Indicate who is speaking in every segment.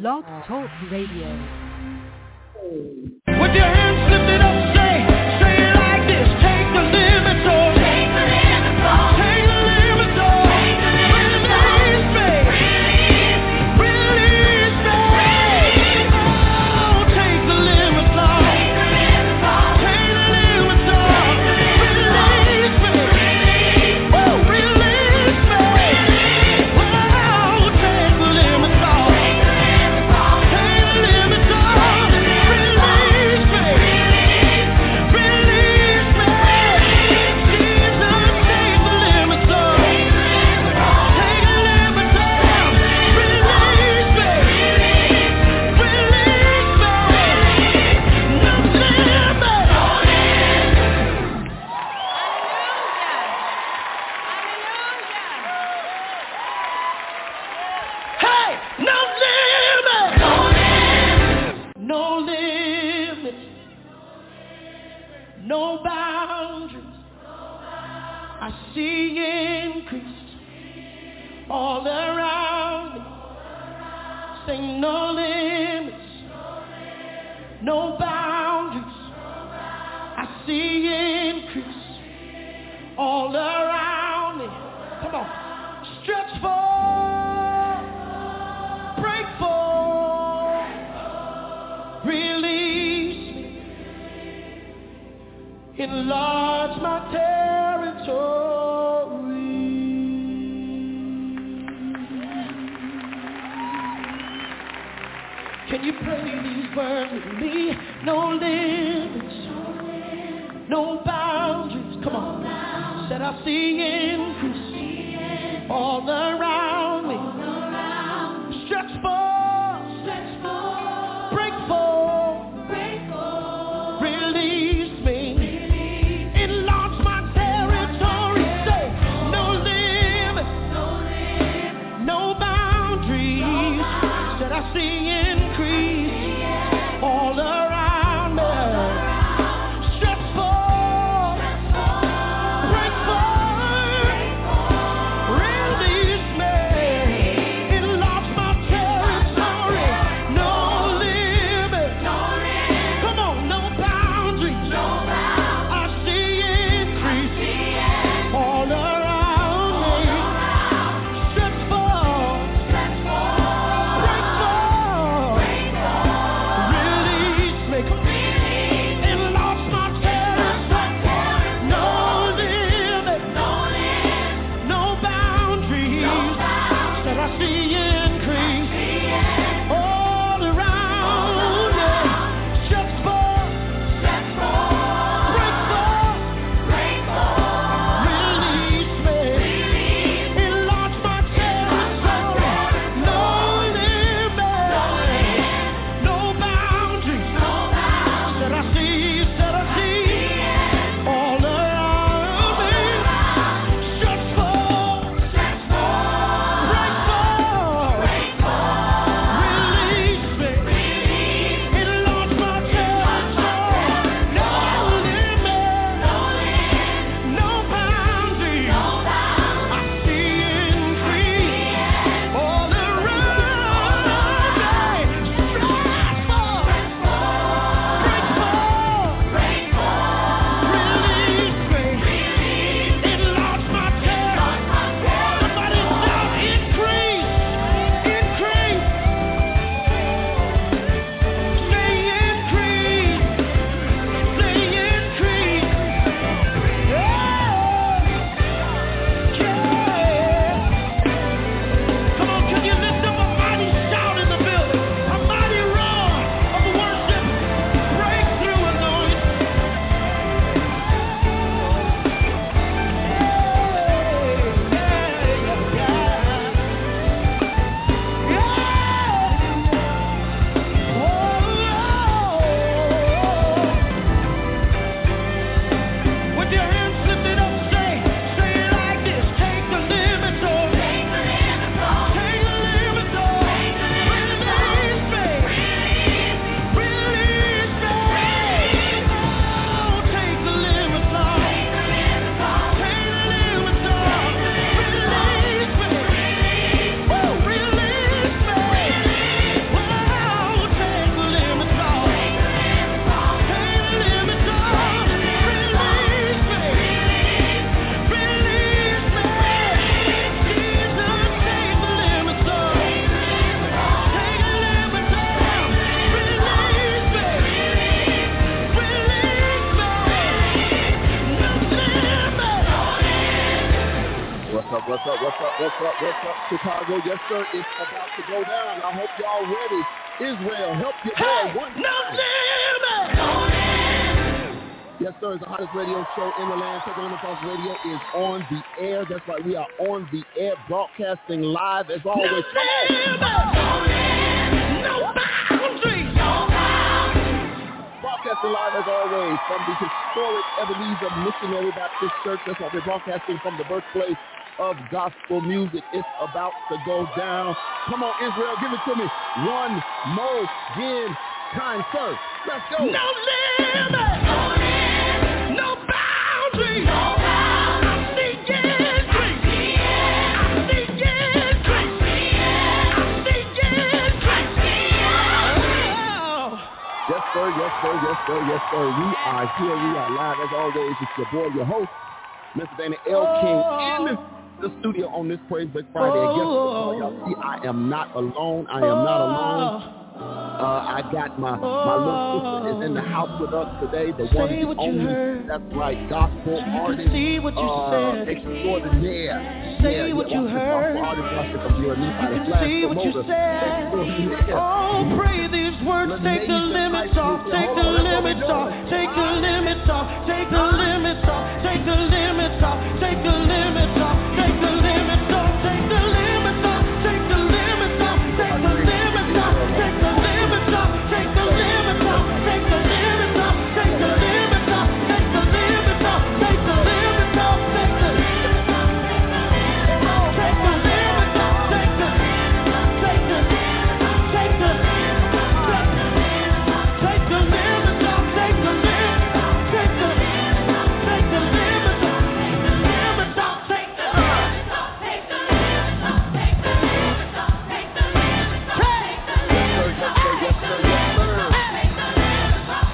Speaker 1: Blog
Speaker 2: Oh.
Speaker 1: Talk Radio.
Speaker 3: With your hands lifted up, say, say it like this. Take the limits off. Take the limits off. Take the limits off. Take the limits off. Release me. Release. Release me. Release. Oh, take the limits off. Take the limits off. Take the limits off. Release me. Release. Oh, release me. Release. Oh, take the limits off. Take the limits off. Take the limits off. Release me. Release. Release me. Jesus, take the limits off. Take the limits off. Take the limits off. Release me. Release. Release me. Hey, no limit. No limit. No limits. No boundaries. I see increase all around me. Say no limits. No boundaries. I see increase all around me. Come on. Stretch forth. Break forth. Release me. Enlarge my territory. Can you pray these words with me? No limits, no boundaries. Come on. Said I see increase all around me. Stretch forth, break forth, release me. Enlarge my territory. Say no limits, no boundaries. Said I see increase all around us. Stretch forth, break forth, release me, enlarge my territory. No limit, come on, no boundaries. I see increase all around me. Stretch forth, break forth. Oh,
Speaker 4: up, what's up, Chicago? Yes, sir, it's about to go down. I hope y'all ready. Israel, help your boy. One time. Yes, sir. It's the hottest radio show in the land. Second Limit Talk Radio is on the air. That's right. We are on the air, broadcasting live as always. Come on. Broadcasting live as always from the historic Ebenezer Missionary Baptist Church. That's right. We're broadcasting from the birthplace of gospel music. It's about to go down. Come on, Israel. Give it to me. One more again time, sir. Let's go. Yes, sir. Yes, sir. Yes, sir. Yes, sir. We are here. We are live as always. It's your boy, your host, Mr. Dana L. King, in the, the studio on this Praise Break Friday. And guess what? Y'all see, I am not alone. I am not alone. Uh, I got my, my little sister is in the house with us today. The one
Speaker 3: Oh. Say
Speaker 4: and
Speaker 3: what you
Speaker 4: only,
Speaker 3: heard.
Speaker 4: that's right, gospel
Speaker 3: Oh,
Speaker 4: artist,
Speaker 3: see what you
Speaker 4: uh,
Speaker 3: said.
Speaker 4: extraordinaire.
Speaker 3: Say
Speaker 4: yeah,
Speaker 3: what
Speaker 4: yeah,
Speaker 3: you
Speaker 4: watch this,
Speaker 3: heard.
Speaker 4: gospel artist, watch this, I'm here, Nephi,
Speaker 3: You
Speaker 4: flash
Speaker 3: see what you
Speaker 4: promoter,
Speaker 3: said.
Speaker 4: extraordinaire.
Speaker 3: Oh, pray these words. Take the limits off. Take the limits off. Take the limits off. Take the limits off. Take the limits off. Take the limits off. Take the limits off. Take the limits off. Take the limits off. Take the limits off. Take the limits off. Take the limits off. Take the limits off. Take the limits off. Take the limits off. Take the limits off. Take the limits off. Take the limits off. Take the Take the Take the Take the limits off. Take the limits off. Take the Take the limits off. Limits off. Take the limits off. Take the limits off. Take the limits off. Take the limits off. Take the
Speaker 4: Yes, sir, yes, sir, yes, sir, yes, sir.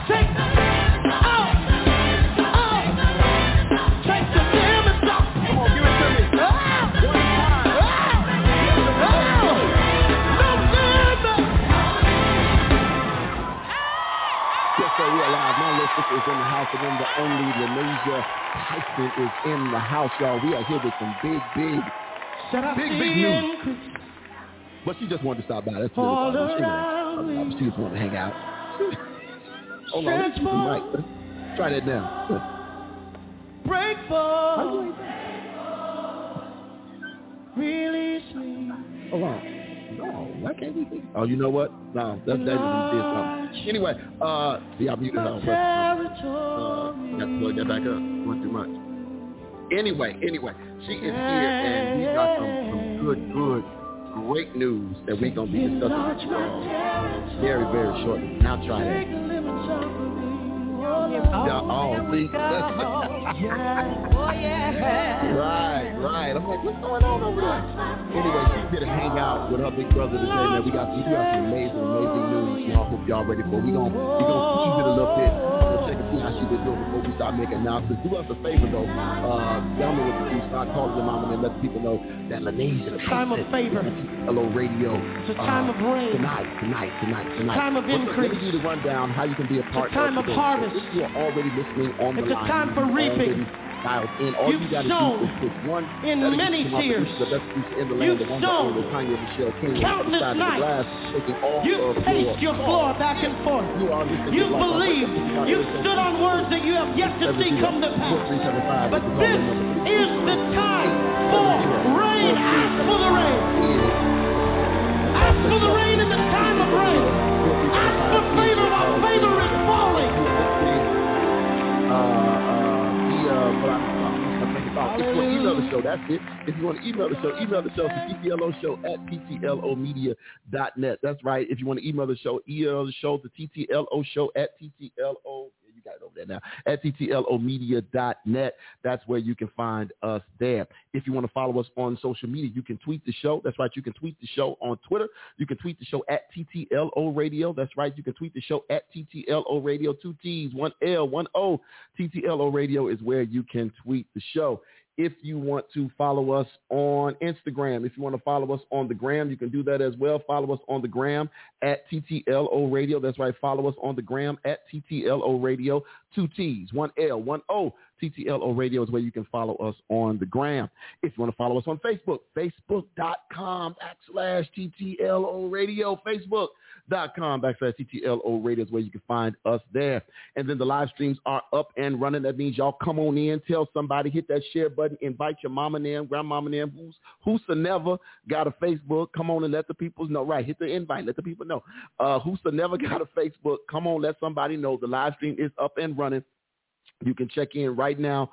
Speaker 3: Take the limits off. Take the limits off.
Speaker 4: Come on, give it to me. One time. Yes, sir, we are live. My little sister is in the house, and then the only Lanesia Tyson is in the house, y'all. We are here with some big, big, big, big news. But she just wanted to stop by. That's really
Speaker 3: All
Speaker 4: all. She,
Speaker 3: around
Speaker 4: wanted-
Speaker 3: me.
Speaker 4: she just wanted to hang out. Hold on, let's use the mic. Let's try that now.
Speaker 3: Break ball. Release me.
Speaker 4: Hold on. No, why can't we think? Oh, you know what? No, that's that did something. Anyway, uh, see, I muted her
Speaker 3: My
Speaker 4: on purpose.
Speaker 3: territory.
Speaker 4: Uh, got to plug that back up. Went too much. Anyway, anyway, she is here, and we got some, some good, good, great news that we're gonna be
Speaker 3: Enlarge
Speaker 4: discussing uh,
Speaker 3: my
Speaker 4: very, very shortly. Now try
Speaker 3: territory.
Speaker 4: that.
Speaker 3: Take the limits off of me. Oh,
Speaker 4: Yeah, oh, see?
Speaker 3: Oh, yeah.
Speaker 4: right, right. I'm like, what's going on over there? Anyway, she's here to hang out with her big brother today, man. We got, we got some amazing, amazing news. Y'all hope y'all ready for it. We're going to tease it a little bit. We'll check and see how she been doing before we start making announcements. Do us a favor, though. Uh, y'all know what to do. Start calling your mom and then let people know that Lenesia
Speaker 3: It's a time of favor.
Speaker 4: Hello Radio. Uh,
Speaker 3: It's a time of rain.
Speaker 4: Tonight, tonight, tonight, tonight.
Speaker 3: time of
Speaker 4: Well, look, Let me
Speaker 3: increase.
Speaker 4: give you the rundown how you can be a part
Speaker 3: time of
Speaker 4: today's show.
Speaker 3: harvest.
Speaker 4: If you are already listening on
Speaker 3: It's
Speaker 4: the
Speaker 3: a
Speaker 4: line,
Speaker 3: time for
Speaker 4: you've already
Speaker 3: reaping.
Speaker 4: Dialed in. All you
Speaker 3: You've
Speaker 4: got to
Speaker 3: sown
Speaker 4: do is put one
Speaker 3: in
Speaker 4: that'll get
Speaker 3: many
Speaker 4: you my
Speaker 3: tears.
Speaker 4: producer, The best producer in the land,
Speaker 3: You've
Speaker 4: the one that
Speaker 3: sown
Speaker 4: owned the Tanya Michelle King, on the
Speaker 3: countless
Speaker 4: side of the
Speaker 3: nights.
Speaker 4: glass, taking all
Speaker 3: You
Speaker 4: of
Speaker 3: paced your floor back and forth.
Speaker 4: You are listening
Speaker 3: You
Speaker 4: to Life on
Speaker 3: believed.
Speaker 4: Record.
Speaker 3: You stood on words that you have yet to see come to pass.
Speaker 4: 4375.
Speaker 3: But this
Speaker 4: This is all the numbers.
Speaker 3: is the time for rain. Ask for the rain. Ask for the rain in the time of rain. Ask for favor while favor is falling.
Speaker 4: Uh, uh, the, uh, what I- I'm thinking about. If you want to email the show, that's it. If you want to email the show, email the show to TTLO show at TTLOmedia.net. That's right. If you want to email the show, email the show to TTLO show at TTLO. yeah, You got it over there now. At TTLOmedia.net. That's where you can find us there. If you want to follow us on social media, you can tweet the show. That's right. You can tweet the show on Twitter. You can tweet the show at TTLO Radio. That's right. You can tweet the show at TTLO Radio. Two T's, one L, one O. TTLO Radio is where you can tweet the show. If you want to follow us on Instagram, if you want to follow us on the gram, you can do that as well. Follow us on the gram at TTLO Radio. That's right. Follow us on the gram at TTLO Radio. two T's, one L, one O. TTLO Radio is where you can follow us on the gram. If you want to follow us on Facebook, facebook.com backslash TTLO Radio, facebook.com backslash TTLO Radio is where you can find us there. And then the live streams are up and running. That means y'all come on in, tell somebody, hit that share button, invite your mama and them, grandmama and them, who's, whosoever got a Facebook, come on and let the people know. Right, hit the invite, let the people know. Uh, whosoever got a Facebook, come on, let somebody know. The live stream is up and running. You can check in right now,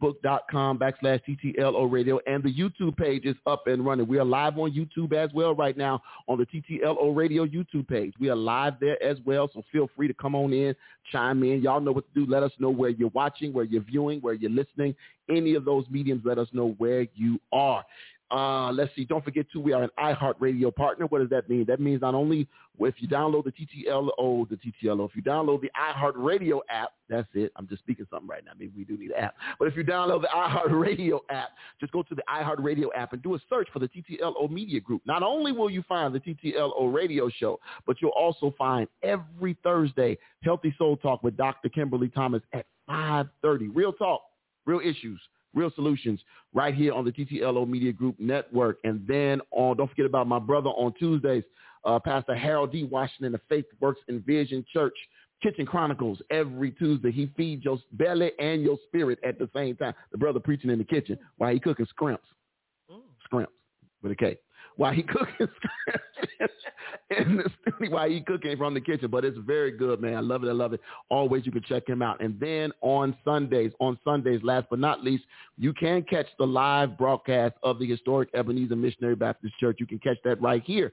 Speaker 4: facebook.com backslash TTLO radio, and the YouTube page is up and running. We are live on YouTube as well right now on the TTLO radio YouTube page. We are live there as well, so feel free to come on in, chime in. Y'all know what to do. Let us know where you're watching, where you're viewing, where you're listening. Any of those mediums, let us know where you are. Uh, let's see. Don't forget too, we are an iHeartRadio partner. What does that mean? That means not only if you download the TTLO, the TTLO, if you download the iHeartRadio app, that's it. I'm just speaking something right now. Maybe we do need an app. But if you download the iHeartRadio app, just go to the iHeartRadio app and do a search for the TTLO Media Group. Not only will you find the TTLO Radio Show, but you'll also find every Thursday Healthy Soul Talk with Dr. Kimberly Thomas at 5:30. Real talk, real issues real solutions right here on the TTLO Media Group Network. And then on, don't forget about my brother on Tuesdays, uh, Pastor Harold D. Washington of Faith Works and Vision Church. Kitchen Chronicles every Tuesday. He feeds your belly and your spirit at the same time. The brother preaching in the kitchen while he cooking scrimps. Scrimps with a K. While he cooking scrimps in the studio, while he cooking from the kitchen. But it's very good, man. I love it. I love it. Always you can check him out. And then on Sundays, on Sundays, last but not least, you can catch the live broadcast of the historic Ebenezer Missionary Baptist Church. You can catch that right here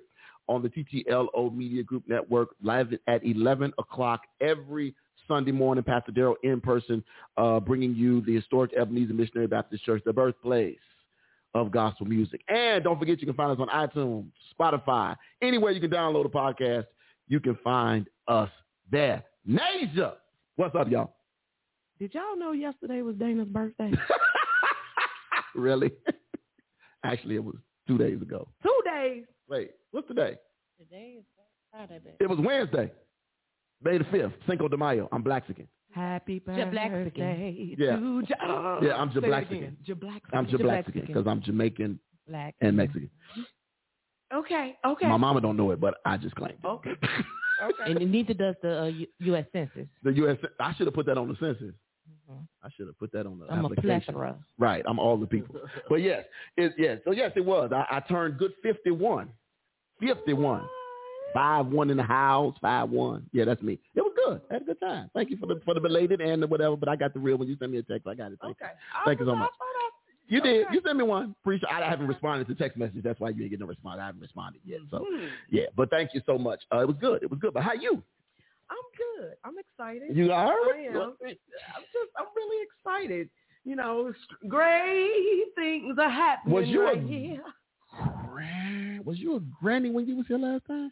Speaker 4: on the TTLO Media Group Network live at 11 o'clock every Sunday morning. Pastor Darrell in person uh, bringing you the historic Ebenezer Missionary Baptist Church, the birthplace of gospel music. And don't forget you can find us on iTunes, Spotify, anywhere you can download a podcast, you can find us there. Nasia, what's up, y'all?
Speaker 2: Did y'all know yesterday was Dana's birthday?
Speaker 4: Really? Actually, it was two days ago.
Speaker 2: Two days.
Speaker 4: Wait, what's today?
Speaker 5: Today is Saturday.
Speaker 4: It was Wednesday, May the 5th, Cinco de Mayo. I'm Blaxican.
Speaker 2: Happy
Speaker 5: You're black
Speaker 2: birthday
Speaker 4: Yeah.
Speaker 2: to Ja-
Speaker 4: Yeah, I'm
Speaker 2: oh, Say it
Speaker 4: Jablaxican.
Speaker 2: again. Jablaxican.
Speaker 4: I'm Jablaxican
Speaker 5: Blaxican.
Speaker 4: because I'm Jamaican
Speaker 5: Black.
Speaker 4: and Mexican.
Speaker 2: Okay, okay.
Speaker 4: My mama don't know it, but I just claimed it.
Speaker 2: Okay.
Speaker 5: And neither does the uh, U- U.S. Census.
Speaker 4: The U.S. I should have put that on the census.
Speaker 2: Mm-hmm.
Speaker 5: Mhm.
Speaker 4: I should have put that on the
Speaker 5: I'm a
Speaker 4: application.
Speaker 5: plethora.
Speaker 4: right, I'm all the people. but yes, it, yes. So yes, it was. I, I turned good 51. 51. Five one in the house, five one. Yeah, that's me. It was good. I had a good time. Thank you for the for the belated and the whatever. But I got the real one. You sent me a text. I got it. Thank you.
Speaker 2: Okay.
Speaker 4: Thank you so
Speaker 2: I-
Speaker 4: much. You did. You sent me one. Appreciate. I haven't responded to text message. That's why you ain't getting no response. I haven't responded yet. So
Speaker 2: Mm-hmm.
Speaker 4: yeah, but thank you so much. Uh, it was good. It was good. But how you?
Speaker 2: I'm good. I'm excited.
Speaker 4: You are.
Speaker 2: I am. I'm just. I'm really excited. You know, great things are happening
Speaker 4: Was you a-
Speaker 2: right here.
Speaker 4: Gran- Was you a granny when you was here last time?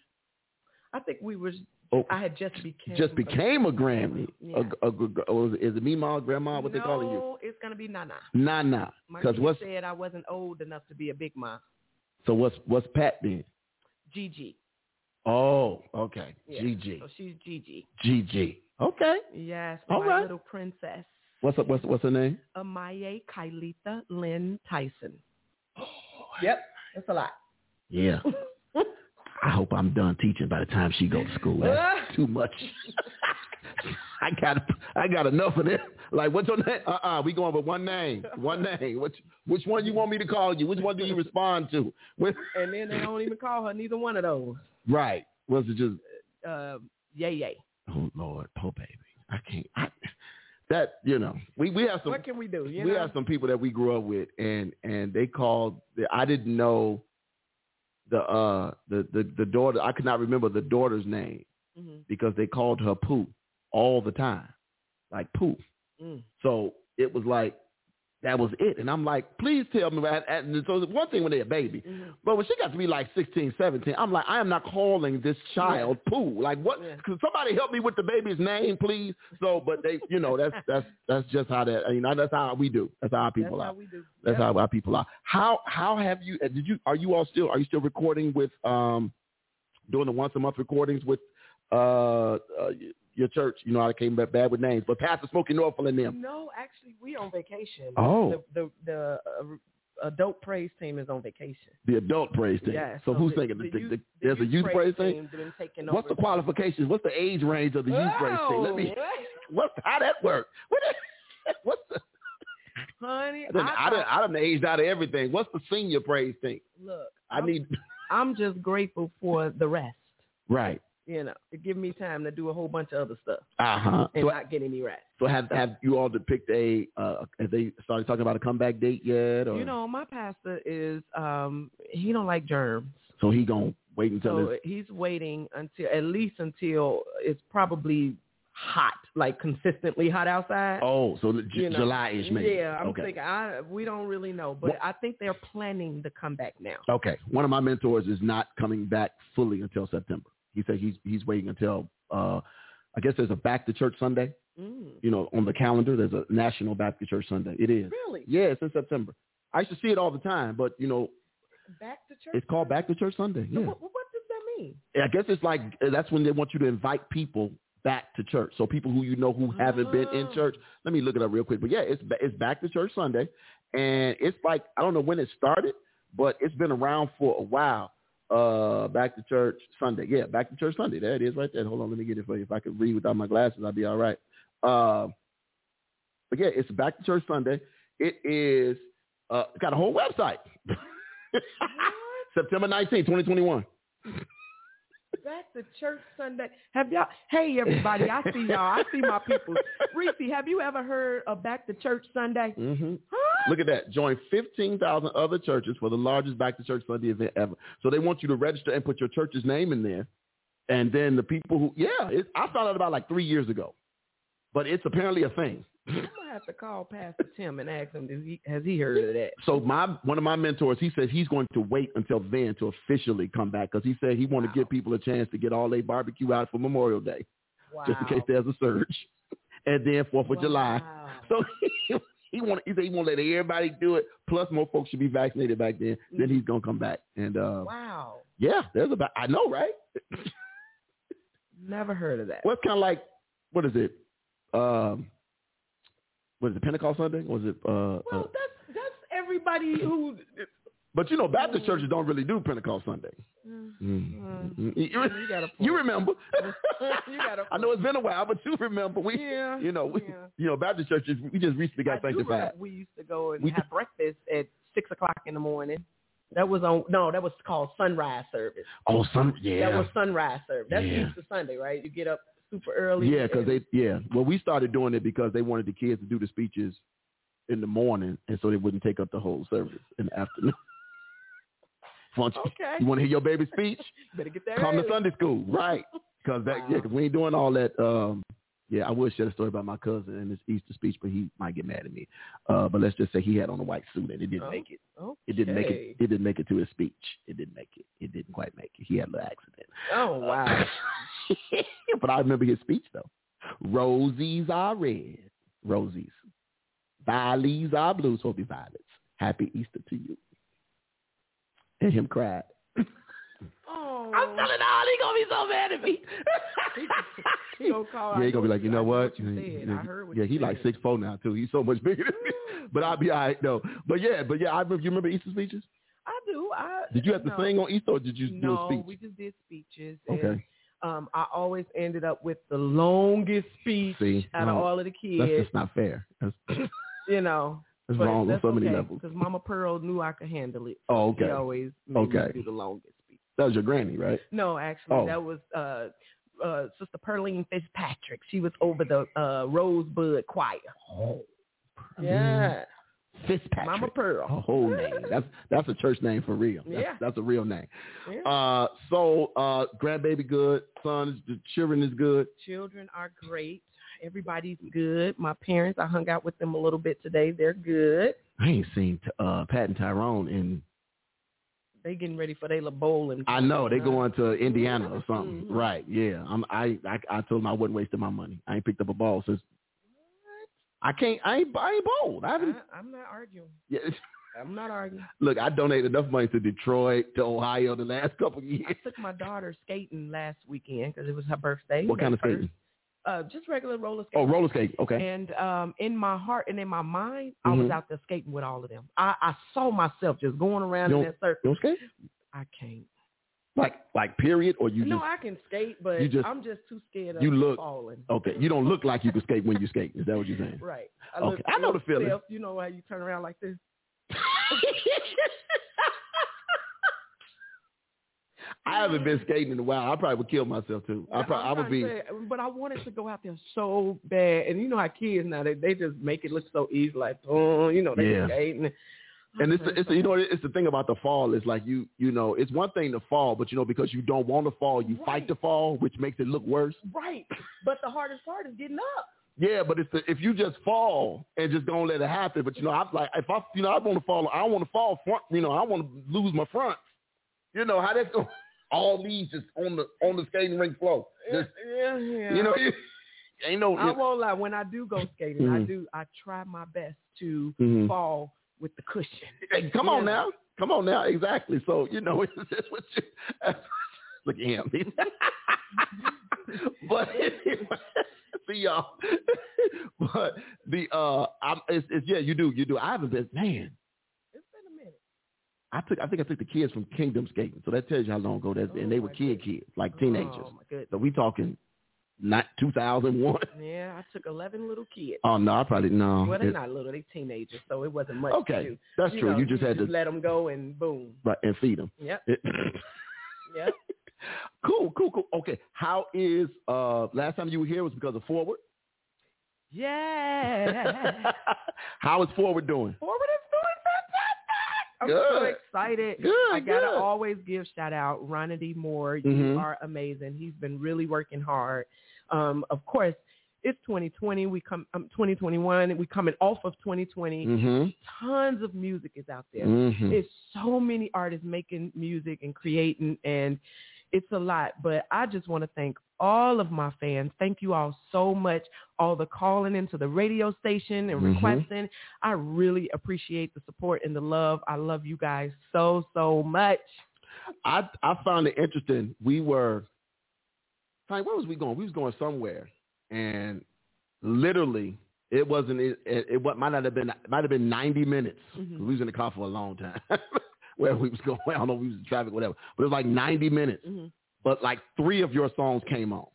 Speaker 2: I think we was.
Speaker 4: Oh,
Speaker 2: I had just became.
Speaker 4: just became a granny.
Speaker 2: Yeah.
Speaker 4: A, a, a- or is it Mima, Grandma? What they calling you?
Speaker 2: No, it's gonna be Nana.
Speaker 4: Nana.
Speaker 2: My
Speaker 4: Because
Speaker 2: kid
Speaker 4: what's
Speaker 2: said I wasn't old enough to be a big mom.
Speaker 4: so what's what's Pat then?
Speaker 2: Gigi.
Speaker 4: Oh, okay.
Speaker 2: Yeah.
Speaker 4: GG.
Speaker 2: So she's Gigi.
Speaker 4: GG. Okay.
Speaker 2: Yes,
Speaker 4: All
Speaker 2: my
Speaker 4: right.
Speaker 2: little princess.
Speaker 4: What's up? What's what's her name?
Speaker 2: Amaye Kailita Lynn Tyson. Oh, Yep, that's a lot.
Speaker 4: Yeah. I hope I'm done teaching by the time she goes to school. That's too much. I got I got enough of this. Like, what's your name? Uh-uh, we going with one name. One name. Which which one you want me to call you? Which one do you respond to? Which,
Speaker 2: and then they don't even call her neither one of those.
Speaker 4: right. Was it just
Speaker 2: Uh, yay, yay.
Speaker 4: oh Lord, oh baby. I can't I, that you know, we, we have some
Speaker 2: What can we do? You
Speaker 4: we
Speaker 2: know?
Speaker 4: have some people that we grew up with and and they called i didn't know the uh the, the the daughter i could not remember the daughter's name
Speaker 2: Mhm.
Speaker 4: because they called her poo all the time like poo
Speaker 2: Mm.
Speaker 4: so it was like that was it and i'm like please tell me that and so it's one thing when they're a baby
Speaker 2: Mhm.
Speaker 4: but when she got to be like 16, 17, I'm like, I am not calling this child Pooh. Like, what?
Speaker 2: Yeah.
Speaker 4: Could somebody help me with the baby's name, please? So, but they, you know, that's that's that's just how that. You know, that's how we do. That's how our
Speaker 2: That's
Speaker 4: people
Speaker 2: how
Speaker 4: are.
Speaker 2: we do.
Speaker 4: That's
Speaker 2: Yep.
Speaker 4: how our people are. How how have you? uh, Did you? Are you all still? Are you still recording with um, doing the once a month recordings with uh, uh your church. You know, I came back bad with names, but Pastor Smokey Norfolk and them.
Speaker 2: No, actually, we on vacation.
Speaker 4: Oh.
Speaker 2: The the, the uh, adult praise team is on vacation.
Speaker 4: The adult praise thing.
Speaker 2: Yeah, so
Speaker 4: so, who's
Speaker 2: the-
Speaker 4: singing?
Speaker 2: the
Speaker 4: The- the-
Speaker 2: youth-
Speaker 4: the-
Speaker 2: the
Speaker 4: there's a youth praise thing.
Speaker 2: Team been taking
Speaker 4: What's the
Speaker 2: over.
Speaker 4: qualifications? What's the age range of the youth praise thing? Let me. What's how that work? What the, what's the,
Speaker 2: Oh, honey.
Speaker 4: I done, I,
Speaker 2: I
Speaker 4: done, I done aged out of everything. What's the senior praise thing?
Speaker 2: thought- look,
Speaker 4: I need
Speaker 2: I'm just grateful for the rest.
Speaker 4: right.
Speaker 2: You know, it give me time to do a whole bunch of other stuff
Speaker 4: Uh huh.
Speaker 2: and
Speaker 4: So,
Speaker 2: not get any rest.
Speaker 4: so have have you all depict a? Uh, have they started talking about a comeback date yet? Or
Speaker 2: You know, my pastor is um he don't like germs.
Speaker 4: so he gonna wait until
Speaker 2: So
Speaker 4: this?
Speaker 2: he's waiting until at least until it's probably hot, like consistently hot outside.
Speaker 4: Oh, so J-
Speaker 2: you know.
Speaker 4: July ish maybe.
Speaker 2: Yeah, I'm
Speaker 4: okay.
Speaker 2: thinking I we don't really know, but
Speaker 4: Well-
Speaker 2: I think they're planning the comeback now.
Speaker 4: Okay. One of my mentors is not coming back fully until September. He said he's he's waiting until uh, I guess there's a back to church Sunday.
Speaker 2: Mm,
Speaker 4: You know, on the calendar there's a National Baptist Church Sunday. It is.
Speaker 2: really?
Speaker 4: Yeah, it's in September. I used to see it all the time, but you know,
Speaker 2: Back to church?
Speaker 4: it's called Back to Church Sunday.
Speaker 2: So
Speaker 4: Yeah.
Speaker 2: What, what does that mean?
Speaker 4: I guess it's like that's when they want you to invite people back to church. So people who you know who haven't been in
Speaker 2: Oh.
Speaker 4: church. Let me look it up real quick. But yeah, it's ba- it's back to church Sunday, and it's like I don't know when it started, but it's been around for a while. Uh, back to church Sunday. Yeah, back to church Sunday. There it is, right there. Hold on, let me get it for you. If I could read without my glasses, I'd be all right. Uh, but yeah, it's back to church Sunday. It is uh, it's got a whole website. September 19, 2021.
Speaker 2: Back to church Sunday. Have y'all? Hey everybody, I see y'all. I see my people. Reese, have you ever heard of Back to Church Sunday?
Speaker 4: Mm-hmm.
Speaker 2: Huh?
Speaker 4: Look at that. Join 15,000 other churches for the largest Back to Church Sunday event ever. So they want you to register and put your church's name in there. And then the people who, yeah, it, I found out about like three years ago. But it's apparently a thing.
Speaker 2: I'm gonna have to call Pastor Tim and ask him. Does he has he heard of that?
Speaker 4: So my one of my mentors, he says he's going to wait until then to officially come back because he said he want to give people a chance to get all their barbecue out for Memorial Day,
Speaker 2: Wow.
Speaker 4: just in case there's a surge, and then Fourth of July.
Speaker 2: Wow.
Speaker 4: So he, he want he said he won't let everybody do it. Plus, more folks should be vaccinated back then. Then he's gonna come back. And uh,
Speaker 2: Wow.
Speaker 4: yeah, there's about I know, right?
Speaker 2: Never heard of that.
Speaker 4: Well, it's kind of like what is it? Um, what is it? Pentecost Sunday? Or is it? Uh, uh,
Speaker 2: Well, that's that's everybody who.
Speaker 4: but you know, Baptist churches don't really do Pentecost Sunday. Mm. You,
Speaker 2: You got a point.
Speaker 4: you remember?
Speaker 2: You got a
Speaker 4: I know it's been a while, but you remember we.
Speaker 2: Yeah.
Speaker 4: You know, we,
Speaker 2: yeah.
Speaker 4: you know, Baptist churches. We just recently got
Speaker 2: I do
Speaker 4: sanctified.
Speaker 2: remember we used to go and
Speaker 4: We
Speaker 2: have breakfast at six o'clock in the morning. That was on no, that was called sunrise service.
Speaker 4: Oh, some yeah.
Speaker 2: That was sunrise service. That's
Speaker 4: Yeah.
Speaker 2: Easter Sunday, right? You get up super early.
Speaker 4: Yeah, because
Speaker 2: and-
Speaker 4: they yeah. Well, we started doing it because they wanted the kids to do the speeches in the morning, and so they wouldn't take up the whole service in the afternoon. Want you-
Speaker 2: Okay.
Speaker 4: You want to hear your baby speech?
Speaker 2: better get there.
Speaker 4: Come to
Speaker 2: early.
Speaker 4: Sunday school, right? Because that yeah, 'cause we ain't doing all that. Um, yeah, I would share a story about my cousin and his Easter speech, but he might get mad at me. Uh, but let's just say he had on a white suit and it didn't
Speaker 2: Oh,
Speaker 4: make it.
Speaker 2: okay.
Speaker 4: It didn't make it. It didn't make it to his speech. It didn't make it. It didn't quite make it. He had a little accident. Uh,
Speaker 2: Oh wow.
Speaker 4: but I remember his speech though. Rosies are red, rosies. Violets are blue, so it'll be violets. Happy Easter to you. And him cried.
Speaker 2: Oh.
Speaker 4: I'm telling all he gonna be so mad at me.
Speaker 2: He gonna call.
Speaker 4: yeah,
Speaker 2: I
Speaker 4: he gonna be
Speaker 2: know
Speaker 4: like, you
Speaker 2: I
Speaker 4: know what?
Speaker 2: you
Speaker 4: Yeah,
Speaker 2: said. I heard what
Speaker 4: yeah,
Speaker 2: you
Speaker 4: he like
Speaker 2: said.
Speaker 4: six four now too. He's so much bigger than me. But I'll be all right though. But yeah, but yeah, I remember, you remember Easter speeches?
Speaker 2: I do. I
Speaker 4: Did you have to
Speaker 2: no.
Speaker 4: sing on Easter or did you do a
Speaker 2: No,
Speaker 4: speech?
Speaker 2: we just did speeches. And,
Speaker 4: okay.
Speaker 2: um, I always ended up with the longest speech
Speaker 4: See,
Speaker 2: out
Speaker 4: no,
Speaker 2: of all of the
Speaker 4: That's
Speaker 2: kids.
Speaker 4: just not fair. That's, that's
Speaker 2: you know, But
Speaker 4: wrong on
Speaker 2: that's
Speaker 4: so many
Speaker 2: okay,
Speaker 4: levels.
Speaker 2: Because Mama Pearl knew I could handle it.
Speaker 4: Oh,
Speaker 2: She
Speaker 4: okay.
Speaker 2: always made me
Speaker 4: Okay.
Speaker 2: do the longest speech.
Speaker 4: That was your granny, right?
Speaker 2: No, actually,
Speaker 4: Oh.
Speaker 2: that was uh, uh, Sister Pearline Fitzpatrick. She was over the uh, Rosebud Choir.
Speaker 4: Oh,
Speaker 2: Yeah,
Speaker 4: Fitzpatrick.
Speaker 2: Mm-hmm. Mama Pearl.
Speaker 4: a whole name. That's that's a church name for real. That's,
Speaker 2: Yeah.
Speaker 4: that's a real name.
Speaker 2: Yeah.
Speaker 4: Uh, so uh, grandbaby good, son, is- the children is good.
Speaker 2: Children are great. Everybody's good. My parents, I hung out with them a little bit today. They're good.
Speaker 4: I ain't seen uh, Pat and Tyrone, and
Speaker 2: They getting ready for their little bowling.
Speaker 4: I know they going to Indiana or
Speaker 2: Mhm.
Speaker 4: something, right? Yeah, I'm, I, I I told them I wasn't wasting my money. I ain't picked up a ball since. I can't. I ain't. I ain't bold. I
Speaker 2: I,
Speaker 4: haven't.
Speaker 2: I'm not arguing.
Speaker 4: yeah,
Speaker 2: I'm not arguing.
Speaker 4: look, I donated enough money to Detroit, to Ohio, the last couple of
Speaker 2: I
Speaker 4: years.
Speaker 2: took my daughter skating last weekend because it was her birthday.
Speaker 4: What kind of
Speaker 2: Her first
Speaker 4: skating?
Speaker 2: uh, just regular roller skates.
Speaker 4: Oh, roller skate. Okay.
Speaker 2: And um, in my heart and in my mind, I was
Speaker 4: Mhm.
Speaker 2: out there skating with all of them. I, I saw myself just going around
Speaker 4: You
Speaker 2: in
Speaker 4: don't-
Speaker 2: that circle.
Speaker 4: You don't skate?
Speaker 2: I can't.
Speaker 4: Like like period, or you
Speaker 2: no,
Speaker 4: just
Speaker 2: I can skate, but
Speaker 4: you just-
Speaker 2: I'm just too scared of
Speaker 4: you look- Oh,
Speaker 2: falling.
Speaker 4: okay? You don't look like you can skate when you skate. Is that what you're saying?
Speaker 2: Right.
Speaker 4: Okay.
Speaker 2: look-
Speaker 4: I know the
Speaker 2: look
Speaker 4: feeling.
Speaker 2: stiff. You know how you turn around like this.
Speaker 4: I haven't been skating in a while. I probably would kill myself too. I probably I
Speaker 2: I'm
Speaker 4: would be.
Speaker 2: trying to say, but I wanted to go out there so bad, and you know how kids now they, they just make it look so easy, like oh, you know they
Speaker 4: Yeah.
Speaker 2: skate and,
Speaker 4: And it's it's you know it's the thing about the fall is like you you know it's one thing to fall, but you know because you don't want to fall, you fight
Speaker 2: Right.
Speaker 4: to fall, which makes it look worse.
Speaker 2: right. But the hardest part is getting up.
Speaker 4: Yeah, but it's the, if you just fall and just don't let it happen. But you know, I'm like, if I, you know, I want to fall, I want to fall front. You know, I want to lose my front. You know how that's going. All these just on the on the skating rink floor. Just,
Speaker 2: Yeah, yeah.
Speaker 4: You know, you, ain't no.
Speaker 2: I won't lie. When I do go skating, I
Speaker 4: Mhm.
Speaker 2: do. I try my best to
Speaker 4: Mhm.
Speaker 2: fall with the cushion.
Speaker 4: Hey, come on
Speaker 2: Yeah.
Speaker 4: now, come on now, exactly. So you know, it's just what you. Look at him. but anyway, see y'all. but the uh, I'm, it's, it's yeah, you do, you do. I haven't been, man.
Speaker 2: It's been a minute.
Speaker 4: I took I think I took the kids from Kingdom Skating, so that tells you how long ago that's and they
Speaker 2: Oh,
Speaker 4: were
Speaker 2: my
Speaker 4: kid kids, like teenagers.
Speaker 2: Oh my goodness.
Speaker 4: So we talking not two thousand one.
Speaker 2: Yeah, I took eleven little kids.
Speaker 4: Oh no, I probably no.
Speaker 2: well, they're
Speaker 4: It-
Speaker 2: not little; they teenagers, so it wasn't much.
Speaker 4: okay,
Speaker 2: to do.
Speaker 4: that's true.
Speaker 2: know,
Speaker 4: you just had to
Speaker 2: let them go, and boom.
Speaker 4: right, and feed them.
Speaker 2: Yep,
Speaker 4: It-
Speaker 2: yep.
Speaker 4: cool, cool, cool. Okay, how is uh last time you were here was because of Forward.
Speaker 2: Yeah.
Speaker 4: how is Forward doing?
Speaker 2: Forward is doing fantastic. I'm so
Speaker 4: Good.
Speaker 2: excited.
Speaker 4: Good,
Speaker 2: I gotta
Speaker 4: good.
Speaker 2: always give shout out Ronnie D. Moore. You
Speaker 4: Mhm.
Speaker 2: are amazing. He's been really working hard. Um, of course, it's 2020. We come um, 2021. We coming off of 2020.
Speaker 4: Mm-hmm.
Speaker 2: Tons of music is out there.
Speaker 4: Mm-hmm.
Speaker 2: There's so many artists making music and creating, and it's a lot. But I just want to thank all of my fans. Thank you all so much. All the calling into the radio station and
Speaker 4: Mhm.
Speaker 2: requesting. I really appreciate the support and the love. I love you guys so, so much.
Speaker 4: I I found it interesting. We were, Frank, where was we going? We was going somewhere, and literally, it wasn't. It, it, what might not have been might have been ninety minutes.
Speaker 2: Mhm.
Speaker 4: We was in the car for a long time. Where we was going, I don't know. We was in traffic, whatever. But it was like ninety minutes.
Speaker 2: Mhm.
Speaker 4: But like three of your songs came on,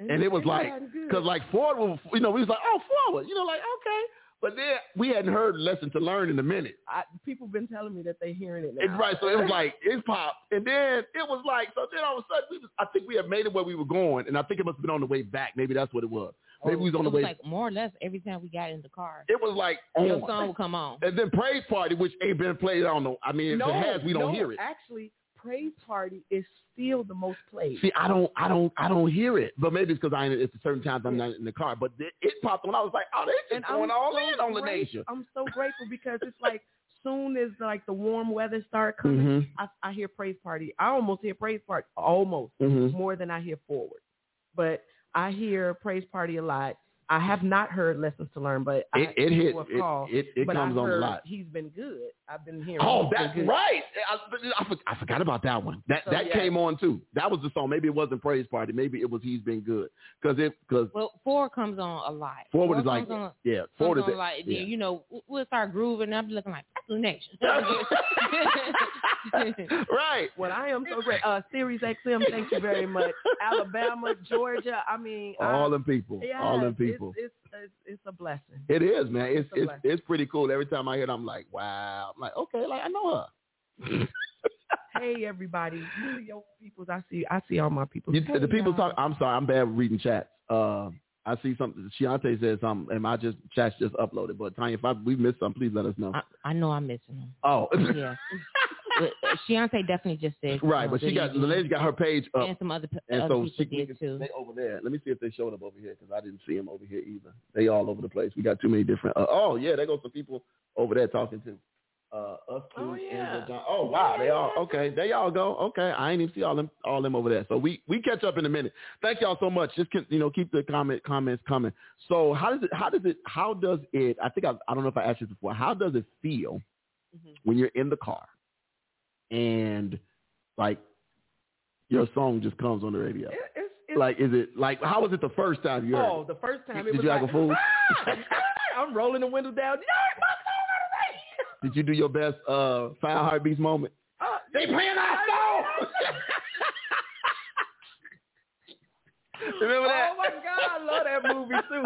Speaker 4: and it was like
Speaker 2: gotten good.
Speaker 4: because like Ford, was, you know, we was like, oh, forward, you know, like okay. But then we hadn't heard lesson to learn in a minute.
Speaker 2: I, people been telling me that they're hearing it now.
Speaker 4: And right, so it was like it popped, and then it was like so. Then all of a sudden, we was, I think we had made it where we were going, and I think it must have been on the way back. Maybe that's what it was.
Speaker 2: Oh,
Speaker 4: Maybe we was on the
Speaker 5: Oh, it was
Speaker 4: way. Oh.
Speaker 5: like more or less every time we got in the car,
Speaker 4: it was like
Speaker 5: your
Speaker 4: on,
Speaker 5: song would come on.
Speaker 4: and then praise party, which ain't been played. I don't know. I mean,
Speaker 2: no,
Speaker 4: if it has, we
Speaker 2: no,
Speaker 4: don't hear it.
Speaker 2: Actually, Praise Party is still the most played.
Speaker 4: See, I don't, I don't, I don't hear it. But maybe it's because I ain't. It's certain times I'm not in the car. But it, it popped on. I was like, oh, they just going all in on the
Speaker 2: grate-
Speaker 4: nation.
Speaker 2: I'm so grateful because it's like soon as like the warm weather start coming,
Speaker 4: Mhm.
Speaker 2: I, I hear praise party. I almost hear praise party almost
Speaker 4: Mhm.
Speaker 2: more than I hear forward, but I hear praise party a lot. I have not heard lessons to learn, but I,
Speaker 4: It, it hit.
Speaker 2: will call,
Speaker 4: It, it, it
Speaker 2: but
Speaker 4: comes
Speaker 2: I
Speaker 4: on
Speaker 2: heard
Speaker 4: a lot.
Speaker 2: He's been good. I've been hearing.
Speaker 4: Oh,
Speaker 2: he's been
Speaker 4: that's
Speaker 2: good.
Speaker 4: right. I, I, for- I forgot about that one. That
Speaker 2: So,
Speaker 4: that
Speaker 2: yeah.
Speaker 4: came on too. That was the song. Maybe it wasn't Praise Party. Maybe it was He's Been Good. Because it because
Speaker 5: Well, four comes on a lot.
Speaker 4: Forward
Speaker 5: Four
Speaker 4: is like
Speaker 5: comes on,
Speaker 4: yeah,
Speaker 5: comes
Speaker 4: Forward is
Speaker 5: on
Speaker 4: it.
Speaker 5: like
Speaker 4: yeah.
Speaker 5: then, you know we- we'll start grooving. and I'm looking like that's the nation.
Speaker 4: Oh, right.
Speaker 2: Well, I am so great. Uh, Series XM, thank you very much. Alabama, Georgia. I mean, I-
Speaker 4: All them people.
Speaker 2: yeah,
Speaker 4: all them
Speaker 2: it's-
Speaker 4: people.
Speaker 2: It's, it's, it's a blessing.
Speaker 4: It is, man. It's
Speaker 2: It's a
Speaker 4: it's
Speaker 2: blessing.
Speaker 4: it's pretty cool. Every time I hear it, I'm like, wow. I'm like, okay, like I know her.
Speaker 2: hey everybody, you see your peoples. I see, I see all my peoples.
Speaker 4: You,
Speaker 2: Hey,
Speaker 4: the people
Speaker 2: y'all.
Speaker 4: talk. I'm sorry, I'm bad with reading chats. Uh, I see something. Shiante says something, and I just chats just uploaded. But Tanya, if I, we missed something, please let us know.
Speaker 5: I, I know I'm missing them.
Speaker 4: oh,
Speaker 5: Yeah, but uh, Beyonce definitely just said
Speaker 4: right.
Speaker 5: uh,
Speaker 4: But she
Speaker 5: good
Speaker 4: got the
Speaker 5: evening.
Speaker 4: lady got her page up.
Speaker 5: and some other, p-
Speaker 4: And
Speaker 5: other
Speaker 4: so
Speaker 5: people
Speaker 4: she,
Speaker 5: did too.
Speaker 4: they over there. Let me see if they showed up over here because I didn't see them over here either. They all over the place. We got too many different. Uh, oh yeah, there goes some people over there talking too. Uh, us two
Speaker 2: Oh, yeah.
Speaker 4: and the John. Oh wow, they all okay. They all go okay. I ain't even see all them all them over there. So we we catch up in a minute. Thank y'all so much. Just can, you know keep the comment comments coming. So how does it how does it how does it? I think I I don't know if I asked you before. How does it feel
Speaker 2: Mhm.
Speaker 4: when you're in the car and like your song just comes on the radio?
Speaker 2: It, it's
Speaker 4: Like, is it like how was it the first time you heard?
Speaker 2: Oh, the first
Speaker 4: it?
Speaker 2: time it
Speaker 4: Did
Speaker 2: was
Speaker 4: you
Speaker 2: like,
Speaker 4: act a fool?
Speaker 2: "Ah!" I'm rolling the window down. No,
Speaker 4: Did you do your best uh five heartbeats moment?
Speaker 2: they playing our song.
Speaker 4: Remember that?
Speaker 2: Oh my God, I love that movie too.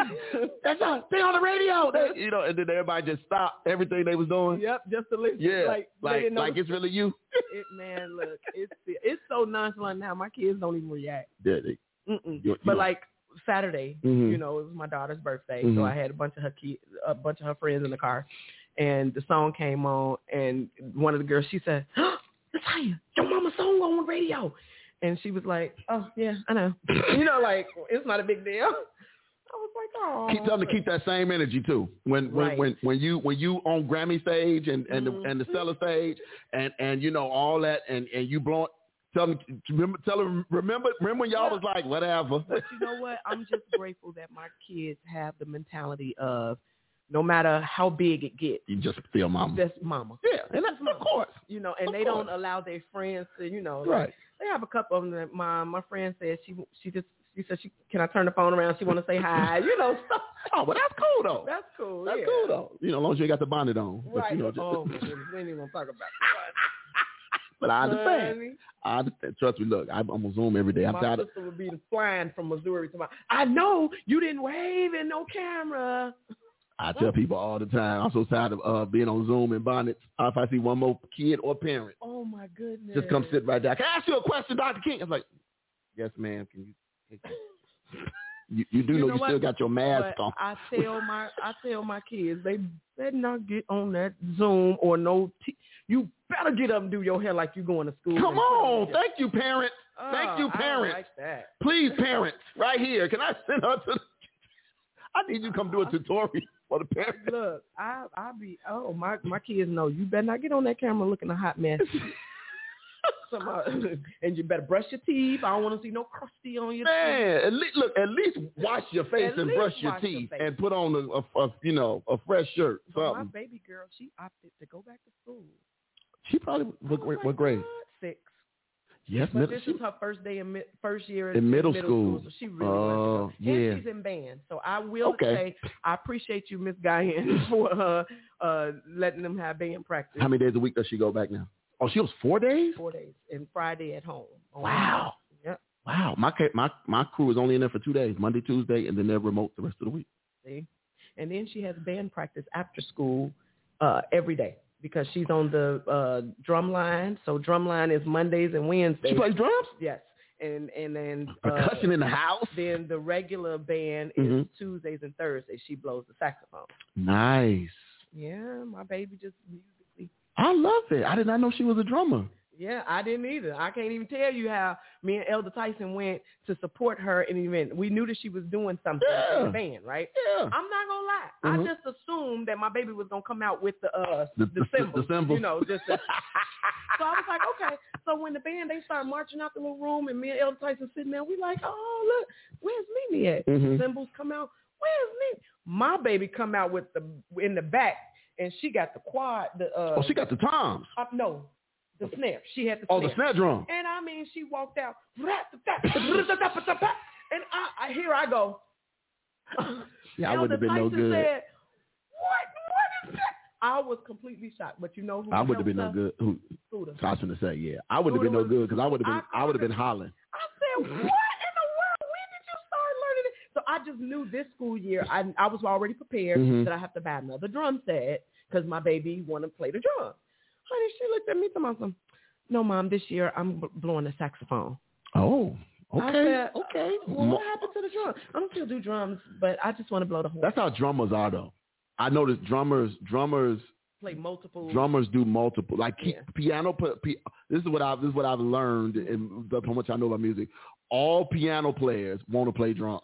Speaker 4: That's us. They on the radio. They, you know, and then everybody just stopped everything they was doing.
Speaker 2: yep, just to listen.
Speaker 4: Yeah,
Speaker 2: like they
Speaker 4: like,
Speaker 2: didn't know
Speaker 4: like it's really you.
Speaker 2: it, man. Look, it's it's so nonchalant now. My kids don't even react.
Speaker 4: Yeah, they-
Speaker 2: Mm-mm.
Speaker 4: You- you
Speaker 2: but
Speaker 4: don't-
Speaker 2: like Saturday,
Speaker 4: Mhm.
Speaker 2: you know, it was my daughter's birthday,
Speaker 4: Mhm.
Speaker 2: so I had a bunch of her kids, a bunch of her friends in the car, and the song came on, and one of the girls she said, "Huh, "Natalia, your mama's song on the radio," and she was like, "Oh yeah, I know," you know, like it's not a big deal. I was like, "Oh."
Speaker 4: keep them to keep that same energy too. When when
Speaker 2: Right. Mm-hmm.
Speaker 4: when, when you when you on Grammy stage and and the, and the seller stage and and you know all that and and you blowing. Tell them, remember, tell them, remember, remember when y'all was like, whatever.
Speaker 2: But you know what? I'm just grateful that my kids have the mentality of no matter how big it gets,
Speaker 4: You just feel mama.
Speaker 2: that's mama.
Speaker 4: yeah, and that's of course.
Speaker 2: you know, and
Speaker 4: Of
Speaker 2: they don't
Speaker 4: course.
Speaker 2: allow their friends to, you know, like,
Speaker 4: Right.
Speaker 2: They have a couple of them. That my my friend said she she just she said she can I turn the phone around? She want to say hi, you know. Stuff.
Speaker 4: Oh, but that's cool though.
Speaker 2: That's cool.
Speaker 4: That's
Speaker 2: yeah.
Speaker 4: cool though. You know, as long as you ain't got the bonnet on. But,
Speaker 2: Right.
Speaker 4: you know, just,
Speaker 2: oh, my goodness, we ain't even gonna talk about
Speaker 4: but I
Speaker 2: that.
Speaker 4: understand.
Speaker 2: Honey,
Speaker 4: I understand. Trust me. Look, I, I'm on Zoom every day. I'm
Speaker 2: my
Speaker 4: tired of.
Speaker 2: sister would be flying from Missouri to my. I know you didn't wave in no camera.
Speaker 4: I tell people all the time. I'm so tired of uh, being on Zoom and bonnets. Uh, If I see one more kid or parent,
Speaker 2: Oh my goodness.
Speaker 4: just come sit right there. Can I ask you a question, Dr. King? I'm like, yes, ma'am. Can you? Take that?" you, you do
Speaker 2: You
Speaker 4: know,
Speaker 2: know
Speaker 4: you still
Speaker 2: what?
Speaker 4: got your mask
Speaker 2: But
Speaker 4: on.
Speaker 2: I tell my I tell my kids they better not get on that Zoom or no. T- you better get up and do your hair like you going to school.
Speaker 4: Come
Speaker 2: and put
Speaker 4: on, thank you, parents.
Speaker 2: Oh,
Speaker 4: Thank you,
Speaker 2: I don't
Speaker 4: parents.
Speaker 2: like that.
Speaker 4: Please, parents, right here. Can I send her to? The, I need you to come do a tutorial for the parents.
Speaker 2: Look, I I be oh my my kids know you better not get on that camera looking a hot mess. Somehow, and you better brush your teeth. I don't want to see no crusty on your teeth.
Speaker 4: Man, at least, look, at least wash your face
Speaker 2: At
Speaker 4: and
Speaker 2: least
Speaker 4: brush your
Speaker 2: wash your
Speaker 4: teeth
Speaker 2: face.
Speaker 4: and put on a, a, a you know a fresh shirt,
Speaker 2: So my
Speaker 4: something.
Speaker 2: baby girl, she opted to go back to school.
Speaker 4: She probably
Speaker 2: I
Speaker 4: what,
Speaker 2: was
Speaker 4: what,
Speaker 2: like,
Speaker 4: what grade?
Speaker 2: "What? Six.
Speaker 4: Yes,
Speaker 2: But
Speaker 4: middle.
Speaker 2: this is her first day in mid, first year
Speaker 4: In middle school.
Speaker 2: so she really wants to go.
Speaker 4: Oh, yeah.
Speaker 2: And she's in band, so I will
Speaker 4: Okay.
Speaker 2: say I appreciate you, Miss Guyan, for uh, uh, letting them have band practice
Speaker 4: How many days a week does she go back now? Oh, she was four days.
Speaker 2: four days and Friday at home. on-
Speaker 4: Wow.
Speaker 2: Yep.
Speaker 4: Wow. My ca- my my crew is only in there for two days, Monday, Tuesday, and then they're remote the rest of the week.
Speaker 2: See? And then she has band practice after school uh, every day because she's on the uh, drum line. So drum line is Mondays and Wednesdays.
Speaker 4: She plays drums,
Speaker 2: yes. And and then uh,
Speaker 4: percussion in the house.
Speaker 2: then the regular band is
Speaker 4: Mhm.
Speaker 2: Tuesdays and Thursdays. She blows the saxophone.
Speaker 4: Nice.
Speaker 2: Yeah, my baby just musically.
Speaker 4: I love it. I did not know she was a drummer.
Speaker 2: Yeah, I didn't either. I can't even tell you how me and Elder Tyson went to support her in the event. We knew that she was doing something in
Speaker 4: Yeah.
Speaker 2: the band, right?
Speaker 4: Yeah.
Speaker 2: I'm not gonna lie.
Speaker 4: Mhm.
Speaker 2: I just assumed that my baby was gonna come out with the uh
Speaker 4: The-
Speaker 2: the,
Speaker 4: the-
Speaker 2: cymbals,
Speaker 4: the cymbals.
Speaker 2: you know, just. The, so I was like, okay. So when the band they started marching out the little room, and me and Elder Tyson sitting there, we like, oh look, where's Mimi at?
Speaker 4: Mhm.
Speaker 2: Cymbals come out. Where's Mimi? My baby come out with the in the back, and she got the quad. The uh,
Speaker 4: Oh, she got the toms.
Speaker 2: uh, no, the snare. She had the
Speaker 4: Oh, the
Speaker 2: snare.
Speaker 4: snare drum.
Speaker 2: And I mean, she walked out. And I, I here I go.
Speaker 4: Yeah, I
Speaker 2: Elder
Speaker 4: wouldn't have been no
Speaker 2: Tyson
Speaker 4: good.
Speaker 2: Said, what? What is that? I was completely shocked. But you know who
Speaker 4: I wouldn't have been no
Speaker 2: helped
Speaker 4: good. Who,
Speaker 2: us? Scooter.
Speaker 4: I was gonna say, yeah, I wouldn't have been no good because I would have been, I would have been hollering.
Speaker 2: I said, what in the world? When did you start learning it? So I just knew this school year, I, I was already prepared
Speaker 4: Mhm.
Speaker 2: that I have to buy another drum set because my baby want to play the drum. Honey, she looked at me and said, no, mom, this year I'm b- blowing the saxophone.
Speaker 4: Oh,
Speaker 2: I
Speaker 4: okay,
Speaker 2: said, uh,
Speaker 4: okay.
Speaker 2: Well,
Speaker 4: Mo-
Speaker 2: what happened to the drum? I don't still do drums, but I just want to blow the horn.
Speaker 4: That's how drummers are though. I noticed drummers, drummers
Speaker 2: play multiple.
Speaker 4: drummers do multiple like keep
Speaker 2: Mm. Yeah.
Speaker 4: piano pl- pi- this is what i this is what i've learned and that's how much i know about music all piano players want to play drums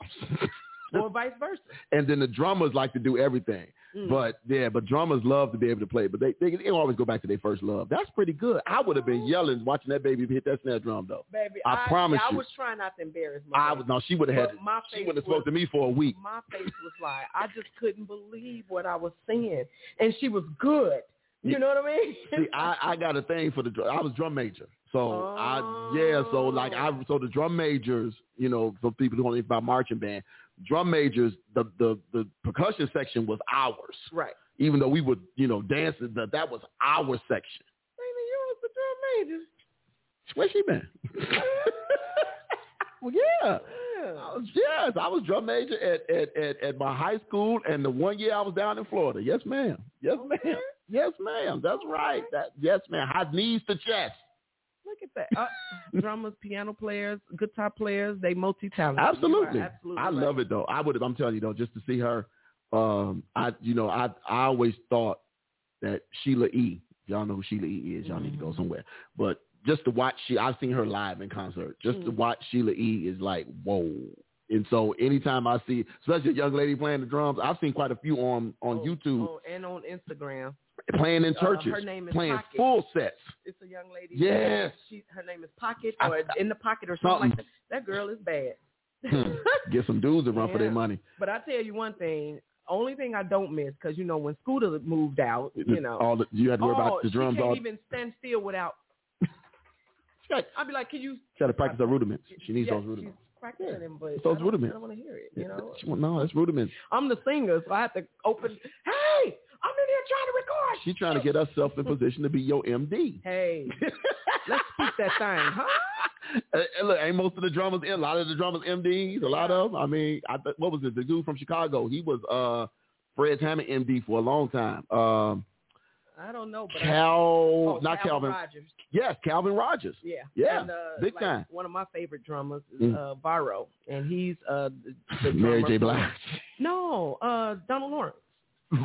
Speaker 2: or vice versa.
Speaker 4: and then the drummers like to do everything
Speaker 2: Mm.
Speaker 4: but yeah but drummers love to be able to play but they, they they always go back to their first love that's pretty good i would have
Speaker 2: Mm.
Speaker 4: been yelling watching that baby hit that snare drum though
Speaker 2: Baby,
Speaker 4: I promise
Speaker 2: I
Speaker 4: you.
Speaker 2: was trying not to embarrass my
Speaker 4: i
Speaker 2: baby.
Speaker 4: was no she would have had
Speaker 2: But my
Speaker 4: she
Speaker 2: face
Speaker 4: wouldn't have
Speaker 2: was-
Speaker 4: spoke to me for a week
Speaker 2: My face was like, I just couldn't believe what I was seeing. And she was good. You know what I mean?
Speaker 4: See, I, I got a thing for the drum. I was drum major. So I yeah, so like I
Speaker 2: Oh.
Speaker 4: so the drum majors, you know, for people who only by marching band, drum majors, the the the percussion section was ours.
Speaker 2: right.
Speaker 4: Even though we would, you know, dance that that was our section.
Speaker 2: Baby, you was the drum major.
Speaker 4: Where she been? well, yeah.
Speaker 2: Yeah.
Speaker 4: I was, yes, I was drum major at, at, at, at my high school, and the one year I was down in Florida. Yes, ma'am. Yes, ma'am. Yes, ma'am. That's right. That yes, ma'am. High knees to chest.
Speaker 2: Look at that. Uh, drummers, piano players, guitar players, they multi-talented. You are
Speaker 4: Absolutely.
Speaker 2: absolutely
Speaker 4: I
Speaker 2: right.
Speaker 4: love it though. I would have. I'm telling you though, just to see her. Um, I you know I I always thought that Sheila E. Y'all know who Sheila E. is. Y'all need to
Speaker 2: Mm-hmm.
Speaker 4: go somewhere. But just to watch she, I've seen her live in concert. Just
Speaker 2: Mm.
Speaker 4: to watch Sheila E. is like whoa. And so anytime I see, especially a young lady playing the drums, I've seen quite a few on on
Speaker 2: Oh,
Speaker 4: YouTube
Speaker 2: oh, and on Instagram.
Speaker 4: playing in
Speaker 2: uh,
Speaker 4: churches,
Speaker 2: her name is
Speaker 4: playing
Speaker 2: Pocket.
Speaker 4: full sets.
Speaker 2: It's a young lady.
Speaker 4: Yes.
Speaker 2: She, her name is Pocket
Speaker 4: I-
Speaker 2: or In the Pocket or something, like
Speaker 4: Something.
Speaker 2: that. That girl is bad.
Speaker 4: Hmm. Get some dudes to run for
Speaker 2: Yeah.
Speaker 4: their money.
Speaker 2: but I tell you one thing. Only thing I don't miss, because, you know, when Scooter moved out, you know.
Speaker 4: all the, you had to worry
Speaker 2: oh,
Speaker 4: about the drums.
Speaker 2: she can't
Speaker 4: All
Speaker 2: even stand still without.
Speaker 4: Right.
Speaker 2: I'd be like, can you?
Speaker 4: she had to practice her rudiments. She needs
Speaker 2: Yeah,
Speaker 4: those rudiments.
Speaker 2: She's practicing them, but
Speaker 4: It's
Speaker 2: I
Speaker 4: those
Speaker 2: don't-
Speaker 4: rudiments.
Speaker 2: I don't want to hear it. You know,
Speaker 4: She- well, no, that's rudiments.
Speaker 2: I'm the singer, so I have to open. Hey, I'm in here trying to record.
Speaker 4: She's trying to get herself in position to be your MD.
Speaker 2: Hey, let's speak that thing, huh?
Speaker 4: And- and look, ain't most of the drummers, a lot of the drummers MDs, a lot of them. I mean, I, th- what was it? The dude from Chicago, he was uh, Fred Hammond MD for a long time. Um,
Speaker 2: I don't know, but I,
Speaker 4: Cal,
Speaker 2: oh,
Speaker 4: not Calvin.
Speaker 2: Rogers.
Speaker 4: Yes, Calvin Rogers.
Speaker 2: Yeah,
Speaker 4: Yeah,
Speaker 2: And, uh,
Speaker 4: big
Speaker 2: like,
Speaker 4: time.
Speaker 2: One of my favorite drummers is
Speaker 4: Mm.
Speaker 2: uh, Varro, and he's uh, the, the
Speaker 4: Mary
Speaker 2: drummer
Speaker 4: J.
Speaker 2: for-
Speaker 4: Blige.
Speaker 2: No, uh, Donald Lawrence.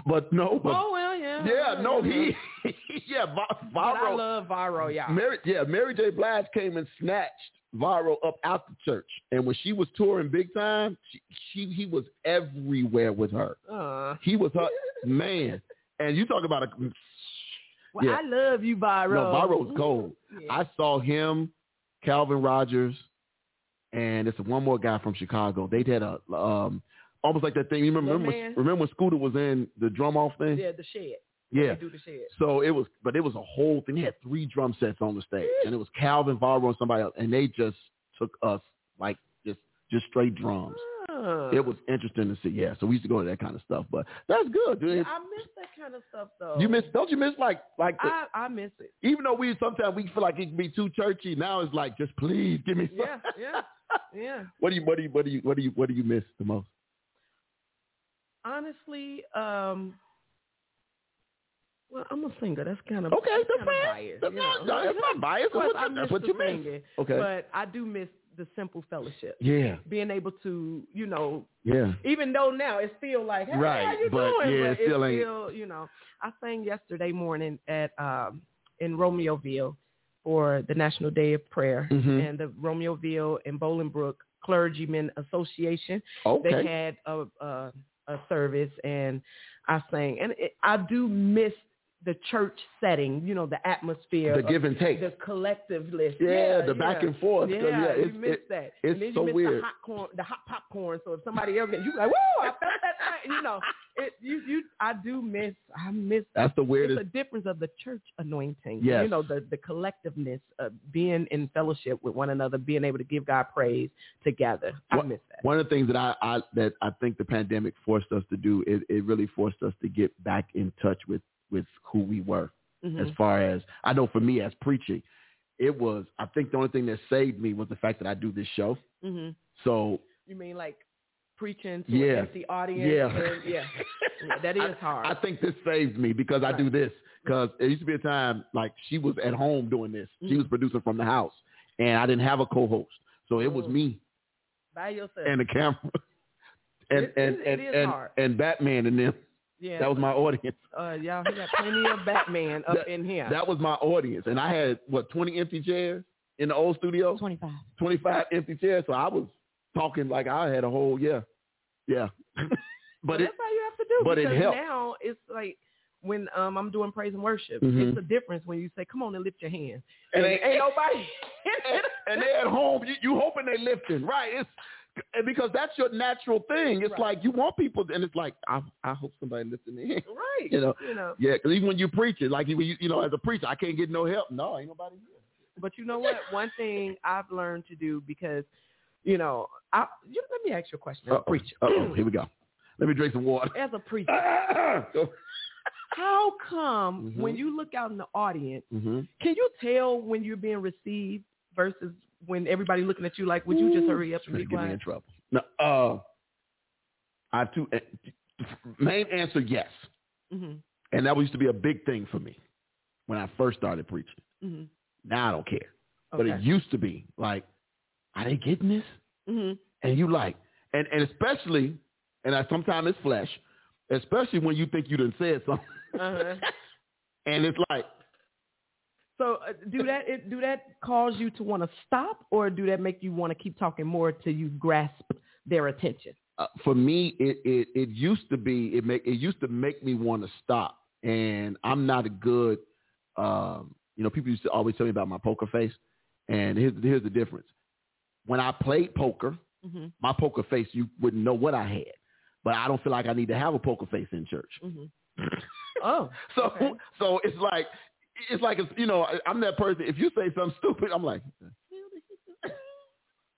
Speaker 4: But no, but
Speaker 2: oh well, yeah.
Speaker 4: yeah, no, he, yeah, Va-
Speaker 2: But I
Speaker 4: Viro-
Speaker 2: love Varro, y'all.
Speaker 4: Mary, yeah, Mary J. Blige came and snatched Viral up out the church, and when she was touring big time, she, she he was everywhere with her.
Speaker 2: Uh,
Speaker 4: He was her man, and you talk about a
Speaker 2: well,
Speaker 4: Yeah.
Speaker 2: I love you, Varro.
Speaker 4: no Viro's gold.
Speaker 2: Yeah.
Speaker 4: I saw him, Calvin Rogers, and it's one more guy from Chicago. They did a um almost like that thing. You remember
Speaker 2: Little
Speaker 4: remember when,
Speaker 2: man.
Speaker 4: remember when Scooter was in the drum off thing?
Speaker 2: yeah, the shed.
Speaker 4: yeah.
Speaker 2: They do the shed.
Speaker 4: So it was, but it was a whole thing. They had three drum sets on the stage, and it was Calvin, Varro, and somebody else, and they just took us like just just straight drums.
Speaker 2: Huh.
Speaker 4: It was interesting to see. Yeah, so we used to go to that kind of stuff, but that's good,
Speaker 2: Yeah,
Speaker 4: dude.
Speaker 2: I miss that kind of stuff though.
Speaker 4: You miss, don't you miss like like the,
Speaker 2: I I miss it.
Speaker 4: even though we sometimes we feel like it can be too churchy. Now it's like just please give me. Some.
Speaker 2: Yeah, yeah, yeah.
Speaker 4: What do you what do you what do you what do you what do you miss the most?
Speaker 2: Honestly, um, well, I'm a singer. That's kind of
Speaker 4: Okay, that's
Speaker 2: kind
Speaker 4: fine.
Speaker 2: biased.
Speaker 4: That's
Speaker 2: you
Speaker 4: not,
Speaker 2: know.
Speaker 4: that's not biased.
Speaker 2: Of course, I
Speaker 4: That's what-
Speaker 2: miss
Speaker 4: that's what
Speaker 2: the
Speaker 4: you miss.
Speaker 2: singing,
Speaker 4: Okay.
Speaker 2: but I do miss the simple fellowship.
Speaker 4: yeah.
Speaker 2: Being able to, you know,
Speaker 4: Yeah.
Speaker 2: even though now it's still like, hey, how
Speaker 4: Right,
Speaker 2: you
Speaker 4: but
Speaker 2: doing?
Speaker 4: yeah,
Speaker 2: but
Speaker 4: it still
Speaker 2: it's
Speaker 4: ain't-
Speaker 2: still, you know, I sang yesterday morning at um in Romeoville for the National Day of Prayer
Speaker 4: Mhm.
Speaker 2: and the Romeoville and Bolingbrook Clergymen Association. They
Speaker 4: Okay.
Speaker 2: had a, a a service and I sang, and it, I do miss the church setting, you know, the atmosphere,
Speaker 4: The
Speaker 2: of-
Speaker 4: give and take.
Speaker 2: the collective list.
Speaker 4: Yeah, the back
Speaker 2: yeah.
Speaker 4: and forth. 'cause,
Speaker 2: Yeah,
Speaker 4: yeah,
Speaker 2: you
Speaker 4: it's-
Speaker 2: miss
Speaker 4: it-
Speaker 2: that.
Speaker 4: it's
Speaker 2: and then you
Speaker 4: so
Speaker 2: miss
Speaker 4: weird.
Speaker 2: The hot corn, the hot popcorn. So if somebody else gets you, like, whoa, I felt that thing. You know, it, you, you, I do miss. I miss.
Speaker 4: That's the
Speaker 2: It's
Speaker 4: weirdest.
Speaker 2: a difference of the church anointing.
Speaker 4: Yes.
Speaker 2: You know, the, the collectiveness of being in fellowship with one another, being able to give God praise together. I
Speaker 4: What-
Speaker 2: miss that.
Speaker 4: One of the things that I, I that I think the pandemic forced us to do, it, it really forced us to get back in touch with with who we were.
Speaker 2: Mhm.
Speaker 4: As far as I know, for me as preaching, it was. I think the only thing that saved me was the fact that I do this show.
Speaker 2: Mhm.
Speaker 4: So
Speaker 2: You mean like preaching to
Speaker 4: Yeah.
Speaker 2: an empty audience?
Speaker 4: Yeah.
Speaker 2: and- yeah. Yeah, That is hard.
Speaker 4: I think this saved me because I do this. Because it used to be a time like she was at home doing this.
Speaker 2: Mm.
Speaker 4: She was producing from the house, and I didn't have a co-host, so it was
Speaker 2: Mm.
Speaker 4: me
Speaker 2: By yourself.
Speaker 4: and the camera, and
Speaker 2: It-
Speaker 4: and
Speaker 2: it- it
Speaker 4: and
Speaker 2: is
Speaker 4: and,
Speaker 2: hard.
Speaker 4: and Batman and them.
Speaker 2: yeah.
Speaker 4: That was my audience.
Speaker 2: uh, y'all he got plenty of Batman up
Speaker 4: That-
Speaker 2: in here.
Speaker 4: That was my audience, and I had what twenty empty chairs in the old studio,
Speaker 5: 25.
Speaker 4: twenty five empty chairs. So I was talking like I had a whole yeah, yeah. but
Speaker 2: Well,
Speaker 4: it,
Speaker 2: that's how you have to do.
Speaker 4: but it
Speaker 2: because
Speaker 4: helped.
Speaker 2: Now it's like when um I'm doing praise and worship,
Speaker 4: Mhm.
Speaker 2: it's a difference when you say, "Come on and lift your hand," and,
Speaker 4: And they-
Speaker 2: ain't nobody.
Speaker 4: and, and they're at home. You, you hoping they lifting, right? It's And because that's your natural thing. It's like you want people, and it's like I, I hope somebody listening. in.
Speaker 2: Right.
Speaker 4: You know.
Speaker 2: You know.
Speaker 4: Yeah, 'cause even when you preach it, like you, you you know, as a preacher, I can't get no help. No, ain't nobody here.
Speaker 2: But you know what? One thing I've learned to do because, you know, I you, let me ask you a question. As a preacher,
Speaker 4: Oh, here we go. Let me drink some water.
Speaker 2: as a preacher,
Speaker 4: mm-hmm.
Speaker 2: how come
Speaker 4: Mhm.
Speaker 2: when you look out in the audience,
Speaker 4: Mm-hmm.
Speaker 2: can you tell when you're being received versus when everybody looking at you like, would you just hurry up and
Speaker 4: Trying to
Speaker 2: be
Speaker 4: get me in
Speaker 2: quiet?
Speaker 4: trouble. No, uh, I too. Uh, main answer yes,
Speaker 2: Mm-hmm.
Speaker 4: and that used to be a big thing for me when I first started preaching.
Speaker 2: Mm-hmm.
Speaker 4: Now I don't care. But
Speaker 2: Okay.
Speaker 4: it used to be like, are they getting this?
Speaker 2: mm-hmm.
Speaker 4: And you like, and, and especially, and I, sometimes it's flesh, especially when you think you done said something.
Speaker 2: Uh-huh.
Speaker 4: and it's like,
Speaker 2: So uh, do that it, do that cause you to want to stop, or do that make you want to keep talking more till you grasp their attention?
Speaker 4: uh, for me, it, it, it used to be, it, make, it used to make me want to stop. And I'm not a good, um, you know, people used to always tell me about my poker face. And here's, here's the difference. When I played poker,
Speaker 2: Mm-hmm.
Speaker 4: my poker face, you wouldn't know what I had. But I don't feel like I need to have a poker face in church.
Speaker 2: Mm-hmm. oh,
Speaker 4: So
Speaker 2: Okay.
Speaker 4: so it's like it's like it's, you know I- I'm that person. If you say something stupid, I'm like,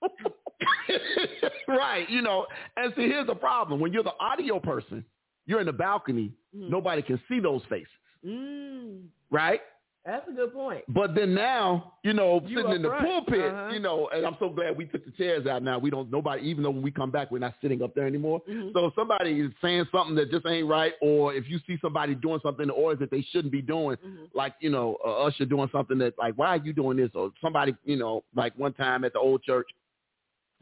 Speaker 4: right, you know. And see, here's the problem: when you're the audio person, you're in the balcony.
Speaker 2: Mhm.
Speaker 4: Nobody can see those faces,
Speaker 2: mm,
Speaker 4: right?
Speaker 2: that's a good point.
Speaker 4: But then now, you know,
Speaker 2: You
Speaker 4: sitting
Speaker 2: up
Speaker 4: in the
Speaker 2: front.
Speaker 4: pulpit,
Speaker 2: Uh-huh.
Speaker 4: you know, and I'm so glad we took the chairs out now. We don't nobody even though when we come back, we're not sitting up there anymore.
Speaker 2: Mhm.
Speaker 4: So if somebody is saying something that just ain't right, or if you see somebody doing something in the audience that they shouldn't be doing,
Speaker 2: Mhm.
Speaker 4: like you know, uh, Usher doing something that like, why are you doing this? Or somebody, you know, like one time at the old church,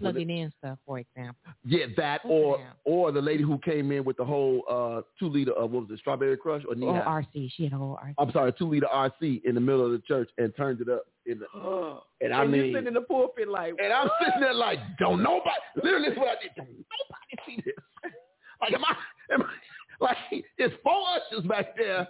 Speaker 5: Plug it in stuff, for example.
Speaker 4: yeah, that
Speaker 5: Oh,
Speaker 4: or
Speaker 5: yeah.
Speaker 4: or the lady who came in with the whole uh two liter of what was it, Strawberry Crush or Knee
Speaker 5: Or
Speaker 4: High?
Speaker 2: Oh,
Speaker 5: RC. She had a whole RC.
Speaker 4: I'm sorry, two liter RC in the middle of the church and turned it up in the, and I
Speaker 2: and
Speaker 4: mean.
Speaker 2: you sitting in the pulpit like,
Speaker 4: And I'm sitting there like, don't nobody. Literally, this is what I did. Don't nobody see this. Like, am I? Am I like, it's four ushers back there.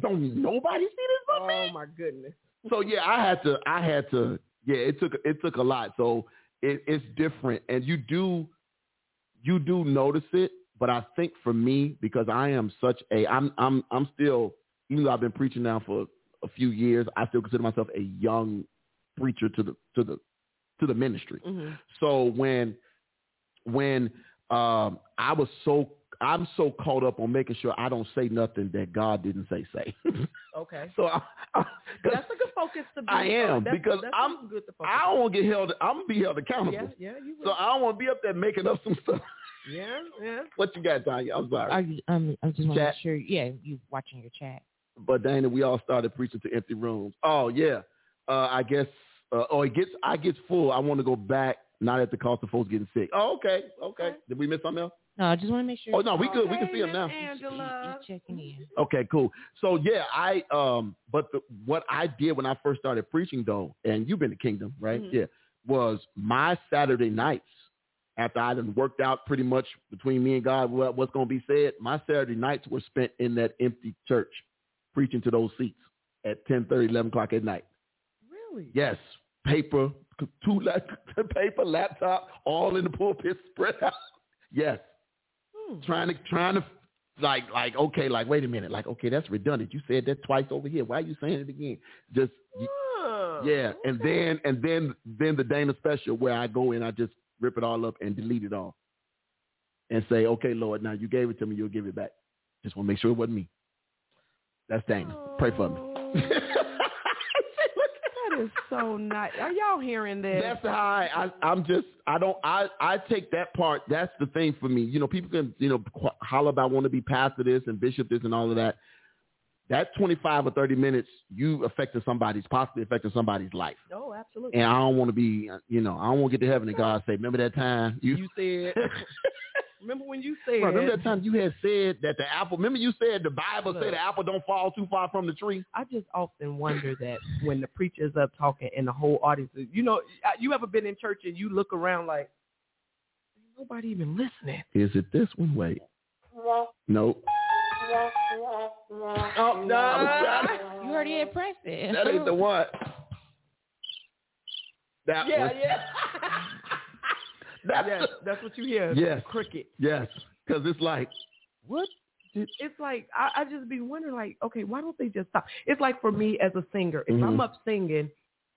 Speaker 4: Don't nobody see this but
Speaker 2: oh
Speaker 4: me.
Speaker 2: my goodness.
Speaker 4: So yeah, I had to. I had to. Yeah, it took. It took a lot. So it, it's different, and you do. You do notice it, but I think for me, because I am such a, I'm, I'm, I'm still, even though I've been preaching now for a few years, I still consider myself a young preacher to the, to the, to the ministry.
Speaker 2: Mm-hmm.
Speaker 4: So when when um, I was so I'm so caught up on making sure I don't say nothing that God didn't say say.
Speaker 2: Okay.
Speaker 4: so I, I,
Speaker 2: That's a good focus to be.
Speaker 4: I am,
Speaker 2: on. That's-
Speaker 4: because
Speaker 2: that's
Speaker 4: I'm-
Speaker 2: good to focus.
Speaker 4: I don't want to get held. I'm gonna be held
Speaker 2: on.
Speaker 4: accountable.
Speaker 2: Yeah, yeah, you will.
Speaker 4: So I don't want to be up there making up some stuff.
Speaker 2: yeah, yeah.
Speaker 4: what you got, Tanya? I'm sorry,
Speaker 5: Are you, um, I just want to
Speaker 4: Chat.
Speaker 5: make sure. Yeah, you watching your chat.
Speaker 4: but Dana, we all started preaching to empty rooms. Oh yeah, uh, I guess. Uh, oh, it gets I gets full. I want to go back. Not at the cost of folks getting sick. Oh, okay, okay.
Speaker 2: Okay.
Speaker 4: Did we miss something else?
Speaker 5: No, I just want to make sure.
Speaker 4: Oh no, we good. We can
Speaker 2: Hey,
Speaker 4: see them
Speaker 2: Miss
Speaker 4: now.
Speaker 2: Angela.
Speaker 5: He's checking in.
Speaker 4: Okay, cool. So yeah, I um, but the, what I did when I first started preaching though, and you've been to Kingdom, right?
Speaker 2: Mhm.
Speaker 4: Yeah, was my Saturday nights after I done worked out pretty much between me and God what, what's going to be said. My Saturday nights were spent in that empty church preaching to those seats at 10, 11 o'clock at night.
Speaker 2: Really?
Speaker 4: Yes, paper, c- two la- paper, laptop, all in the pulpit spread out. Yes
Speaker 2: Hmm.
Speaker 4: trying to trying to like like okay like wait a minute like okay that's redundant you said that twice over here why are you saying it again just
Speaker 2: Huh.
Speaker 4: yeah and then and then then the dana special where i go and i just rip it all up and delete it all and say okay lord now you gave it to me you'll give it back just want to make sure it wasn't me that's dana pray for me
Speaker 2: Oh, that is so nice. Are y'all hearing that?
Speaker 4: That's how I, I I'm just I don't I I take that part. That's the thing for me. You know, people can you know qu- holler about want to be pastor this and bishop this and all of that. That 25 or 30 minutes, you affecting somebody's possibly affecting somebody's life.
Speaker 2: oh, absolutely.
Speaker 4: And I don't want to be uh, you know I don't want to get to heaven and God say, remember that time you.
Speaker 2: you said. remember when you said?
Speaker 4: Bro, remember that time you had said that the apple. Remember you said the Bible said
Speaker 2: Look.
Speaker 4: the apple don't fall too far from the tree.
Speaker 2: I just often wonder that when the preacher's up talking and the whole audience, is, you know, uh, you ever been in church and you look around like "Ain't nobody even listening.
Speaker 4: Is it this one? Wait, nope.
Speaker 2: Oh no!
Speaker 4: I was trying to-
Speaker 5: You already had pressed it.
Speaker 4: That ain't the one. That
Speaker 2: yeah,
Speaker 4: one.
Speaker 2: yeah.
Speaker 4: That's
Speaker 2: yes, that's what you hear.
Speaker 4: Yes.
Speaker 2: cricket.
Speaker 4: yes, because it's like what?
Speaker 2: It's like I, I just be wondering, like, okay, why don't they just stop? It's like for me as a singer, if I'm
Speaker 4: Mhm.
Speaker 2: up singing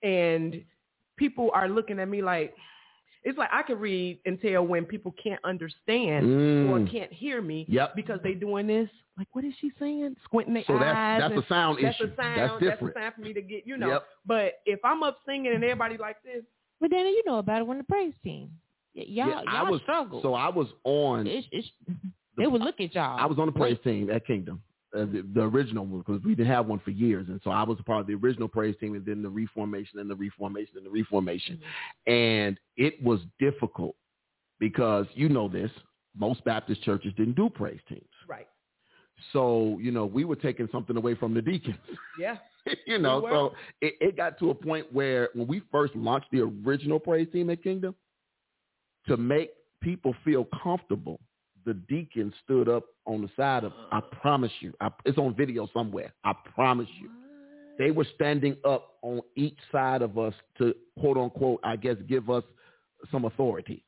Speaker 2: and people are looking at me like, it's like I can read and tell when people can't understand or
Speaker 4: Mm.
Speaker 2: can't hear me
Speaker 4: Yep.
Speaker 2: because they doing this. Like, what is she saying? Squinting their
Speaker 4: So that's
Speaker 2: eyes.
Speaker 4: that's
Speaker 2: and
Speaker 4: a sound
Speaker 2: that's
Speaker 4: issue.
Speaker 2: a sound.
Speaker 4: that's different.
Speaker 2: That's a sign for me to get, you know.
Speaker 4: Yep.
Speaker 2: But if I'm up singing and everybody like this,
Speaker 5: But Dana, you know about it when the praise team. Y- y'all,
Speaker 4: yeah, I
Speaker 5: y'all
Speaker 4: was
Speaker 5: struggle.
Speaker 4: so I was on.
Speaker 5: it's, it's, they would look at y'all.
Speaker 4: I was on the praise team at Kingdom, uh, the, the original one, because we didn't have one for years, and so I was a part of the original praise team, and then the reformation, and the reformation, and the reformation, and it was difficult because you know this. Most Baptist churches didn't do praise teams,
Speaker 2: right?
Speaker 4: so you know we were taking something away from the deacons.
Speaker 2: Yeah.
Speaker 4: you know,
Speaker 2: We were.
Speaker 4: so it, it got to a point where when we first launched the original praise team at Kingdom, to make people feel comfortable, the deacon stood up on the side of, I promise you, I, it's on video somewhere. I promise you. They were standing up on each side of us to quote unquote, I guess, give us some authority.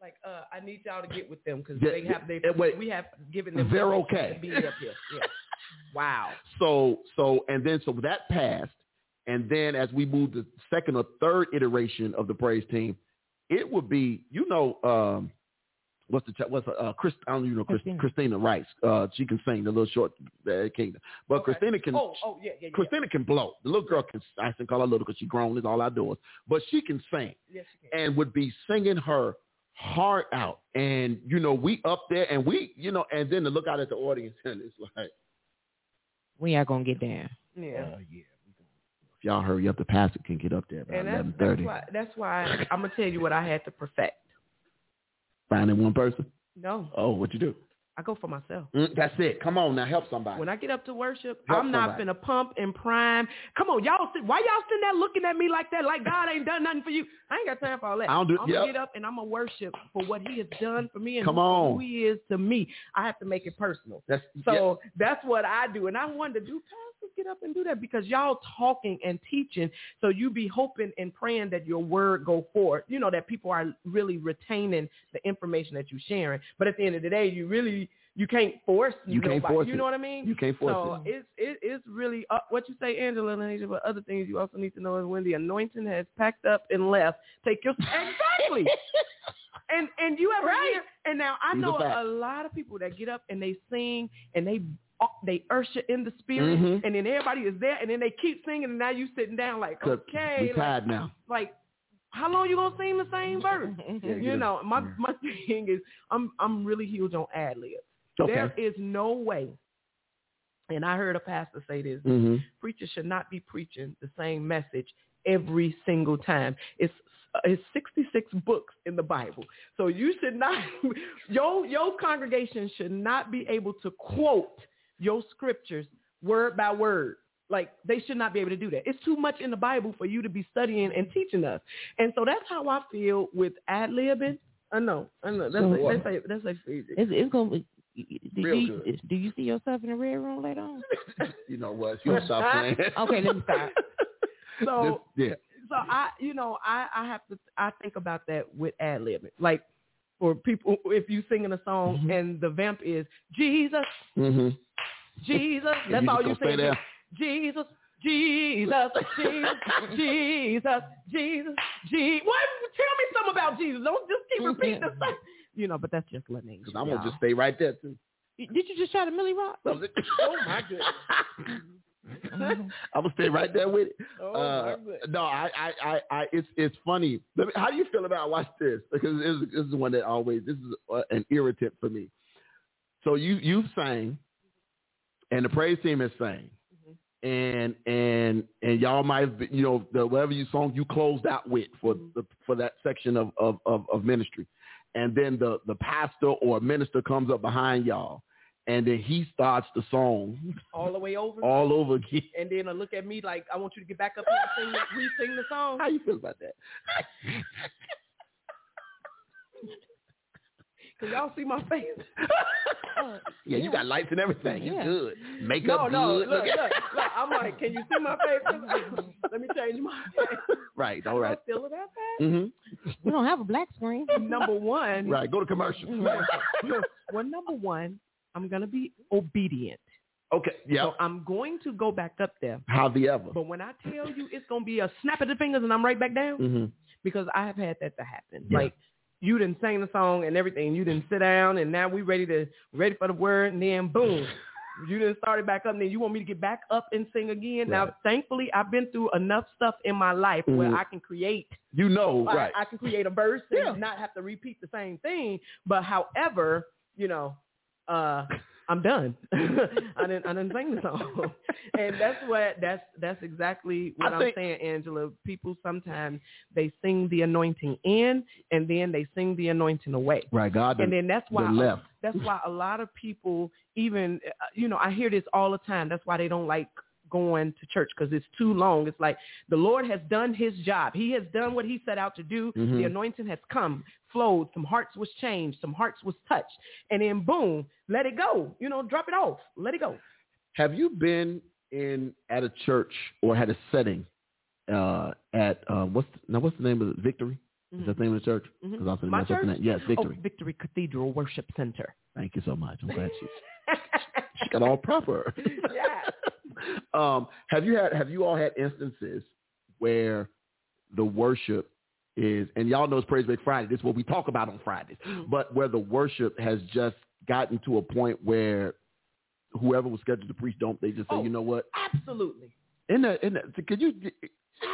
Speaker 2: Like, uh, I need y'all to get with them because
Speaker 4: Yeah,
Speaker 2: they
Speaker 4: yeah,
Speaker 2: have they
Speaker 4: and wait.
Speaker 2: we have given them
Speaker 4: They're
Speaker 2: permission
Speaker 4: okay.
Speaker 2: to be up here. Yeah. wow.
Speaker 4: So so and then so that passed, and then as we moved to second or third iteration of the praise team, it would be you know um, what's the ch- what's uh, Chris I don't even know Chris,
Speaker 5: Christina.
Speaker 4: Christina. Rice uh, she can sing the little short uh, kingdom, but
Speaker 2: Okay.
Speaker 4: Christina can
Speaker 2: Oh, oh yeah, yeah, yeah.
Speaker 4: Christina can blow. The little girl can I can call her little because she grown is all outdoors, but she can sing
Speaker 2: yes, you can.
Speaker 4: and would be singing her heart out. And you know we up there and we you know and then to look out at the audience and it's like.
Speaker 5: We are gonna get down.
Speaker 2: yeah.
Speaker 4: Uh, yeah. If y'all hurry up, the pastor can get up there about
Speaker 2: and
Speaker 4: eleven
Speaker 2: that's, that's
Speaker 4: thirty.
Speaker 2: why that's why I'm gonna tell you what I had to perfect.
Speaker 4: Finding one person.
Speaker 2: No,
Speaker 4: Oh, what you do?
Speaker 2: I go for myself.
Speaker 4: Mm, that's it. Come on now, help somebody.
Speaker 2: When I get up to worship,
Speaker 4: Help
Speaker 2: I'm not
Speaker 4: somebody.
Speaker 2: finna pump and prime. Come on, y'all. Sit, why y'all sitting there looking at me like that? Like God ain't done nothing for you. I ain't got time for all that.
Speaker 4: I don't do-
Speaker 2: I'm gonna
Speaker 4: yep.
Speaker 2: get up and I'm gonna worship for what He has done for me and
Speaker 4: Come
Speaker 2: who,
Speaker 4: on.
Speaker 2: who He is to me. I have to make it personal.
Speaker 4: that's yeah.
Speaker 2: So that's what I do. And I wanted to do pastors get up and do that because y'all talking and teaching. So you be hoping and praying that your word go forth, you know, that people are really retaining the information that you sharing. But at the end of the day, you really, you can't force
Speaker 4: You can't
Speaker 2: nobody.
Speaker 4: force
Speaker 2: you
Speaker 4: it.
Speaker 2: know what I mean?
Speaker 4: you can't force
Speaker 2: so
Speaker 4: it.
Speaker 2: it's it, it's really uh, what you say, Angela and Angela. But other things you also need to know is when the anointing has packed up and left, take your exactly. and and you ever hear? And now I
Speaker 4: These
Speaker 2: know
Speaker 4: are facts.
Speaker 2: a lot of people that get up and they sing and they uh, they usher in the spirit,
Speaker 4: Mhm.
Speaker 2: and then everybody is there, and then they keep singing, and now you sitting down like
Speaker 4: 'Cause
Speaker 2: okay,
Speaker 4: we
Speaker 2: like,
Speaker 4: tired now.
Speaker 2: like how long you gonna sing the same verse?
Speaker 4: get
Speaker 2: you
Speaker 4: it.
Speaker 2: know, my
Speaker 4: Yeah.
Speaker 2: my thing is I'm I'm really huge on ad libs.
Speaker 4: Okay.
Speaker 2: There is no way. And I heard a pastor say this,
Speaker 4: mm-hmm.
Speaker 2: preachers should not be preaching the same message every single time. It's uh, it's 66 books in the Bible. So you should not your your congregation should not be able to quote your scriptures word by word. Like they should not be able to do that. It's too much in the Bible for you to be studying and teaching us. And so that's how I feel with ad libbing. I know, I know. That's
Speaker 5: So-
Speaker 2: like, that's like, that's like crazy.
Speaker 5: It's, it's gonna be. Do
Speaker 4: Real
Speaker 5: you,
Speaker 4: good.
Speaker 5: do you see yourself in the red room later on?
Speaker 4: You know what? You stop saying.
Speaker 5: Okay, let me stop.
Speaker 2: So
Speaker 4: This- yeah.
Speaker 2: so I, you know, I, I have to, I think about that with ad libbing. Like for people, if you singing a song
Speaker 4: Mhm.
Speaker 2: and the vamp is Jesus,
Speaker 4: Mm-hmm.
Speaker 2: Jesus, that's all you sing. Jesus, Jesus, Jesus, Jesus, Jesus, Jesus. What? Tell me something about Jesus. Don't just keep repeating the same. You know, but that's just Lanisha.
Speaker 4: Because I'm gonna
Speaker 2: y'all.
Speaker 4: Mm-hmm. just stay right there too.
Speaker 5: Did you just try to Millie Rock?
Speaker 4: oh my goodness. I'm gonna stay right there with it.
Speaker 2: Oh,
Speaker 4: Uh,
Speaker 2: my goodness.
Speaker 4: no, I, I, I, I, it's, it's funny. Let me, how do you feel about watch this? Because this, is- this is one that always, this is uh, an irritant for me. So you, you sang, and the praise team is sang,
Speaker 2: Mm-hmm.
Speaker 4: and and and y'all might, have been, you know, the whatever you song you closed out with for
Speaker 2: Mm-hmm.
Speaker 4: the for that section of of of, of ministry, and then the the pastor or minister comes up behind y'all, and then he starts the song
Speaker 2: all the way over.
Speaker 4: all over again.
Speaker 2: and then a look at me like, I want you to get back up here and sing, the- re-sing the song.
Speaker 4: How you feel about that?
Speaker 2: Can y'all see my face?
Speaker 5: Oh,
Speaker 4: Yeah, you got lights and everything. You
Speaker 5: Yeah.
Speaker 4: good.
Speaker 2: No,
Speaker 4: Makeup
Speaker 2: no, look,
Speaker 4: good.
Speaker 2: look,
Speaker 4: at-
Speaker 2: look. I'm like, can you see my face? Let me change my face.
Speaker 4: right, all right.
Speaker 2: Y'all feel it out there?
Speaker 4: Mm-hmm.
Speaker 5: We don't have a black screen.
Speaker 2: number one,
Speaker 4: Right. Go to commercial.
Speaker 2: Mm-hmm. well, number one, I'm gonna be obedient.
Speaker 4: okay. Yeah.
Speaker 2: So I'm going to go back up there.
Speaker 4: How the ever.
Speaker 2: But when I tell you it's gonna be a snap of the fingers and I'm right back down,
Speaker 4: Mm-hmm.
Speaker 2: because I have had that to happen.
Speaker 4: Yeah.
Speaker 2: Like you didn't sing the song and everything, you didn't sit down, and now we ready to ready for the word, and then boom. You didn't start it back up, and then you want me to get back up and sing again. Now,
Speaker 4: Right.
Speaker 2: thankfully, I've been through enough stuff in my life where
Speaker 4: Mhm.
Speaker 2: I can create
Speaker 4: You know,
Speaker 2: I-
Speaker 4: Oh, right.
Speaker 2: I, can create a verse and
Speaker 4: Yeah.
Speaker 2: not have to repeat the same thing. But however, you know, uh, I'm done. I didn't I didn't sing the song. and that's what that's that's exactly what
Speaker 4: I
Speaker 2: I'm
Speaker 4: think-
Speaker 2: saying, Angela. People sometimes they sing the anointing in and then they sing the anointing away.
Speaker 4: right. God.
Speaker 2: And then that's why
Speaker 4: they left.
Speaker 2: that's why a lot of people even uh, you know I hear this all the time. That's why they don't like going to church because it's too long. It's like the Lord has done His job. He has done what He set out to do.
Speaker 4: Mhm.
Speaker 2: The anointing has come, flowed. Some hearts was changed. Some hearts was touched. And then boom, let it go. You know, drop it off. Let it go.
Speaker 4: Have you been in at a church or had a setting uh, at uh, what's now what's the name of it? Victory? Is that the name of the church?
Speaker 2: Mhm.
Speaker 4: 'Cause I was gonna
Speaker 2: My
Speaker 4: mess up the
Speaker 2: church?
Speaker 4: name. Yes, Victory.
Speaker 2: Oh, Victory Cathedral Worship Center.
Speaker 4: Thank you so much. I'm glad she, she got all proper.
Speaker 2: yeah.
Speaker 4: um, have you had have you all had instances where the worship is and y'all know it's Praise Break Friday. This is what we talk about on Fridays. But where the worship has just gotten to a point where whoever was scheduled to preach don't they just say,
Speaker 2: Oh.
Speaker 4: you know what?
Speaker 2: Absolutely.
Speaker 4: In that in that could you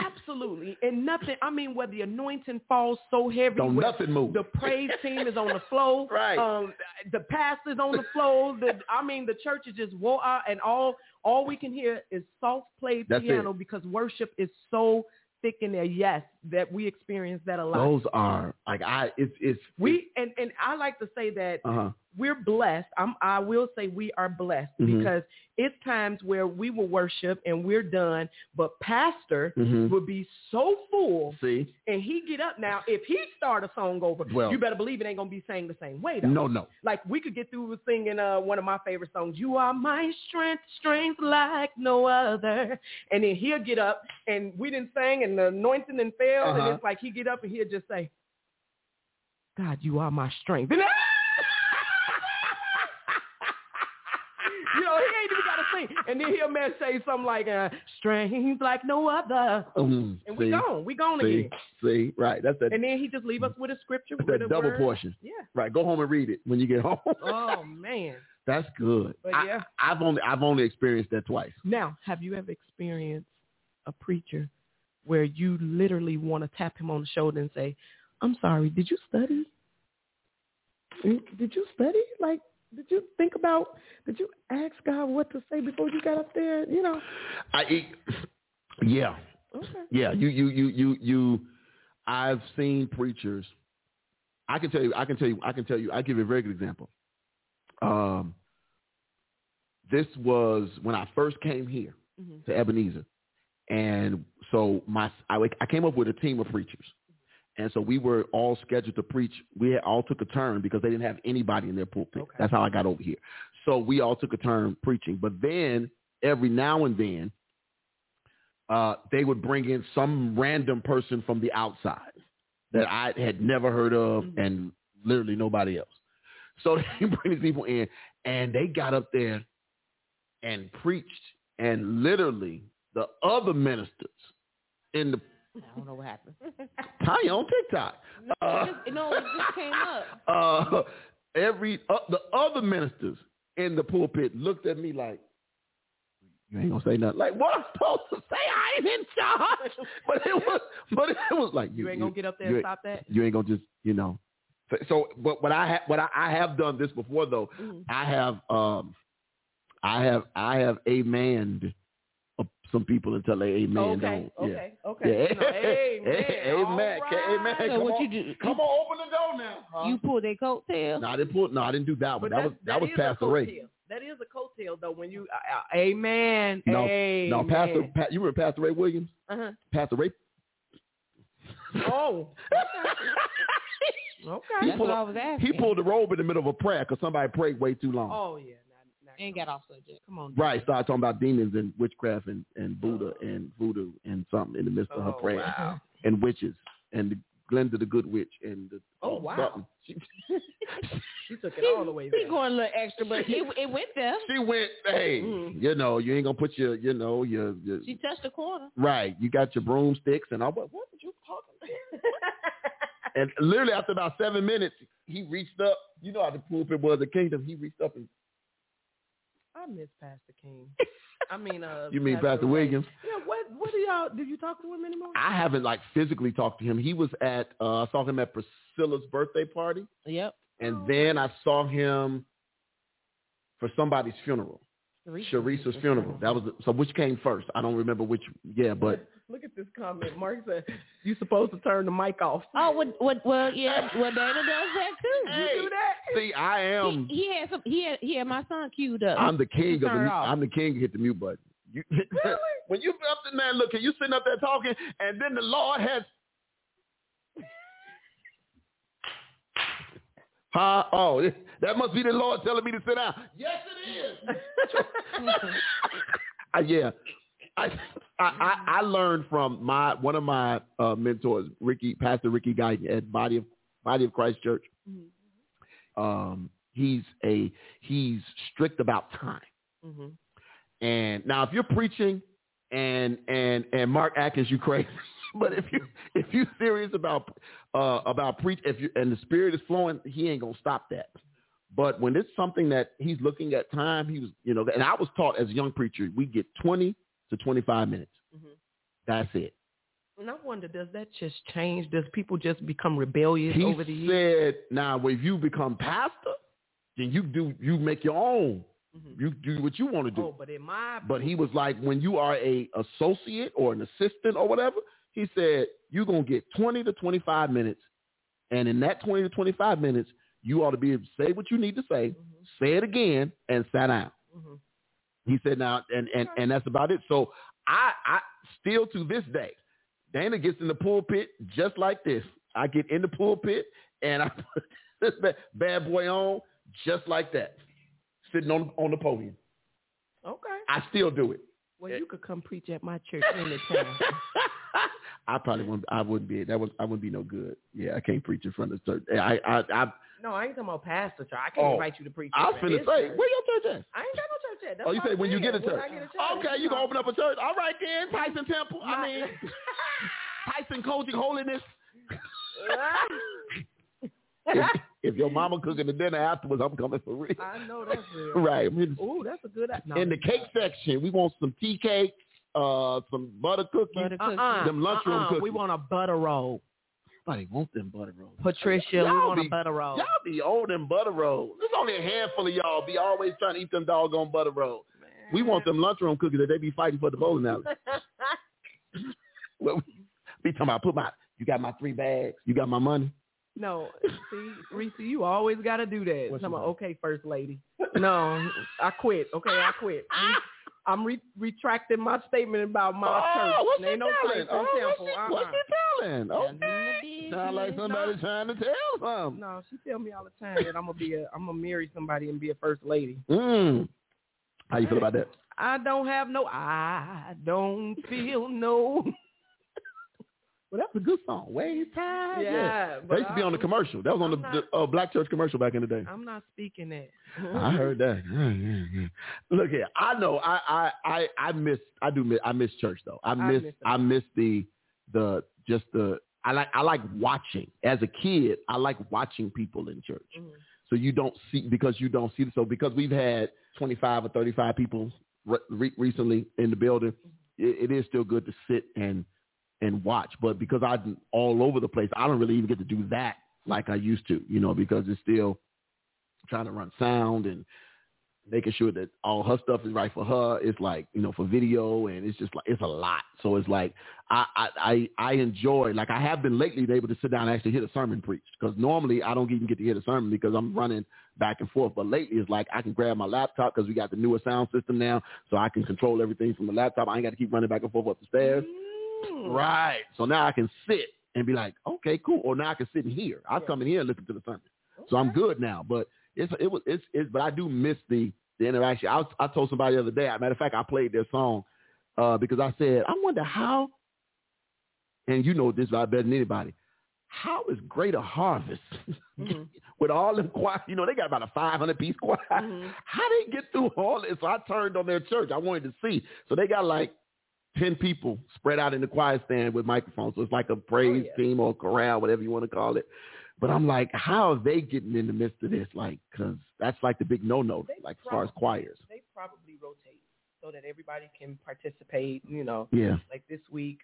Speaker 2: Absolutely. And nothing, I mean, where the anointing falls so heavy.
Speaker 4: don't
Speaker 2: where
Speaker 4: nothing move.
Speaker 2: The praise team is on the floor.
Speaker 4: Right.
Speaker 2: Um, the pastor's on the floor. The, I mean, the church is just wore out, and all all we can hear is soft played
Speaker 4: That's
Speaker 2: piano because worship is so thick in there. Yes, that we experience that a lot.
Speaker 4: Those are like I it's it's
Speaker 2: we and and I like to say that
Speaker 4: uh huh.
Speaker 2: we're blessed. I'm, I will say we are blessed
Speaker 4: Mhm.
Speaker 2: because it's times where we will worship and we're done, but pastor
Speaker 4: Mhm.
Speaker 2: would be so full
Speaker 4: See?
Speaker 2: and he get up now. If he start a song over,
Speaker 4: Well-
Speaker 2: you better believe it ain't gonna be sang the same way though.
Speaker 4: No, no.
Speaker 2: Like we could get through with singing uh, one of my favorite songs, "You Are My Strength, Strength Like No Other," and then he'll get up and we didn't sing and the anointing and fell,
Speaker 4: Uh-huh.
Speaker 2: and it's like he get up and he'll just say, "God, You Are My Strength." And- You know, he ain't even got to sing. And then he'll man say something like, uh, strength like no other.
Speaker 4: Mm,
Speaker 2: And
Speaker 4: see,
Speaker 2: we gone. We gone
Speaker 4: see,
Speaker 2: again.
Speaker 4: see, right. That's that,
Speaker 2: And then he just leave us with a scripture.
Speaker 4: that's
Speaker 2: with
Speaker 4: that
Speaker 2: a
Speaker 4: double
Speaker 2: word.
Speaker 4: portion.
Speaker 2: Yeah.
Speaker 4: Right. Go home and read it when you get home.
Speaker 2: Oh man.
Speaker 4: That's good.
Speaker 2: But
Speaker 4: I,
Speaker 2: yeah.
Speaker 4: I've only I've only experienced that twice.
Speaker 2: Now, have you ever experienced a preacher where you literally want to tap him on the shoulder and say, "I'm sorry, did you study? Mm, Did you study? Like, did you think about? Did you ask God what to say before you got up there? You know?"
Speaker 4: I it, yeah
Speaker 2: Okay.
Speaker 4: yeah you you you you you I've seen preachers. I can tell you I can tell you I can tell you I give you a very good example. Um, this was when I first came here
Speaker 2: Mhm.
Speaker 4: to Ebenezer, and so my I, like, I came up with a team of preachers. And so we were all scheduled to preach. We had all took a turn because they didn't have anybody in their pulpit.
Speaker 2: Okay.
Speaker 4: That's how I got over here. So we all took a turn preaching. But then every now and then, uh, they would bring in some random person from the outside that I had never heard of
Speaker 5: Mm-hmm.
Speaker 2: Mhm.
Speaker 4: and literally nobody else. So they bring these people in and they got up there and preached and literally the other ministers in the
Speaker 5: I don't know what happened.
Speaker 4: Tanya on TikTok. Uh,
Speaker 5: Just- no, it just came up.
Speaker 4: uh, every uh, the other ministers in the pulpit looked at me like, "You ain't gonna say nothing." Like what I'm supposed to say? I ain't in charge. But it was, but it was like
Speaker 2: You ain't gonna get up there
Speaker 4: you
Speaker 2: and
Speaker 4: ain't-
Speaker 2: stop that.
Speaker 4: you ain't gonna just you know. So- So, but what I ha- what I, I have done this before though.
Speaker 2: Mm-hmm.
Speaker 5: Mhm.
Speaker 4: I have um, I have I have amanned uh, some people until they amen
Speaker 2: Oh, Okay.
Speaker 4: don't. Yeah.
Speaker 2: Okay. Okay.
Speaker 4: Yeah.
Speaker 2: No, amen.
Speaker 4: Amen.
Speaker 2: All
Speaker 4: Ca- amen.
Speaker 2: right.
Speaker 5: So
Speaker 4: come
Speaker 5: what
Speaker 4: on.
Speaker 5: you do?
Speaker 4: Come on, open the door now. huh?
Speaker 5: You pull their coattail.
Speaker 4: No, I didn't pull. No, I didn't do that one.
Speaker 2: But
Speaker 4: That was that,
Speaker 2: that's-
Speaker 4: was
Speaker 2: is a
Speaker 4: Pastor Ray.
Speaker 2: coattail. That is a coattail, though. When you, uh, uh, amen,
Speaker 4: No,
Speaker 2: amen.
Speaker 4: No, Pastor. Pa- you remember Pastor Ray Williams?
Speaker 2: Uh-huh.
Speaker 4: Pastor Ray.
Speaker 2: Oh,
Speaker 4: He
Speaker 2: okay.
Speaker 5: That's
Speaker 4: pulled,
Speaker 5: what I was asking.
Speaker 4: he pulled the robe in the middle of a prayer because somebody prayed way too long.
Speaker 2: Oh yeah. Not, not
Speaker 5: Ain't got off subject.
Speaker 2: Come on.
Speaker 4: Right, started talking about demons and witchcraft and, and Buddha and voodoo and something in the midst of her
Speaker 2: Oh,
Speaker 4: prayer
Speaker 2: wow.
Speaker 4: and witches and Glenda the Good Witch and the
Speaker 2: Oh,
Speaker 4: uh,
Speaker 2: wow.
Speaker 4: Button. She,
Speaker 2: She took it all the way
Speaker 5: He
Speaker 2: back.
Speaker 5: going a little extra, but it, it went there.
Speaker 4: she went, hey,
Speaker 5: Mhm.
Speaker 4: you know, you ain't gonna put your, you know, your, your
Speaker 5: She touched the corner.
Speaker 4: right. You got your broomsticks and all. What, what were you talking about? and literally after about seven minutes, he reached up. You know how the pulpit was the kingdom. He reached up and
Speaker 2: I miss Pastor King. I mean, uh,
Speaker 4: you mean Pastor
Speaker 2: Ray.
Speaker 4: Williams.
Speaker 2: Yeah, what what do y'all do? You talk to him anymore?
Speaker 4: I haven't like physically talked to him. He was at uh, I saw him at Priscilla's birthday party,
Speaker 5: Yep.
Speaker 4: and then I saw him for somebody's funeral, Sharice's funeral. That was so. Which came first? I don't remember which. Yeah, but
Speaker 2: Look at this comment. Mark said, "You supposed to turn the mic off."
Speaker 5: Oh, well, well, well yeah. Well, Dana does that too.
Speaker 4: Hey,
Speaker 5: you do that.
Speaker 4: see, I am.
Speaker 5: he, he had some. He had. He had my son queued up.
Speaker 4: I'm the king of the.
Speaker 5: Turn it off.
Speaker 4: I'm the king. Hit the mute button. You, really? when you up there, man, look, and you sitting up there talking, and then the Lord has. Huh? Oh, this- that must be the Lord telling me to sit down. Yes, it is. Uh, yeah. I, I- I I learned from my one of my uh, mentors, Ricky Pastor Ricky Guyton at Body of Body of Christ Church. Um, he's a he's strict about time.
Speaker 2: Mm-hmm.
Speaker 4: And now, if you're preaching, and and and Mark Atkins, you crazy. but if you if you serious about uh about preach, if you and the spirit is flowing, he ain't gonna stop that. But when it's something that he's looking at time, he was you know, and I was taught as a young preacher, we get twenty to twenty five minutes.
Speaker 2: Mhm.
Speaker 4: That's it.
Speaker 2: And I wonder, does that just change? Does people just become rebellious
Speaker 4: he
Speaker 2: over the years?
Speaker 4: said, "Now, if you become pastor, then you do you make your own.
Speaker 2: Mhm.
Speaker 4: You do what you want to do."
Speaker 2: Oh, but in my
Speaker 4: But he was like, when you are a associate or an assistant or whatever, he said you're gonna get 20 to 25 minutes, and in that 20 to 25 minutes, you ought to be able to say what you need to say, say it again, and sat down.
Speaker 2: Mhm.
Speaker 4: He said, now, and and and that's about it. So I I still to this day, Dana gets in the pulpit just like this. I get in the pulpit and I put this bad, bad boy on just like that, sitting on on the podium.
Speaker 2: okay,
Speaker 4: I still do it.
Speaker 2: well you could come preach at my church anytime.
Speaker 4: I probably wouldn't. I wouldn't be. That was. I wouldn't be no good. Yeah, I can't preach in front of the church. I. I. I.
Speaker 2: no, I ain't talking about pastor church. I can't
Speaker 4: Oh.
Speaker 2: invite you to preach.
Speaker 4: I was
Speaker 2: at
Speaker 4: finna
Speaker 2: this
Speaker 4: say, where
Speaker 2: church.
Speaker 4: your church at?
Speaker 2: I ain't got no church at. That's
Speaker 4: Oh, you
Speaker 2: what
Speaker 4: say
Speaker 2: I'm
Speaker 4: when you
Speaker 2: saying.
Speaker 4: get a
Speaker 2: When
Speaker 4: church.
Speaker 2: I get a church.
Speaker 4: Okay, you gonna open up a church? All right then, Tyson Temple. I mean, Tyson coaching holiness. if, if your mama cooking the dinner afterwards, I'm coming for real.
Speaker 2: I know that's real.
Speaker 4: Right. I'm in-
Speaker 2: Ooh, that's a good. No,
Speaker 4: in the cake section, we want some tea cakes, uh, some butter cookies.
Speaker 5: Butter
Speaker 2: Uh
Speaker 5: cookies.
Speaker 2: uh
Speaker 4: Them lunchroom
Speaker 2: We
Speaker 4: cookies.
Speaker 2: want a butter roll,
Speaker 4: Nobody wants them butter rolls.
Speaker 2: Patricia.
Speaker 4: Y'all
Speaker 2: we want
Speaker 4: be-
Speaker 2: a butter roll.
Speaker 4: Y'all be old and butter rolls. There's only a handful of y'all be always trying to eat them doggone butter rolls. We want them lunchroom cookies that they be fighting for the bowling alley. well, we be talking about put my you got my three bags, you got my money.
Speaker 2: No, see, Reese, you always got to do that.
Speaker 4: What's
Speaker 2: I'm
Speaker 4: wrong?
Speaker 2: okay, first lady. No, I quit. Okay, I quit. Re- I'm re- retracting my statement about my church.
Speaker 4: oh, what's
Speaker 2: Ain't
Speaker 4: she
Speaker 2: no
Speaker 4: telling?
Speaker 2: Tyson
Speaker 4: Oh, what's
Speaker 2: temple.
Speaker 4: she,
Speaker 2: uh-uh.
Speaker 4: what's she telling?
Speaker 5: Down in the
Speaker 4: Okay.
Speaker 5: business.
Speaker 4: Sound like somebody trying to tell something.
Speaker 2: No, she tell me all the time that I'm gonna be a, I'm gonna marry somebody and be a first lady.
Speaker 4: Mm. How you feel about that?
Speaker 2: I don't have no. I don't feel no.
Speaker 4: Well, that's a good song. Way time.
Speaker 2: Yeah,
Speaker 4: They
Speaker 2: but
Speaker 4: used to be on the
Speaker 2: I'm-
Speaker 4: commercial. That was on
Speaker 2: I'm
Speaker 4: the,
Speaker 2: not-
Speaker 4: the uh, Black Church commercial back in the day.
Speaker 2: I'm not speaking it.
Speaker 4: I heard that. Look here, I know. I I I, I miss. I do. Miss, I miss church though. I miss.
Speaker 2: miss it.
Speaker 4: I miss the the just the. I like. I like watching. As a kid, I like watching people in church.
Speaker 2: Mhm.
Speaker 4: So you don't see because you don't see. So because we've had twenty five or thirty five people re- re- recently in the building, it, it is still good to sit and and watch. But because I'm all over the place, I don't really even get to do that like I used to. You know, because it's still trying to run sound and making sure that all her stuff is right for her. It's like, you know, for video and it's just like it's a lot. So it's like I I I, I enjoy like I have been lately able to sit down and actually hear the sermon preached because normally I don't even get to hear the sermon because I'm running back and forth. But lately it's like I can grab my laptop because we got the newer sound system now, so I can control everything from the laptop. I ain't got to keep running back and forth up the stairs. Right. So now I can sit and be like, okay, cool. Or now I can sit in here. I'll come in here and listen to the sermon. So I'm good now. But it's it was it's it's but I do miss the the interaction. I was, I told somebody the other day. Matter of fact, I played their song uh, because I said I wonder how. And you know this about better than anybody. How is Greater Harvest with all them choir? You know, they got about a 500 piece choir. How they get through all this? So I turned on their church. I wanted to see. So they got like 10 people spread out in the choir stand with microphones. So it's like a praise team or chorale, whatever you want to call it. But I'm like, how are they getting in the midst of this? Like, because that's like the big no-no,
Speaker 2: They
Speaker 4: like as far as choirs.
Speaker 2: They probably rotate so that everybody can participate. You know,
Speaker 4: Yeah.
Speaker 2: like this week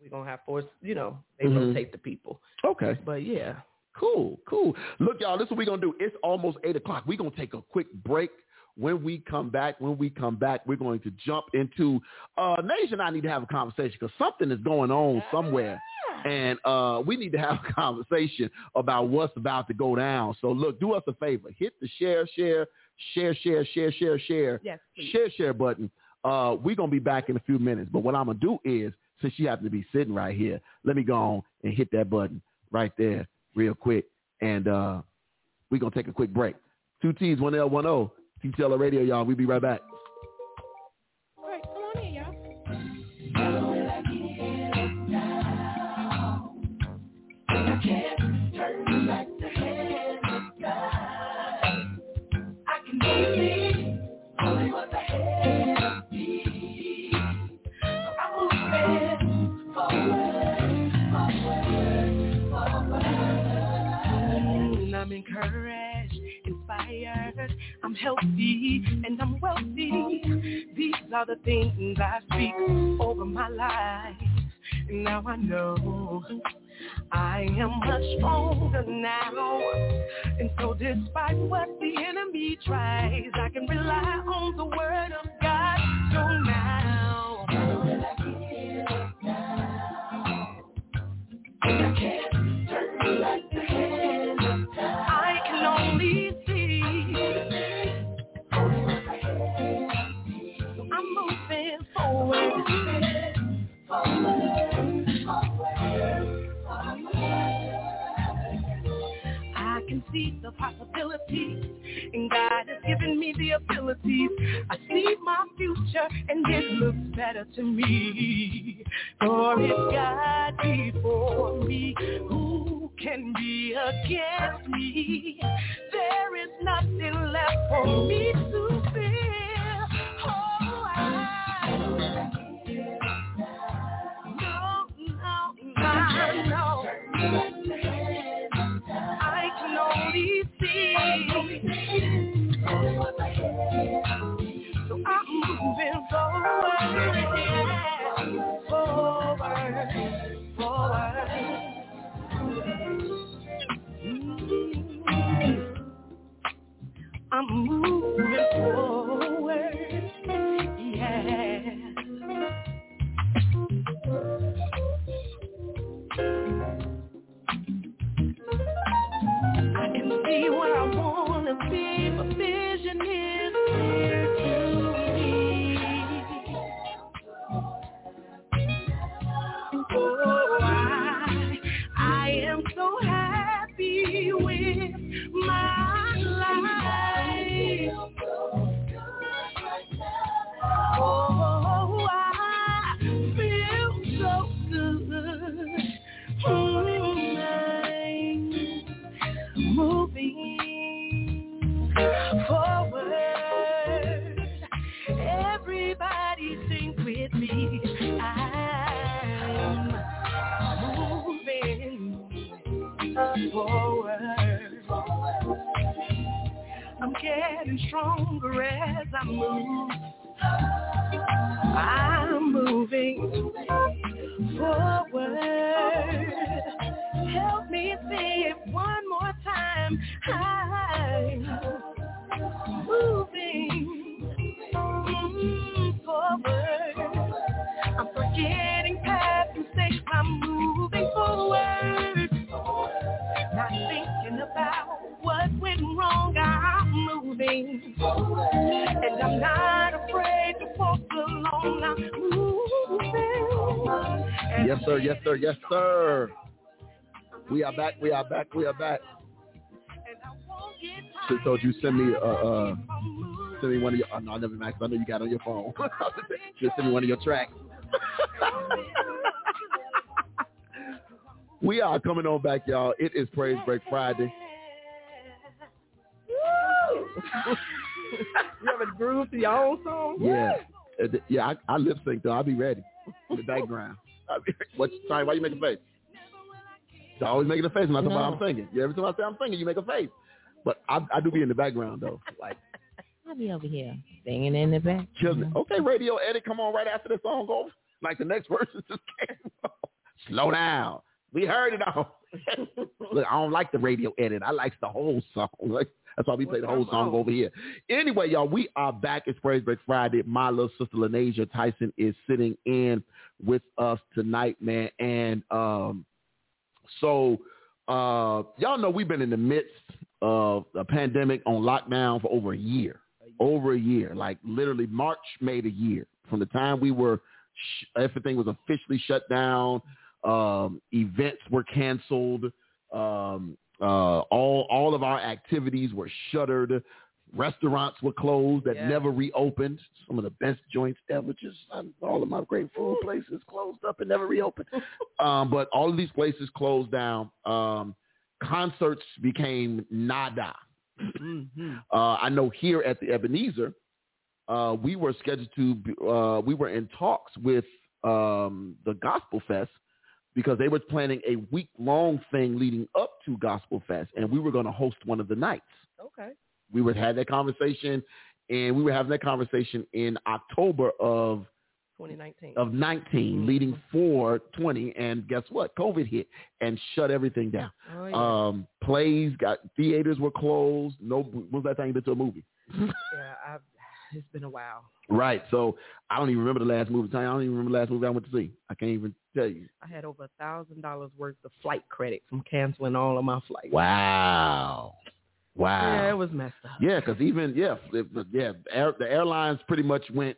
Speaker 2: we're gonna have four. You know, they
Speaker 4: Mhm.
Speaker 2: rotate the people.
Speaker 4: Okay.
Speaker 2: But yeah,
Speaker 4: Cool, cool. Look, y'all, this is what we're going to do. It's almost 8 o'clock. We're going to take a quick break. When we come back, when we come back, we're going to jump into uh, Nation. I need to have a conversation because something is going on somewhere. And uh, we need to have a conversation about what's about to go down. So look, do us a favor. Hit the share, share, share, share, share, share, share
Speaker 2: yes, please.
Speaker 4: share share button. Uh, we're gonna be back in a few minutes, but what I'm gonna do is, since you happen to be sitting right here, let me go on and hit that button right there, real quick, and uh, we're gonna take a quick break. Two T's, one L, one O. TTL Radio, y'all. We'll be right back.
Speaker 6: All right, come on in, y'all.
Speaker 3: I'm encouraged, inspired, I'm healthy, and I'm wealthy. These are the things I speak over my life. Now I know I am much stronger now. And so despite what the enemy tries, I can rely on the word of God. So now. I can only see. I'm moving forward. I can see the possibilities, and God has given me the abilities. I see my future, and it looks better to me. For if God be for me, who can be against me? There is nothing left for me to fear. Oh, I no, no, no, no. I can only see. So I'm moving forward, yeah. forward, forward. Mm. I'm moving forward, yeah. I can see what I wanna be, but vision is clear to me. Oh, I, I am so happy with my life. Oh, I feel so good. Mm, I moving forward. Everybody sing with me. I'm moving forward. I'm getting stronger as I move. I'm moving forward. Help me say it one more time. I'm moving mm, forward. I'm forgetting past mistakes. I'm moving forward. Not thinking about what went wrong. I'm moving. And I'm not afraid to walk alone. I'm moving. And
Speaker 4: Yes, sir. Yes, sir. Yes, sir. We are back. We are back. We are back. Should told you send me uh, uh send me one of your. Oh, no, never mind. 'cause I know you got it on your phone. Just send me one of your tracks. We are coming on back, y'all. It is Praise Break Friday.
Speaker 2: You have a groove to your own song?
Speaker 4: Yeah. Uh, th- Yeah, I, I lip sync though. I'll be ready in the background. I'll be- What's time? Why you making a face? I always making a face when I talk about I'm singing. Yeah, every time I say I'm singing, you make a face. But I, I do be in the background though, like
Speaker 7: I'll be over here singing in the back.
Speaker 4: killing it. Okay, radio edit, come on right after the song over. Like the next verse just came on. Slow down. We heard it all. Look, I don't like the radio edit. I like the whole song. Like that's why we play the whole song over here. Anyway, y'all, we are back. It's Praise Break Friday. My little sister Lanasia Tyson is sitting in with us tonight, man. And um, so uh, y'all know we've been in the midst of a pandemic on lockdown for over a year, over a year. Like literally, March made a year from the time we were. Sh- everything was officially shut down. Um, events were canceled. Um, uh, all all of our activities were shuttered. Restaurants were closed that
Speaker 2: Yeah.
Speaker 4: never reopened. Some of the best joints ever just um, all of my great food places closed up and never reopened. um, but all of these places closed down. Um, concerts became nada.
Speaker 2: Mm-hmm.
Speaker 4: Uh, I know here at the Ebenezer, uh, we were scheduled to, be- uh, we were in talks with um, the Gospel Fest because they were planning a week-long thing leading up to Gospel Fest, and we were going to host one of the nights.
Speaker 2: Okay.
Speaker 4: We would had that conversation, and we were having that conversation in October of
Speaker 2: 2019.
Speaker 4: of 19, leading for 20, and guess what? COVID hit and shut everything down.
Speaker 2: Oh, yeah.
Speaker 4: Um, plays got theaters were closed. No, when was that thing been to a movie?
Speaker 2: yeah I've, it's been a while.
Speaker 4: Right. So I don't even remember the last movie. I don't even remember the last movie I went to see. I can't even tell you.
Speaker 2: I had over a thousand dollars worth of flight credit from canceling all of my flights.
Speaker 4: Wow. Wow.
Speaker 2: Yeah, it was messed up.
Speaker 4: Yeah, because even yeah, it, yeah, air, the airlines pretty much went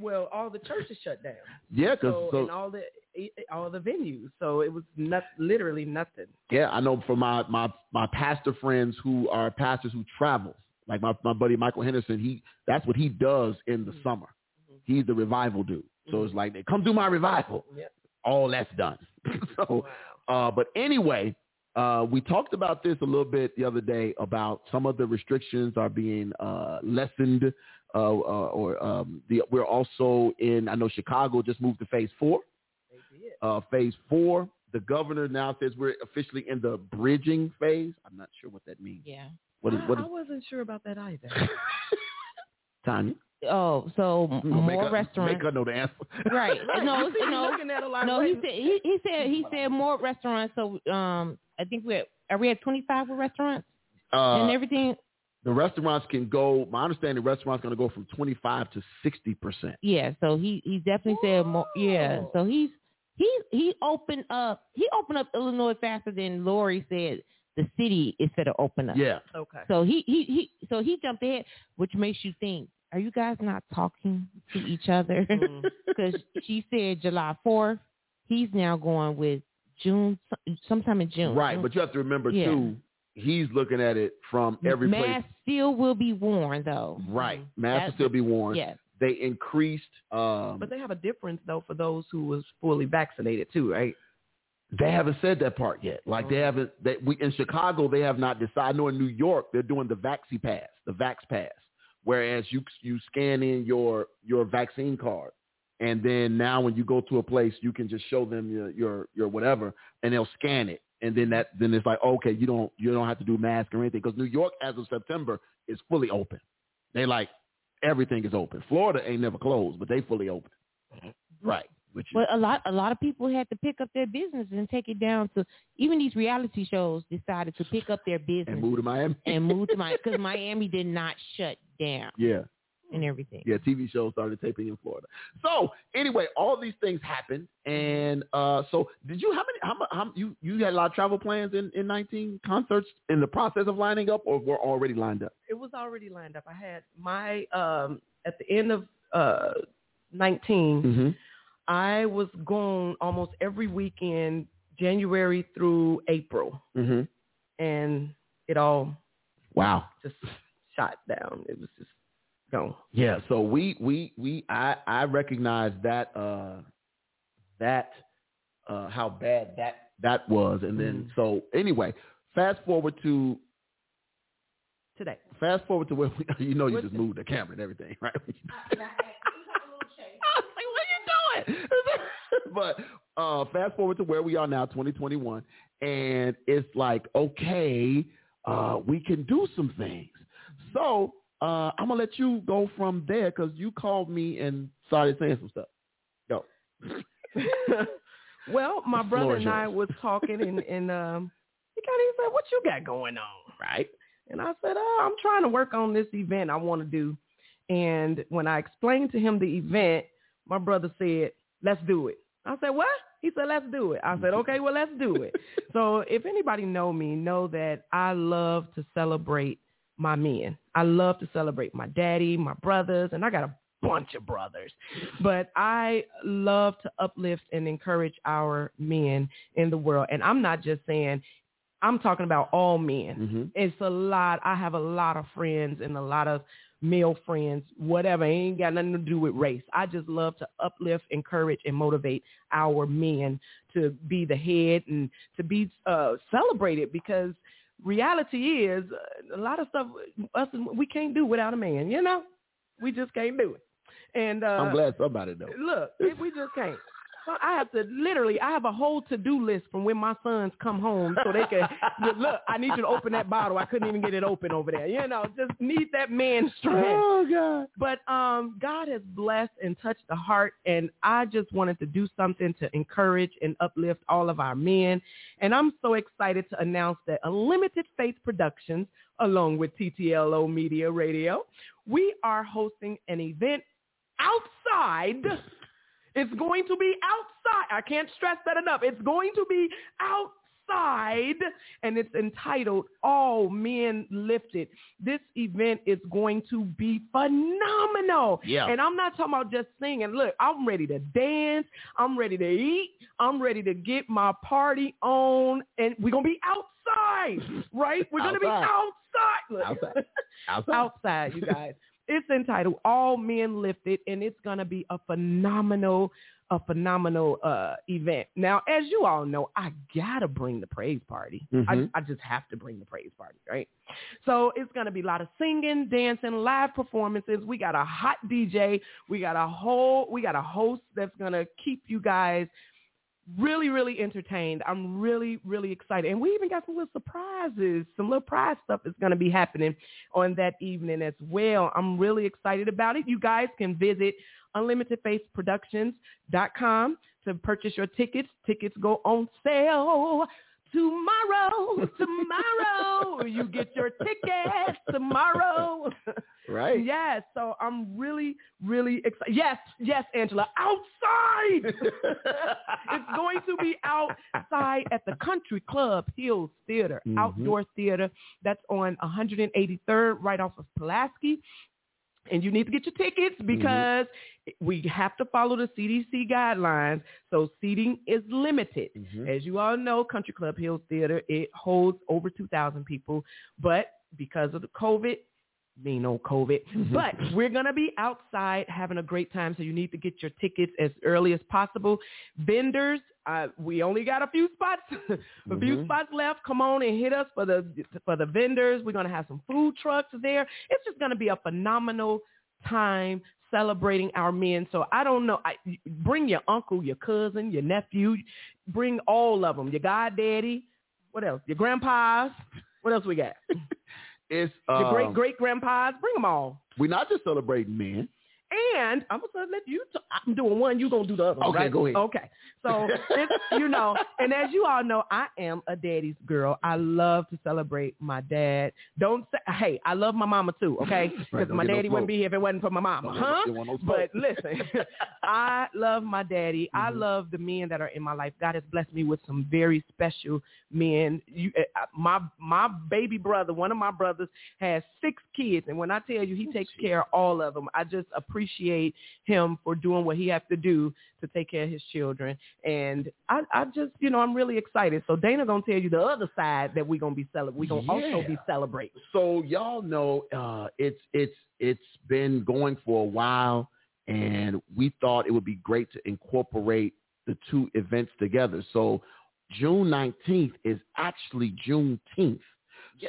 Speaker 2: Well, all the churches shut down.
Speaker 4: yeah,
Speaker 2: So,
Speaker 4: because
Speaker 2: and all the e, all the venues. So it was not, literally nothing.
Speaker 4: Yeah, I know from my my my pastor friends who are pastors who travel. Like my my buddy Michael Henderson, he that's what he does in the
Speaker 2: Mm-hmm.
Speaker 4: summer. He's the revival dude. So it's like they come do my revival.
Speaker 2: Yep.
Speaker 4: All that's done. so uh but anyway, uh we talked about this a little bit the other day about some of the restrictions are being uh lessened uh, uh or um the we're also in I know Chicago just moved to phase 4 uh, phase four. The governor now says we're officially in the bridging phase. I'm not sure what that means.
Speaker 7: Yeah.
Speaker 4: What is
Speaker 2: I,
Speaker 4: what
Speaker 2: I
Speaker 4: is
Speaker 2: wasn't sure about that either.
Speaker 4: Tanya?
Speaker 7: Oh, so
Speaker 4: You gonna
Speaker 7: more
Speaker 4: make her, Make
Speaker 7: restaurants.
Speaker 4: her know the answer.
Speaker 7: Right. No,
Speaker 2: You see me
Speaker 7: no,
Speaker 2: looking at it like,
Speaker 7: no.
Speaker 2: wait a
Speaker 7: He said he, he said he said more restaurants. So um, I think we're are we at twenty five with restaurants and
Speaker 4: Uh,
Speaker 7: everything?
Speaker 4: the restaurants can go. My understanding, restaurants going to go from 25 to 60 percent.
Speaker 7: Yeah. So he he definitely said more. Yeah.
Speaker 2: Wow.
Speaker 7: So he's he he opened up he opened up Illinois faster than Lori said the city is set to open up.
Speaker 4: Yeah.
Speaker 2: minute. Okay.
Speaker 7: So he, he he so he jumped ahead, which makes you think: Are you guys not talking to each other?
Speaker 4: Mm-hmm.
Speaker 2: Mm.
Speaker 7: Because she said July fourth. He's now going with June, sometime in June.
Speaker 4: Right. But you have to remember
Speaker 7: Yeah.
Speaker 4: too. He's looking at it from every place.
Speaker 7: Masks Mm-hmm. still will be worn though. Mm-hmm.
Speaker 4: Right. Masks will
Speaker 7: That's-
Speaker 4: still be worn.
Speaker 7: Yes.
Speaker 4: They increased. Um,
Speaker 2: But they have a difference though for those who was fully vaccinated too, right?
Speaker 4: They haven't said that part yet. Like they haven't. They, we in Chicago, they have not decided. Nor in New York, they're doing the Vaxi Pass, the Vax Pass, whereas you you scan in your your vaccine card, and then now when you go to a place, you can just show them your your, your whatever, and they'll scan it, and then that then it's like okay, you don't you don't have to do mask or anything because New York as of September is fully open. They like everything is open. Florida ain't never closed, but they fully open. Right. Which is,
Speaker 7: But a lot a lot of people had to pick up their business and take it down to even these reality shows decided to pick up their business
Speaker 4: and move to Miami.
Speaker 7: and move to Miami because Miami did not shut down
Speaker 4: Yeah.
Speaker 7: and everything.
Speaker 4: Yeah, TV shows started taping in Florida. So anyway, all these things happened, and uh, so did you? How many? How, mu- how you you had a lot of travel plans in in nineteen concerts in the process of lining up, or were already lined up?
Speaker 2: It was already lined up. I had my um at the end of uh 19
Speaker 4: Mm-hmm.
Speaker 2: I was gone almost every weekend, January through April,
Speaker 4: Mm-hmm.
Speaker 2: and it all
Speaker 4: Wow.
Speaker 2: just shot down. It was just gone.
Speaker 4: Yeah. So we we we I I recognize that uh that uh how bad that that was. And then so anyway, fast forward to
Speaker 2: today.
Speaker 4: fast forward to where we, you know you just moved the camera and everything, right? I was like, what are you doing? but uh, fast forward to where we are now, 2021, and it's like, okay, uh, we can do some things. So uh, I'm gonna let you go from there because you called me and started saying some stuff. Go.
Speaker 2: Well, my
Speaker 4: The floor
Speaker 2: brother
Speaker 4: is
Speaker 2: and I
Speaker 4: yours.
Speaker 2: was talking, and, and um, he kind of said, "What you got going on?" Right? And I said, "Oh, I'm trying to work on this event I want to do." And when I explained to him the event, my brother said, "Let's do it." I said, "What?" He said, "Let's do it." I said, "Okay, well, let's do it." so, if anybody know me, know that I love to celebrate my men. I love to celebrate my daddy, my brothers, and I got a bunch of brothers. But I love to uplift and encourage our men in the world. And I'm not just saying, I'm talking about all men.
Speaker 4: Mhm.
Speaker 2: It's a lot. I have a lot of friends and a lot of male friends, whatever. It ain't got nothing to do with race. I just love to uplift, encourage, and motivate our men to be the head and to be uh, celebrated because reality is uh, a lot of stuff us we can't do without a man. You know, we just can't do it. And uh,
Speaker 4: I'm glad somebody knows.
Speaker 2: Look, if we just can't. So I have to literally. I have a whole to-do list from when my sons come home, so they can look. I need you to open that bottle. I couldn't even get it open over there. You know, just need that man strength.
Speaker 4: Oh God.
Speaker 2: But um, God has blessed and touched the heart, and I just wanted to do something to encourage and uplift all of our men. And I'm so excited to announce that Unlimited Faith Productions, along with TTLO Media Radio, we are hosting an event outside. It's going to be outside. I can't stress that enough. It's going to be outside, and it's entitled All Men Lifted. This event is going to be phenomenal.
Speaker 4: Yeah.
Speaker 2: And I'm not talking about just singing. Look, I'm ready to dance. I'm ready to eat. I'm ready to get my party on, and we're going to be outside, right? We're going to be
Speaker 4: Outside.
Speaker 2: outside. Look,
Speaker 4: Outside. Outside.
Speaker 2: outside, you guys. it's entitled All Men Lifted, and it's going to be a phenomenal, a phenomenal uh, event. Now, as you all know, I got to bring the praise party.
Speaker 4: Mhm.
Speaker 2: I, I just have to bring the praise party, right? So it's going to be a lot of singing, dancing, live performances. We got a hot DJ. We got a whole, we got a host that's going to keep you guys really, really entertained. I'm really, really excited. And we even got some little surprises, some little prize stuff that's going to be happening on that evening as well. I'm really excited about it. You guys can visit unlimitedfaceproductions.com to purchase your tickets. Tickets go on sale tomorrow. Tomorrow. you get your tickets tomorrow.
Speaker 4: Right.
Speaker 2: Yes. So I'm really, really excited. Yes, yes, Angela. Outside. it's going to be outside at the Country Club Hills Theater,
Speaker 4: Mhm.
Speaker 2: outdoor theater that's on 183rd, right off of Pulaski. And you need to get your tickets because we have to follow the CDC guidelines. So seating is limited.
Speaker 4: Mhm.
Speaker 2: As you all know, Country Club Hills Theater, it holds over 2,000 people. But because of the COVID, me no COVID, but we're going to be outside having a great time. So you need to get your tickets as early as possible. Vendors, uh, we only got a few spots, a few
Speaker 4: Mhm.
Speaker 2: spots left. Come on and hit us for the, for the vendors. We're going to have some food trucks there. It's just going to be a phenomenal time celebrating our men. So I don't know. I, bring your uncle, your cousin, your nephew. Bring all of them. Your goddaddy. What else? Your grandpas. What else we got?
Speaker 4: It's
Speaker 2: Your
Speaker 4: um,
Speaker 2: great great grandpas. Bring them all.
Speaker 4: We're not just celebrating men.
Speaker 2: And I'm gonna let you. T- I'm doing one. You gonna do the other. one,
Speaker 4: Okay,
Speaker 2: right?
Speaker 4: go ahead.
Speaker 2: Okay. So it's, you know, and as you all know, I am a daddy's girl. I love to celebrate my dad. Don't say, hey, I love my mama too. Okay, because
Speaker 4: Right, don't
Speaker 2: my
Speaker 4: get no
Speaker 2: daddy wouldn't
Speaker 4: smoke.
Speaker 2: be here if it wasn't for my mama,
Speaker 4: Don't get no-
Speaker 2: huh?
Speaker 4: don't want no smoke.
Speaker 2: but listen, I love my daddy. I
Speaker 4: Mhm.
Speaker 2: love the men that are in my life. God has blessed me with some very special men. You, uh, uh, my my baby brother, one of my brothers, has six kids, and when I tell you he
Speaker 4: Oh,
Speaker 2: takes care of all of them, I just appreciate him for doing what he has to do to take care of his children. And I, I just, you know, I'm really excited. So Dana gonna tell you the other side that we're gonna be celebrating. We're gonna also
Speaker 4: Yeah.
Speaker 2: be celebrating.
Speaker 4: So y'all know uh, it's it's it's been going for a while, and we thought it would be great to incorporate the two events together. So June 19th is actually Juneteenth.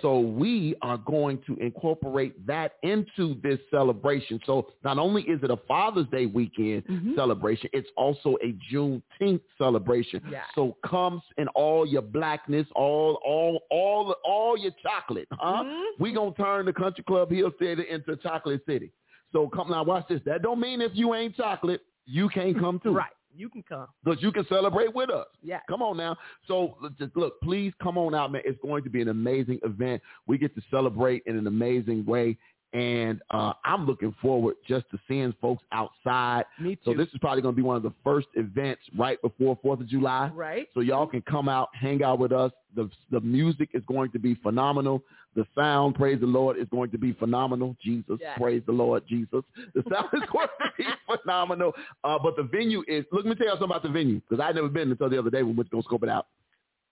Speaker 4: So we are going to incorporate that into this celebration. So not only is it a Father's Day weekend celebration, it's also a Juneteenth celebration.
Speaker 2: Yeah.
Speaker 4: So comes in all your blackness, all all all all your chocolate, huh? We gonna turn the country club hill city into chocolate city. So come now, watch this. That don't mean if you ain't chocolate, you can't come too.
Speaker 2: Right. You can come.
Speaker 4: Because you can celebrate with us.
Speaker 2: Yeah.
Speaker 4: Come on now. So l- just look, please come on out, man. It's going to be an amazing event. We get to celebrate in an amazing way. And uh, I'm looking forward just to seeing folks outside.
Speaker 2: Me
Speaker 4: So
Speaker 2: too.
Speaker 4: this is probably going to be one of the first events right before 4th of July.
Speaker 2: Right.
Speaker 4: So y'all can come out, hang out with us. The, the music is going to be phenomenal. The sound, praise the Lord, is going to be phenomenal. Jesus,
Speaker 2: Yes.
Speaker 4: praise the Lord, Jesus. The sound is going to be phenomenal. Uh, but the venue is, look, let me tell you something about the venue because I'd never been until the other day when we went to go scope it out.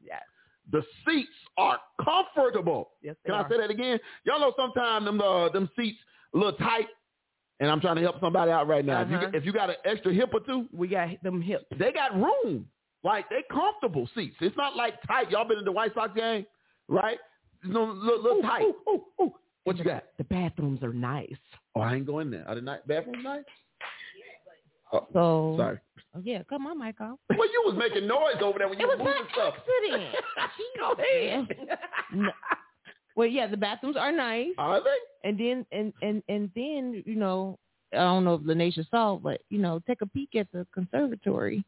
Speaker 2: Yes.
Speaker 4: The seats are comfortable.
Speaker 2: Yes, they
Speaker 4: Can
Speaker 2: are.
Speaker 4: I say that again? Y'all know sometimes them uh, them seats a little tight, and I'm trying to help somebody out right now. If,
Speaker 2: Uh-huh.
Speaker 4: you, if you got an extra hip or two,
Speaker 2: We got them hips.
Speaker 4: they got room. Like they comfortable seats. It's not like tight. Y'all been in the White Sox game, right? It's no little, little tight. What you got?
Speaker 2: The bathrooms are nice.
Speaker 4: Oh, I ain't going there. Are the night bathroom night?
Speaker 7: So
Speaker 4: Sorry.
Speaker 7: Oh, yeah, come on, Michael.
Speaker 4: Well, you was making noise over there when you
Speaker 7: It
Speaker 4: were
Speaker 7: was
Speaker 4: moving
Speaker 7: my
Speaker 4: stuff.
Speaker 7: accident.
Speaker 2: Go ahead.
Speaker 7: well, yeah, the bathrooms are nice,
Speaker 4: Are they?
Speaker 7: and then and and and then you know, I don't know if Lanisha saw, but you know, take a peek at the conservatory.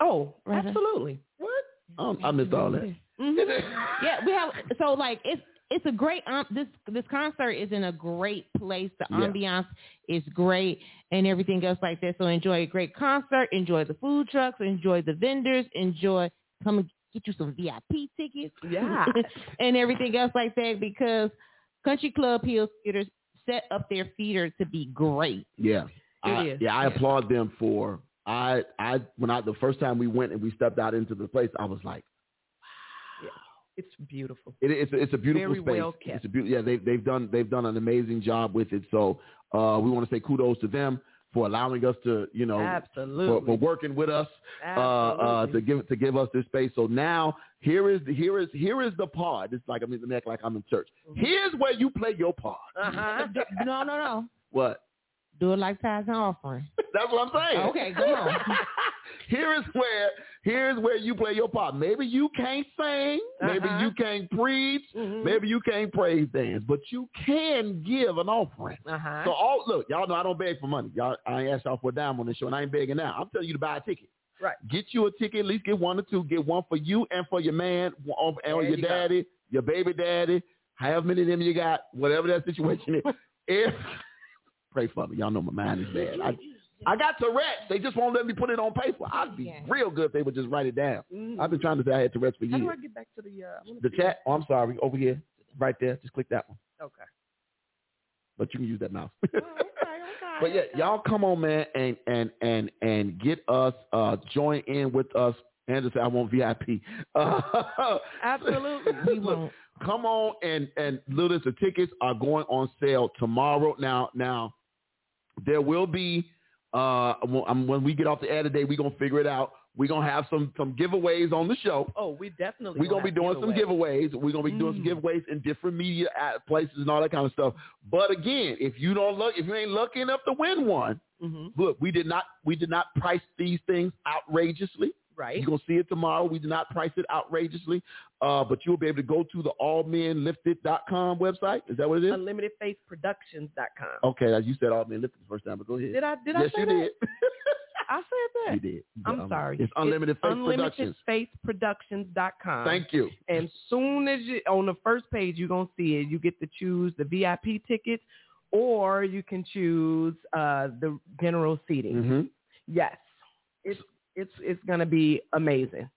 Speaker 2: Oh,
Speaker 7: Rather.
Speaker 2: absolutely.
Speaker 4: What? I, don't- I missed all that.
Speaker 7: Yeah, we have. So like, it's it's a great um this this concert is in a great place. The
Speaker 4: Yeah.
Speaker 7: ambiance is great and everything else like that. So enjoy a great concert. Enjoy the food trucks. Enjoy the vendors. Enjoy come and get you some VIP tickets.
Speaker 2: Yeah.
Speaker 7: and everything else like that because Country Club Hills Theaters set up their theater to be great.
Speaker 4: Yeah. I,
Speaker 2: is.
Speaker 4: Yeah, I applaud them for I I when I the first time we went and we stepped out into the place, I was like,
Speaker 2: It's beautiful.
Speaker 4: It, it's it's a beautiful
Speaker 2: Very
Speaker 4: space.
Speaker 2: well kept.
Speaker 4: It's a beautiful. Yeah, they they've done they've done an amazing job with it. So uh, we want to say kudos to them for allowing us to you know for,
Speaker 2: absolutely.
Speaker 4: for working with us uh, uh, to
Speaker 2: Absolutely.
Speaker 4: give to give us this space. So now here is the, here is here is the part. It's like I'm in the act like I'm in church.
Speaker 2: Mm-hmm.
Speaker 4: Here's where you play your part.
Speaker 2: uh-huh.
Speaker 7: Do- no, no, no.
Speaker 4: What?
Speaker 7: Do it like tithes and offering.
Speaker 4: That's what I'm saying.
Speaker 7: Okay, come on.
Speaker 4: here is where here is where you play your part. Maybe you can't sing, maybe
Speaker 2: Uh-huh.
Speaker 4: you can't preach,
Speaker 2: Mhm.
Speaker 4: maybe you can't praise dance, but you can give an offering.
Speaker 2: Uh-huh.
Speaker 4: So all look, y'all know I don't beg for money. Y'all, I ain't asked y'all for a dime on this show, and I ain't begging now. I'm telling you to buy a ticket.
Speaker 2: Right.
Speaker 4: Get you a ticket, at least get one or two. Get one for you and for your man, or, or
Speaker 2: There
Speaker 4: your
Speaker 2: you go.
Speaker 4: daddy, your baby daddy. However many of them you got, whatever that situation is. if pray for me, y'all know my mind is bad. I, I got Tourette's. They just won't let me put it on paper. I'd be
Speaker 7: Yeah.
Speaker 4: real good if they would just write it down.
Speaker 2: Mm.
Speaker 4: I've been trying to say I had Tourette's for
Speaker 2: How do
Speaker 4: years.
Speaker 2: I get back to the uh, I wanna
Speaker 4: The
Speaker 2: see-
Speaker 4: chat. Oh, I'm sorry. Over here, right there. Just click that one.
Speaker 2: Okay.
Speaker 4: But you can use that mouse.
Speaker 2: Oh, Okay, okay.
Speaker 4: But yeah, y'all come on, man, and and and and get us uh join in with us. Andrew said, "I want VIP." Uh,
Speaker 2: Absolutely.
Speaker 7: We won't.
Speaker 4: come on and and Lilith, the tickets are going on sale tomorrow. Now now, there will be uh when um, when we get off the air today, we are gonna figure it out. We are gonna have some some giveaways on the show.
Speaker 2: Oh, we definitely.
Speaker 4: We're gonna be doing some
Speaker 2: giveaways. Mm.
Speaker 4: giveaways. We're gonna be doing some giveaways in different media uh, places and all that kind of stuff. But again, if you don't look, if you ain't lucky enough to win one,
Speaker 2: Mm-hmm.
Speaker 4: look, we did not we did not price these things outrageously.
Speaker 2: Right.
Speaker 4: You're gonna see it tomorrow. We did not price it outrageously, uh, but you'll be able to go to the allmenlifted.com website. Is that what it is?
Speaker 2: UnlimitedFaceProductions.com.
Speaker 4: Okay, now you said all men lifted the first time, but go ahead.
Speaker 2: Did I did I
Speaker 4: yes,
Speaker 2: say
Speaker 4: you
Speaker 2: that?
Speaker 4: did.
Speaker 2: I said that.
Speaker 4: you did.
Speaker 2: I'm
Speaker 4: Um,
Speaker 2: sorry.
Speaker 4: It's unlimited face productions.
Speaker 2: UnlimitedFaceProductions.com.
Speaker 4: Thank you.
Speaker 2: And soon as you on the first page, you're gonna see it. You get to choose the VIP tickets, or you can choose uh, the general seating.
Speaker 4: hmm
Speaker 2: Yes, it's it's it's gonna be amazing.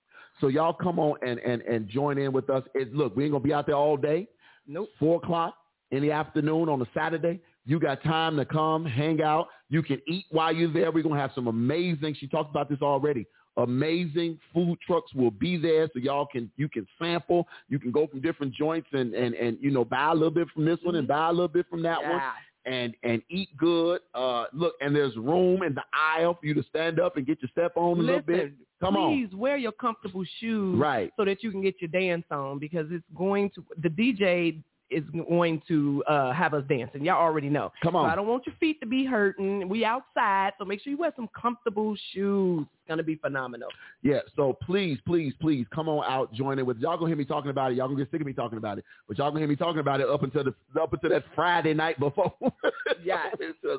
Speaker 4: So y'all come on and and and join in with us. It, look, we ain't gonna be out there all day.
Speaker 2: Nope.
Speaker 4: Four o'clock in the afternoon on a Saturday. You got time to come, hang out. You can eat while you're there. We're gonna have some amazing. She talked about this already. Amazing food trucks will be there, so y'all can you can sample. You can go from different joints and and and you know buy a little bit from this one and buy a little bit from that one.
Speaker 2: Mm-hmm. Yeah.
Speaker 4: and and eat good. Uh, look, and there's room in the aisle for you to stand up and get your step on a little bit.
Speaker 2: Listen,
Speaker 4: Come on,
Speaker 2: please wear your comfortable shoes
Speaker 4: Right.
Speaker 2: so that you can get your dance on because it's going to the DJ is going to uh, have us dancing. Y'all already know.
Speaker 4: come
Speaker 2: So
Speaker 4: on.
Speaker 2: I don't want your feet to be hurting. We outside, so make sure you wear some comfortable shoes. It's gonna be phenomenal.
Speaker 4: Yeah, so please, please, please come on out, join it with y'all gonna hear me talking about it. Y'all gonna get sick of me talking about it, but y'all gonna hear me talking about it up until the up until that Friday night before.
Speaker 2: Yes.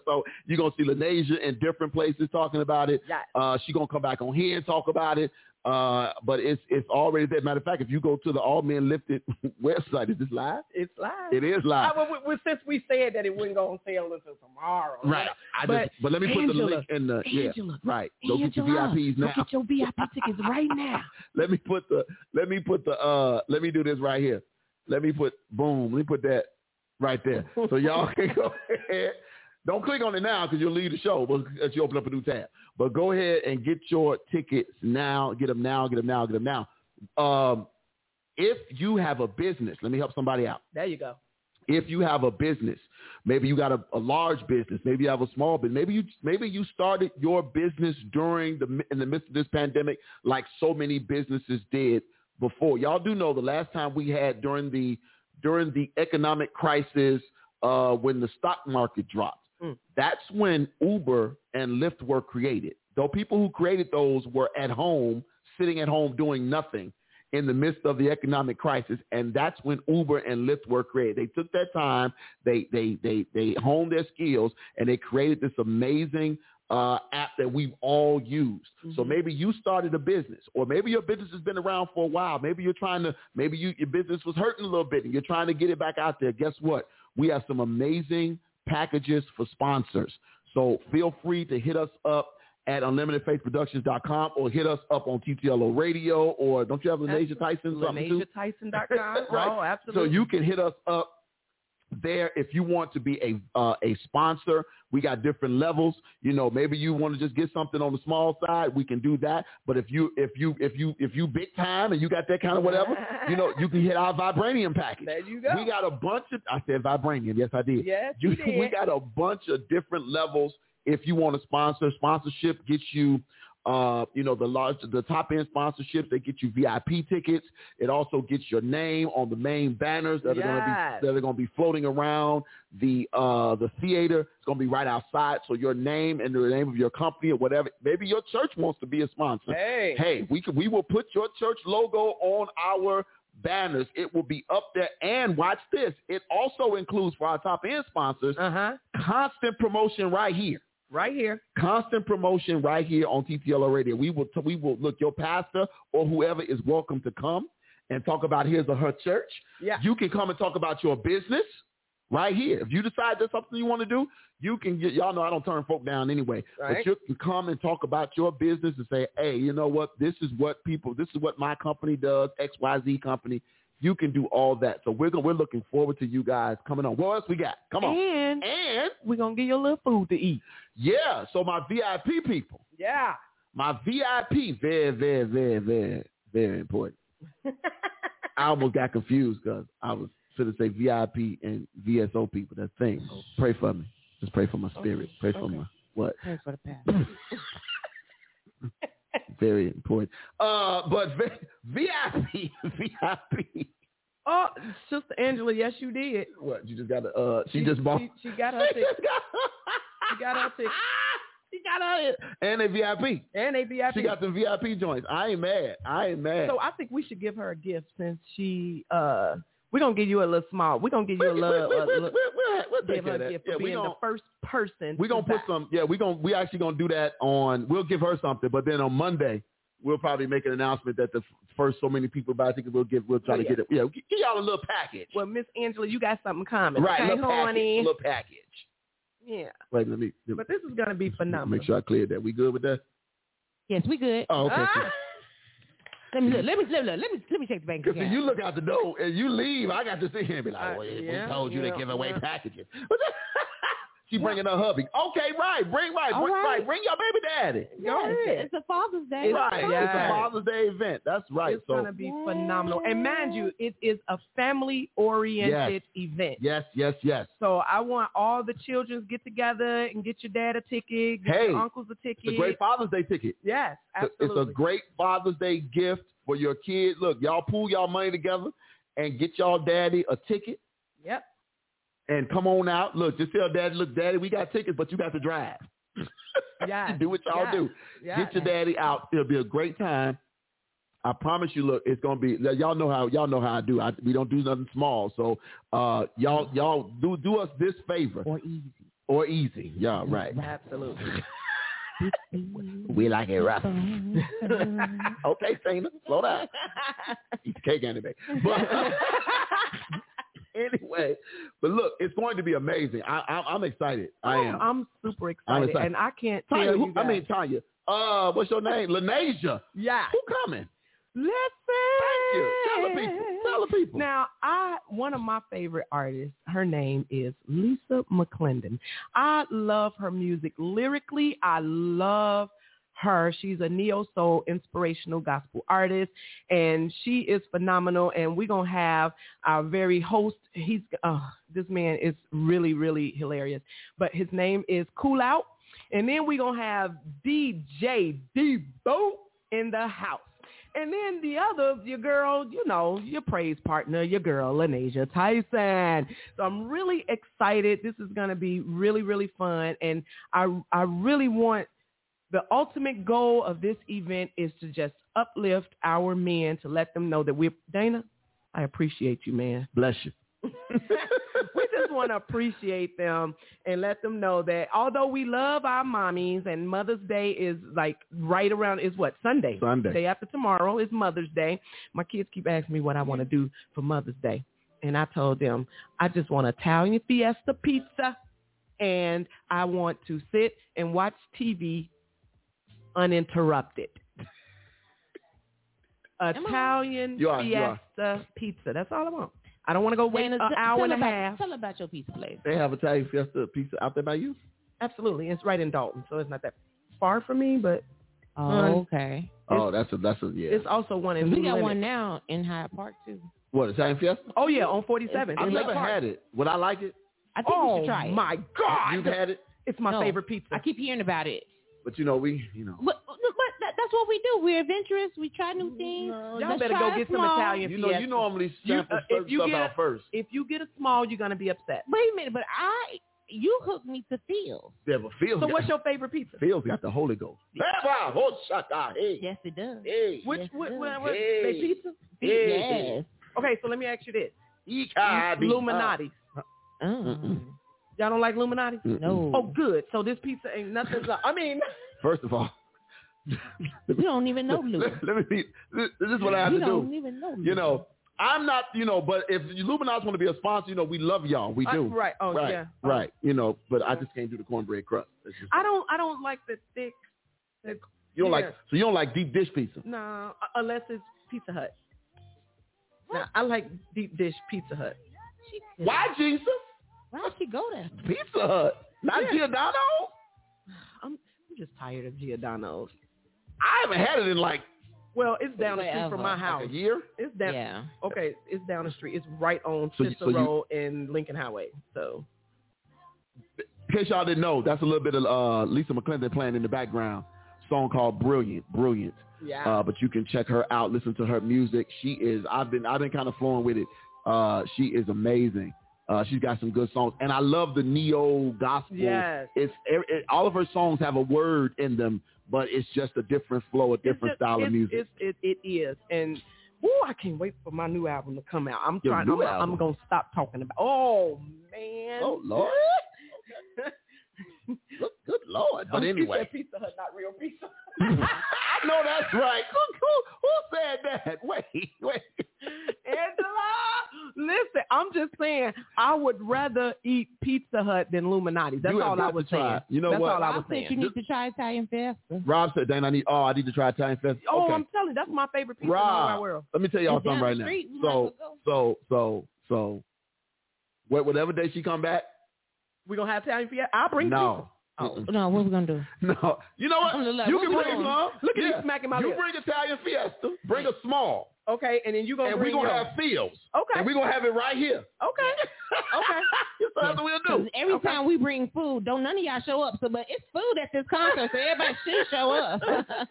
Speaker 4: so you're gonna see Lanasia in different places talking about it.
Speaker 2: Yes.
Speaker 4: Uh, she gonna come back on here and talk about it. Uh, but it's it's already there. Matter of fact, if you go to the All Men Lifted website, is this live?
Speaker 2: It's live.
Speaker 4: It is live.
Speaker 2: I- well, well, since we said that it wouldn't go on sale until tomorrow,
Speaker 4: Right. I
Speaker 2: But
Speaker 4: just, but let me put the
Speaker 2: Angela,
Speaker 4: link in the yeah.
Speaker 7: Angela,
Speaker 4: Right. Go get your
Speaker 7: Angela,
Speaker 4: VIPs now.
Speaker 7: Go get your VIP tickets right now.
Speaker 4: let me put the let me put the uh let me do this right here. Let me put boom. Let me put that right there. So y'all can go ahead. Don't click on it now because you'll leave the show because you open up a new tab. But go ahead and get your tickets now. Get them now. Get them now. Get them now. Um, if you have a business, let me help somebody out
Speaker 2: There you go.
Speaker 4: if you have a business, maybe you got a, a large business, maybe you have a small business, maybe you maybe you started your business during the mi- in the midst of this pandemic, like so many businesses did before. Y'all do know the last time we had during the during the economic crisis uh, when the stock market dropped.
Speaker 2: Mm.
Speaker 4: That's when Uber and Lyft were created. Though people who created those were at home, sitting at home doing nothing in the midst of the economic crisis, and that's when Uber and Lyft were created. They took their time, they they they they honed their skills, and they created this amazing uh, app that we've all used. So maybe you started a business, or maybe your business has been around for a while. Maybe you're trying to, maybe you, your business was hurting a little bit, and you're trying to get it back out there. Guess what? We have some amazing packages for sponsors. So feel free to hit us up at unlimitedfaithproductions.com or hit us up on TTLO Radio or don't you have Lanasia Tyson something too?
Speaker 2: LanasiaTyson.com.
Speaker 4: Right.
Speaker 2: Oh,
Speaker 4: So
Speaker 2: absolutely.
Speaker 4: you can hit us up there if you want to be a uh, a sponsor. We got different levels. You know, maybe you want to just get something on the small side. We can do that. But if you if you if you if you big time and you got that kind of whatever, you know, you can hit our vibranium package.
Speaker 2: there you go.
Speaker 4: We got a bunch of I said vibranium. Yes, I did.
Speaker 2: yes,
Speaker 4: You,
Speaker 2: you did.
Speaker 4: we got a bunch of different levels. If you want to sponsor, sponsorship gets you, uh, you know, the large, the top end sponsorships. They get you VIP tickets. It also gets your name on the main banners that are
Speaker 2: Yes.
Speaker 4: going to be that are going to be floating around the uh, the theater. It's going to be right outside. So your name and the name of your company or whatever. Maybe your church wants to be a sponsor
Speaker 2: hey.
Speaker 4: hey, we can, we will put your church logo on our banners. It will be up there. And watch this. It also includes for our top end sponsors
Speaker 2: Uh huh.
Speaker 4: constant promotion right here.
Speaker 2: Right here.
Speaker 4: Constant promotion right here on TTL Radio. We will t- we will look your pastor or whoever is welcome to come and talk about his or her church.
Speaker 2: Yeah.
Speaker 4: You can come and talk about your business right here. If you decide there's something you want to do, you can get y'all know I don't turn folk down anyway.
Speaker 2: Right.
Speaker 4: But you can come and talk about your business and say, Hey, you know what? This is what people this is what my company does, XYZ company. You can do all that. So we're going we're looking forward to you guys coming on. What else we got? Come on.
Speaker 2: And
Speaker 4: And
Speaker 2: we're gonna get you a little food to eat.
Speaker 4: yeah, so my VIP people,
Speaker 2: Yeah.
Speaker 4: my VIP, very, very, very, very, very important. I almost got confused because I was going to say VIP and VSOP, but that's the thing. Pray for me. Just pray for my spirit. Pray
Speaker 7: Okay,
Speaker 4: for
Speaker 7: okay.
Speaker 4: my what?
Speaker 7: Pray for the past.
Speaker 4: Very important. Uh, but v- VIP, VIP.
Speaker 2: Oh, Sister Angela, yes you did.
Speaker 4: What? You just got to. Uh, she, just bought.
Speaker 2: She, she got her
Speaker 4: she
Speaker 2: ticket.
Speaker 4: just got.
Speaker 2: She got her ticket.
Speaker 4: she got her. And a VIP.
Speaker 2: And a VIP.
Speaker 4: She got some VIP joints. I ain't mad. I ain't mad.
Speaker 2: so I think we should give her a gift since she uh we're gonna give you a little small. We're gonna give you a little,
Speaker 4: we,
Speaker 2: a little
Speaker 4: will
Speaker 2: give her a gift for
Speaker 4: Yeah, we
Speaker 2: being
Speaker 4: gonna
Speaker 2: the first person.
Speaker 4: we gonna
Speaker 2: to
Speaker 4: put
Speaker 2: buy.
Speaker 4: some. Yeah, we gonna we actually gonna do that on. We'll give her something, but then on Monday we'll probably make an announcement that the f- first so many people buy tickets. We'll give. We'll try
Speaker 2: Oh,
Speaker 4: to
Speaker 2: yeah.
Speaker 4: get it. Yeah, g- give y'all a little package.
Speaker 2: Well, Miss Angela, you got something coming.
Speaker 4: right,
Speaker 2: Okay,
Speaker 4: little package.
Speaker 2: honey.
Speaker 4: Little package.
Speaker 2: Yeah.
Speaker 4: Wait, let me. Let me
Speaker 2: But this is gonna be phenomenal.
Speaker 4: make sure I cleared that. We good with that?
Speaker 7: Yes, we good.
Speaker 4: Oh, okay.
Speaker 2: Ah!
Speaker 7: Let me look. Let me look, look, let me let me check the bank
Speaker 4: Because
Speaker 7: account.
Speaker 4: you look out the door and you leave, I got to sit here and be like,
Speaker 2: Uh,
Speaker 4: well,
Speaker 2: yeah,
Speaker 4: we told you
Speaker 2: yeah,
Speaker 4: to give away
Speaker 2: yeah.
Speaker 4: packages. She bringing her hubby. Okay, right. Bring right.
Speaker 8: All
Speaker 4: Bring, right.
Speaker 8: right.
Speaker 4: Bring your baby daddy. Go
Speaker 8: Yes,
Speaker 4: ahead.
Speaker 8: It's a Father's Day.
Speaker 4: right. It's a
Speaker 2: Yes.
Speaker 4: Father's Day event. That's right.
Speaker 2: It's
Speaker 4: so
Speaker 2: gonna be phenomenal. And mind you, it is a family oriented event.
Speaker 4: yes, yes, yes.
Speaker 2: So I want all the children to get together and get your dad a ticket, get
Speaker 4: Hey,
Speaker 2: your uncles a ticket.
Speaker 4: It's a great Father's Day ticket.
Speaker 2: yes,
Speaker 4: It's a-
Speaker 2: absolutely.
Speaker 4: It's a great Father's Day gift for your kid. Look, y'all pool y'all money together and get y'all daddy a ticket
Speaker 2: Yep.
Speaker 4: and come on out. Look, just tell daddy, look, daddy, we got tickets, but you got to drive.
Speaker 2: Yes.
Speaker 4: do what y'all
Speaker 2: yes,
Speaker 4: do.
Speaker 2: yes.
Speaker 4: Get your daddy out. It'll be a great time. I promise you. Look, it's gonna be. Y'all know how y'all know how I do. I, we don't do nothing small. So uh, y'all y'all do do us this favor
Speaker 7: or easy.
Speaker 4: or easy. Yeah, right.
Speaker 2: Absolutely.
Speaker 4: We like it rough. okay, Sina, slow down. Eat the cake anyway. But anyway, but look, it's going to be amazing. I, I, I'm excited. I am.
Speaker 2: Oh, I'm super
Speaker 4: I'm
Speaker 2: excited,
Speaker 4: excited.
Speaker 2: and I can't tell
Speaker 4: Tanya,
Speaker 2: you.
Speaker 4: who, I mean Tanya. Uh, what's your name? Lanasia.
Speaker 2: guys. yeah.
Speaker 4: Who coming?
Speaker 2: Listen.
Speaker 4: Thank you. Tell the people. Tell the people.
Speaker 2: Now, I one of my favorite artists. Her name is Lisa McClendon. I love her music lyrically. I love her. She's a neo soul inspirational gospel artist, and she is phenomenal. And we're gonna have our very host. He's uh, this man is really really hilarious. But his name is Cool Out, and then we're gonna have DJ Debo in the house. And then the other, your girl, you know, your praise partner, your girl, Lanasia Tyson. So I'm really excited. This is going to be really, really fun. And I, I really want the ultimate goal of this event is to just uplift our men to let them know that we're, Dana, I appreciate you, man.
Speaker 4: Bless you.
Speaker 2: we just want to appreciate them and let them know that although we love our mommies and Mother's Day is like right around is what Sunday.
Speaker 4: Sunday.
Speaker 2: Day after tomorrow is Mother's Day. My kids keep asking me what I want to do for Mother's Day, and I told them I just want Italian fiesta pizza, and I want to sit and watch TV uninterrupted. Italian
Speaker 4: You are- you are.
Speaker 2: fiesta pizza. That's all I want. I don't want to go wait
Speaker 7: Dana,
Speaker 2: an
Speaker 7: t-
Speaker 2: hour
Speaker 7: tell
Speaker 2: and a
Speaker 7: about,
Speaker 2: half.
Speaker 7: Tell about your pizza place.
Speaker 4: They have Italian fiesta pizza out there by you.
Speaker 2: Absolutely. It's right in Dalton, so it's not that far from me, but um,
Speaker 7: Oh, okay.
Speaker 4: Oh, that's a that's a yeah.
Speaker 2: it's also one in
Speaker 7: We
Speaker 2: New
Speaker 7: got
Speaker 2: Lenox.
Speaker 7: one now in Hyde Park too.
Speaker 4: What Italian fiesta?
Speaker 2: Oh, yeah, on 47.
Speaker 4: I've
Speaker 2: In Lake
Speaker 4: never
Speaker 2: Park.
Speaker 4: had it. Would I like it?
Speaker 7: I think
Speaker 2: Oh,
Speaker 7: you should try it.
Speaker 2: my
Speaker 4: You've
Speaker 2: God.
Speaker 4: had it,
Speaker 2: It's my
Speaker 7: No.
Speaker 2: favorite pizza.
Speaker 7: I keep hearing about it.
Speaker 4: but you know we you know.
Speaker 7: But, but that, that's what we do. We're adventurous. We try new things.
Speaker 2: Y'all
Speaker 7: Let's
Speaker 2: better
Speaker 7: try
Speaker 2: go
Speaker 7: it
Speaker 2: get some
Speaker 7: small.
Speaker 2: Italian
Speaker 4: You know
Speaker 2: fiesta.
Speaker 4: you normally
Speaker 2: You-
Speaker 4: sample
Speaker 2: uh, if
Speaker 4: certain
Speaker 2: you
Speaker 4: stuff
Speaker 2: get-
Speaker 4: out first.
Speaker 2: if you get a small, you're going to be upset.
Speaker 7: Wait a minute, but I you hooked me to feel.
Speaker 4: Yeah, but Phil's
Speaker 2: So
Speaker 4: got,
Speaker 2: what's your favorite pizza?
Speaker 4: Phil's got the Holy Ghost. Rabbi, oh, shut up, hey,
Speaker 7: Yes, it does.
Speaker 4: hey,
Speaker 2: Which,
Speaker 7: Yes,
Speaker 2: what,
Speaker 7: it
Speaker 2: what,
Speaker 7: is.
Speaker 2: what-
Speaker 4: Hey.
Speaker 2: they pizza?
Speaker 7: Yes.
Speaker 2: Okay, so let me ask you this. Ah,
Speaker 4: E-K-I-B.
Speaker 2: Illuminati.
Speaker 7: Mm.
Speaker 2: Y'all don't like Illuminati?
Speaker 4: Mm-mm.
Speaker 7: No.
Speaker 2: Oh, good. So this pizza ain't nothing. I mean,
Speaker 4: First of all,
Speaker 7: we don't even know Lou.
Speaker 4: let, let me be, this, this is what I have
Speaker 7: we
Speaker 4: to
Speaker 7: don't
Speaker 4: do.
Speaker 7: even know Lou.
Speaker 4: You know, I'm not, you know, but if Illuminati want to be a sponsor, you know, we love y'all. We
Speaker 2: I-
Speaker 4: do.
Speaker 2: right. Oh,
Speaker 4: right,
Speaker 2: yeah.
Speaker 4: right. You know, but I just can't do the cornbread crust. It's just-
Speaker 2: I don't, I don't like the thick.
Speaker 4: you don't
Speaker 2: yeah.
Speaker 4: like, so you don't like deep dish pizza.
Speaker 2: No, u- unless it's Pizza Hut. Now, I like deep dish Pizza Hut.
Speaker 7: She-
Speaker 4: Why, Jesus?
Speaker 7: Why'd she go there?
Speaker 4: Pizza Hut, not
Speaker 2: Yeah.
Speaker 4: Giordano.
Speaker 2: I'm, I'm just tired of Giordano's.
Speaker 4: I haven't had it in like
Speaker 2: Well, it's down the street
Speaker 7: Wherever.
Speaker 2: from my house.
Speaker 4: a year.
Speaker 2: It's down.
Speaker 7: Yeah.
Speaker 2: Okay, it's down the street. It's right on
Speaker 4: So you- so you-
Speaker 2: Cicero and Lincoln Highway. So
Speaker 4: In case y'all didn't know, that's a little bit of uh, Lisa McClendon playing in the background. Song called Brilliant, Brilliant.
Speaker 2: yeah.
Speaker 4: Uh, but you can check her out, listen to her music. She is I've been I've been kind of flowing with it. Uh, she is amazing. Uh, she's got some good songs, and I love the neo gospel.
Speaker 2: Yes.
Speaker 4: It's it, it- all of her songs have a word in them, but it's just a different flow, a different
Speaker 2: It's just-
Speaker 4: style of
Speaker 2: it's-
Speaker 4: music.
Speaker 2: It's, it, it is. And woo, I can't wait for my new album to come out. I'm
Speaker 4: Your
Speaker 2: trying.
Speaker 4: new
Speaker 2: I'm, I'm
Speaker 4: album?
Speaker 2: gonna stop talking about. Oh man.
Speaker 4: Oh, Lord. good, good lord! But
Speaker 2: She said
Speaker 4: anyway,
Speaker 2: Pizza Hut, not real pizza.
Speaker 4: I know that's right. Who, who, who said that? Wait, wait.
Speaker 2: Angela, listen, I'm just saying, I would rather eat Pizza Hut than Illuminati. That's
Speaker 4: You have
Speaker 2: all
Speaker 4: got
Speaker 2: I was
Speaker 4: to try
Speaker 2: saying.
Speaker 4: it. You know
Speaker 2: That's
Speaker 4: what?
Speaker 2: all I was
Speaker 7: I said you
Speaker 2: saying.
Speaker 7: need to try Italian fiesta.
Speaker 4: Rob said, "Dang, I need. Oh, I need to try Italian fest."
Speaker 2: Oh,
Speaker 4: okay.
Speaker 2: I'm telling you, that's my favorite pizza in all
Speaker 4: Rob,
Speaker 2: my world.
Speaker 4: let me tell y'all
Speaker 7: It's down
Speaker 4: something
Speaker 7: the
Speaker 4: right now.
Speaker 7: street, we might as
Speaker 4: So,
Speaker 7: well
Speaker 4: so, so, so, wha- whatever day she come back,
Speaker 2: We're gonna have time for you. I'll bring
Speaker 4: No.
Speaker 2: Oh.
Speaker 7: No, what we gonna do?
Speaker 4: No. You know what?
Speaker 7: I'm gonna laugh.
Speaker 4: You
Speaker 7: What
Speaker 4: can
Speaker 7: we
Speaker 4: bring
Speaker 7: doing?
Speaker 4: small.
Speaker 2: Look at
Speaker 4: yeah.
Speaker 2: you smacking my
Speaker 4: You
Speaker 2: lips.
Speaker 4: bring Italian Fiesta. Bring a small.
Speaker 2: you. Okay, and then you gonna
Speaker 4: And we're
Speaker 2: bring
Speaker 4: going to
Speaker 2: yours.
Speaker 4: have Fields.
Speaker 2: Okay.
Speaker 4: And we're going to have it right here.
Speaker 2: Okay. Okay.
Speaker 4: That's what we'll do.
Speaker 7: 'Cause Every
Speaker 4: Okay.
Speaker 7: time we bring food, don't none of y'all show up. So, but it's food at this concert, so everybody should show up.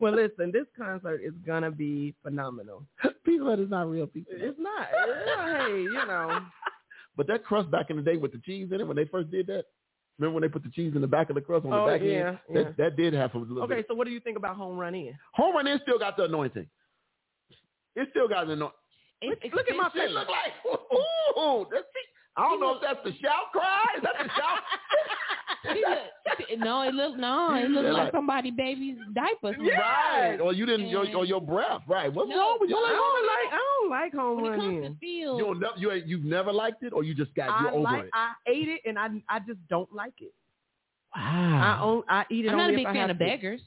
Speaker 2: well, listen, this concert is gonna be phenomenal.
Speaker 4: people that is not real people.
Speaker 2: It's not. yeah, hey, you know.
Speaker 4: But that crust back in the day with the cheese in it, when they first did that, remember when they put the cheese in the back of the crust on
Speaker 2: Oh,
Speaker 4: the back
Speaker 2: yeah,
Speaker 4: end? That, that did have a little
Speaker 2: Okay,
Speaker 4: bit.
Speaker 2: so what do you think about home run in?
Speaker 4: Home run in still got the anointing. It still got the anointing.
Speaker 7: It's
Speaker 4: Look at my face.
Speaker 7: expensive.
Speaker 4: Look like, ooh, that's, I don't know if that's the shout cry. Is that the shout?
Speaker 7: He look- no, it look no, it looked
Speaker 4: They're
Speaker 7: like,
Speaker 4: like-
Speaker 7: somebody baby's diapers.
Speaker 4: Right. Or you didn't, your, or your breath. Right. What's
Speaker 7: No.
Speaker 4: wrong with your
Speaker 7: Well,
Speaker 2: I
Speaker 4: mouth?
Speaker 2: don't like. I don't like home
Speaker 7: When it
Speaker 2: run
Speaker 7: comes to
Speaker 2: in.
Speaker 7: field,
Speaker 4: You don't know, you ain't, you've never liked it, or you just got
Speaker 2: I
Speaker 4: you're over
Speaker 2: like.
Speaker 4: it.
Speaker 2: I ate it, and I I just don't like it. I
Speaker 4: Wow.
Speaker 2: own. I eat it
Speaker 7: I'm not
Speaker 2: only
Speaker 7: a big
Speaker 2: if I
Speaker 7: fan
Speaker 2: have
Speaker 7: of
Speaker 2: to.
Speaker 7: beggars.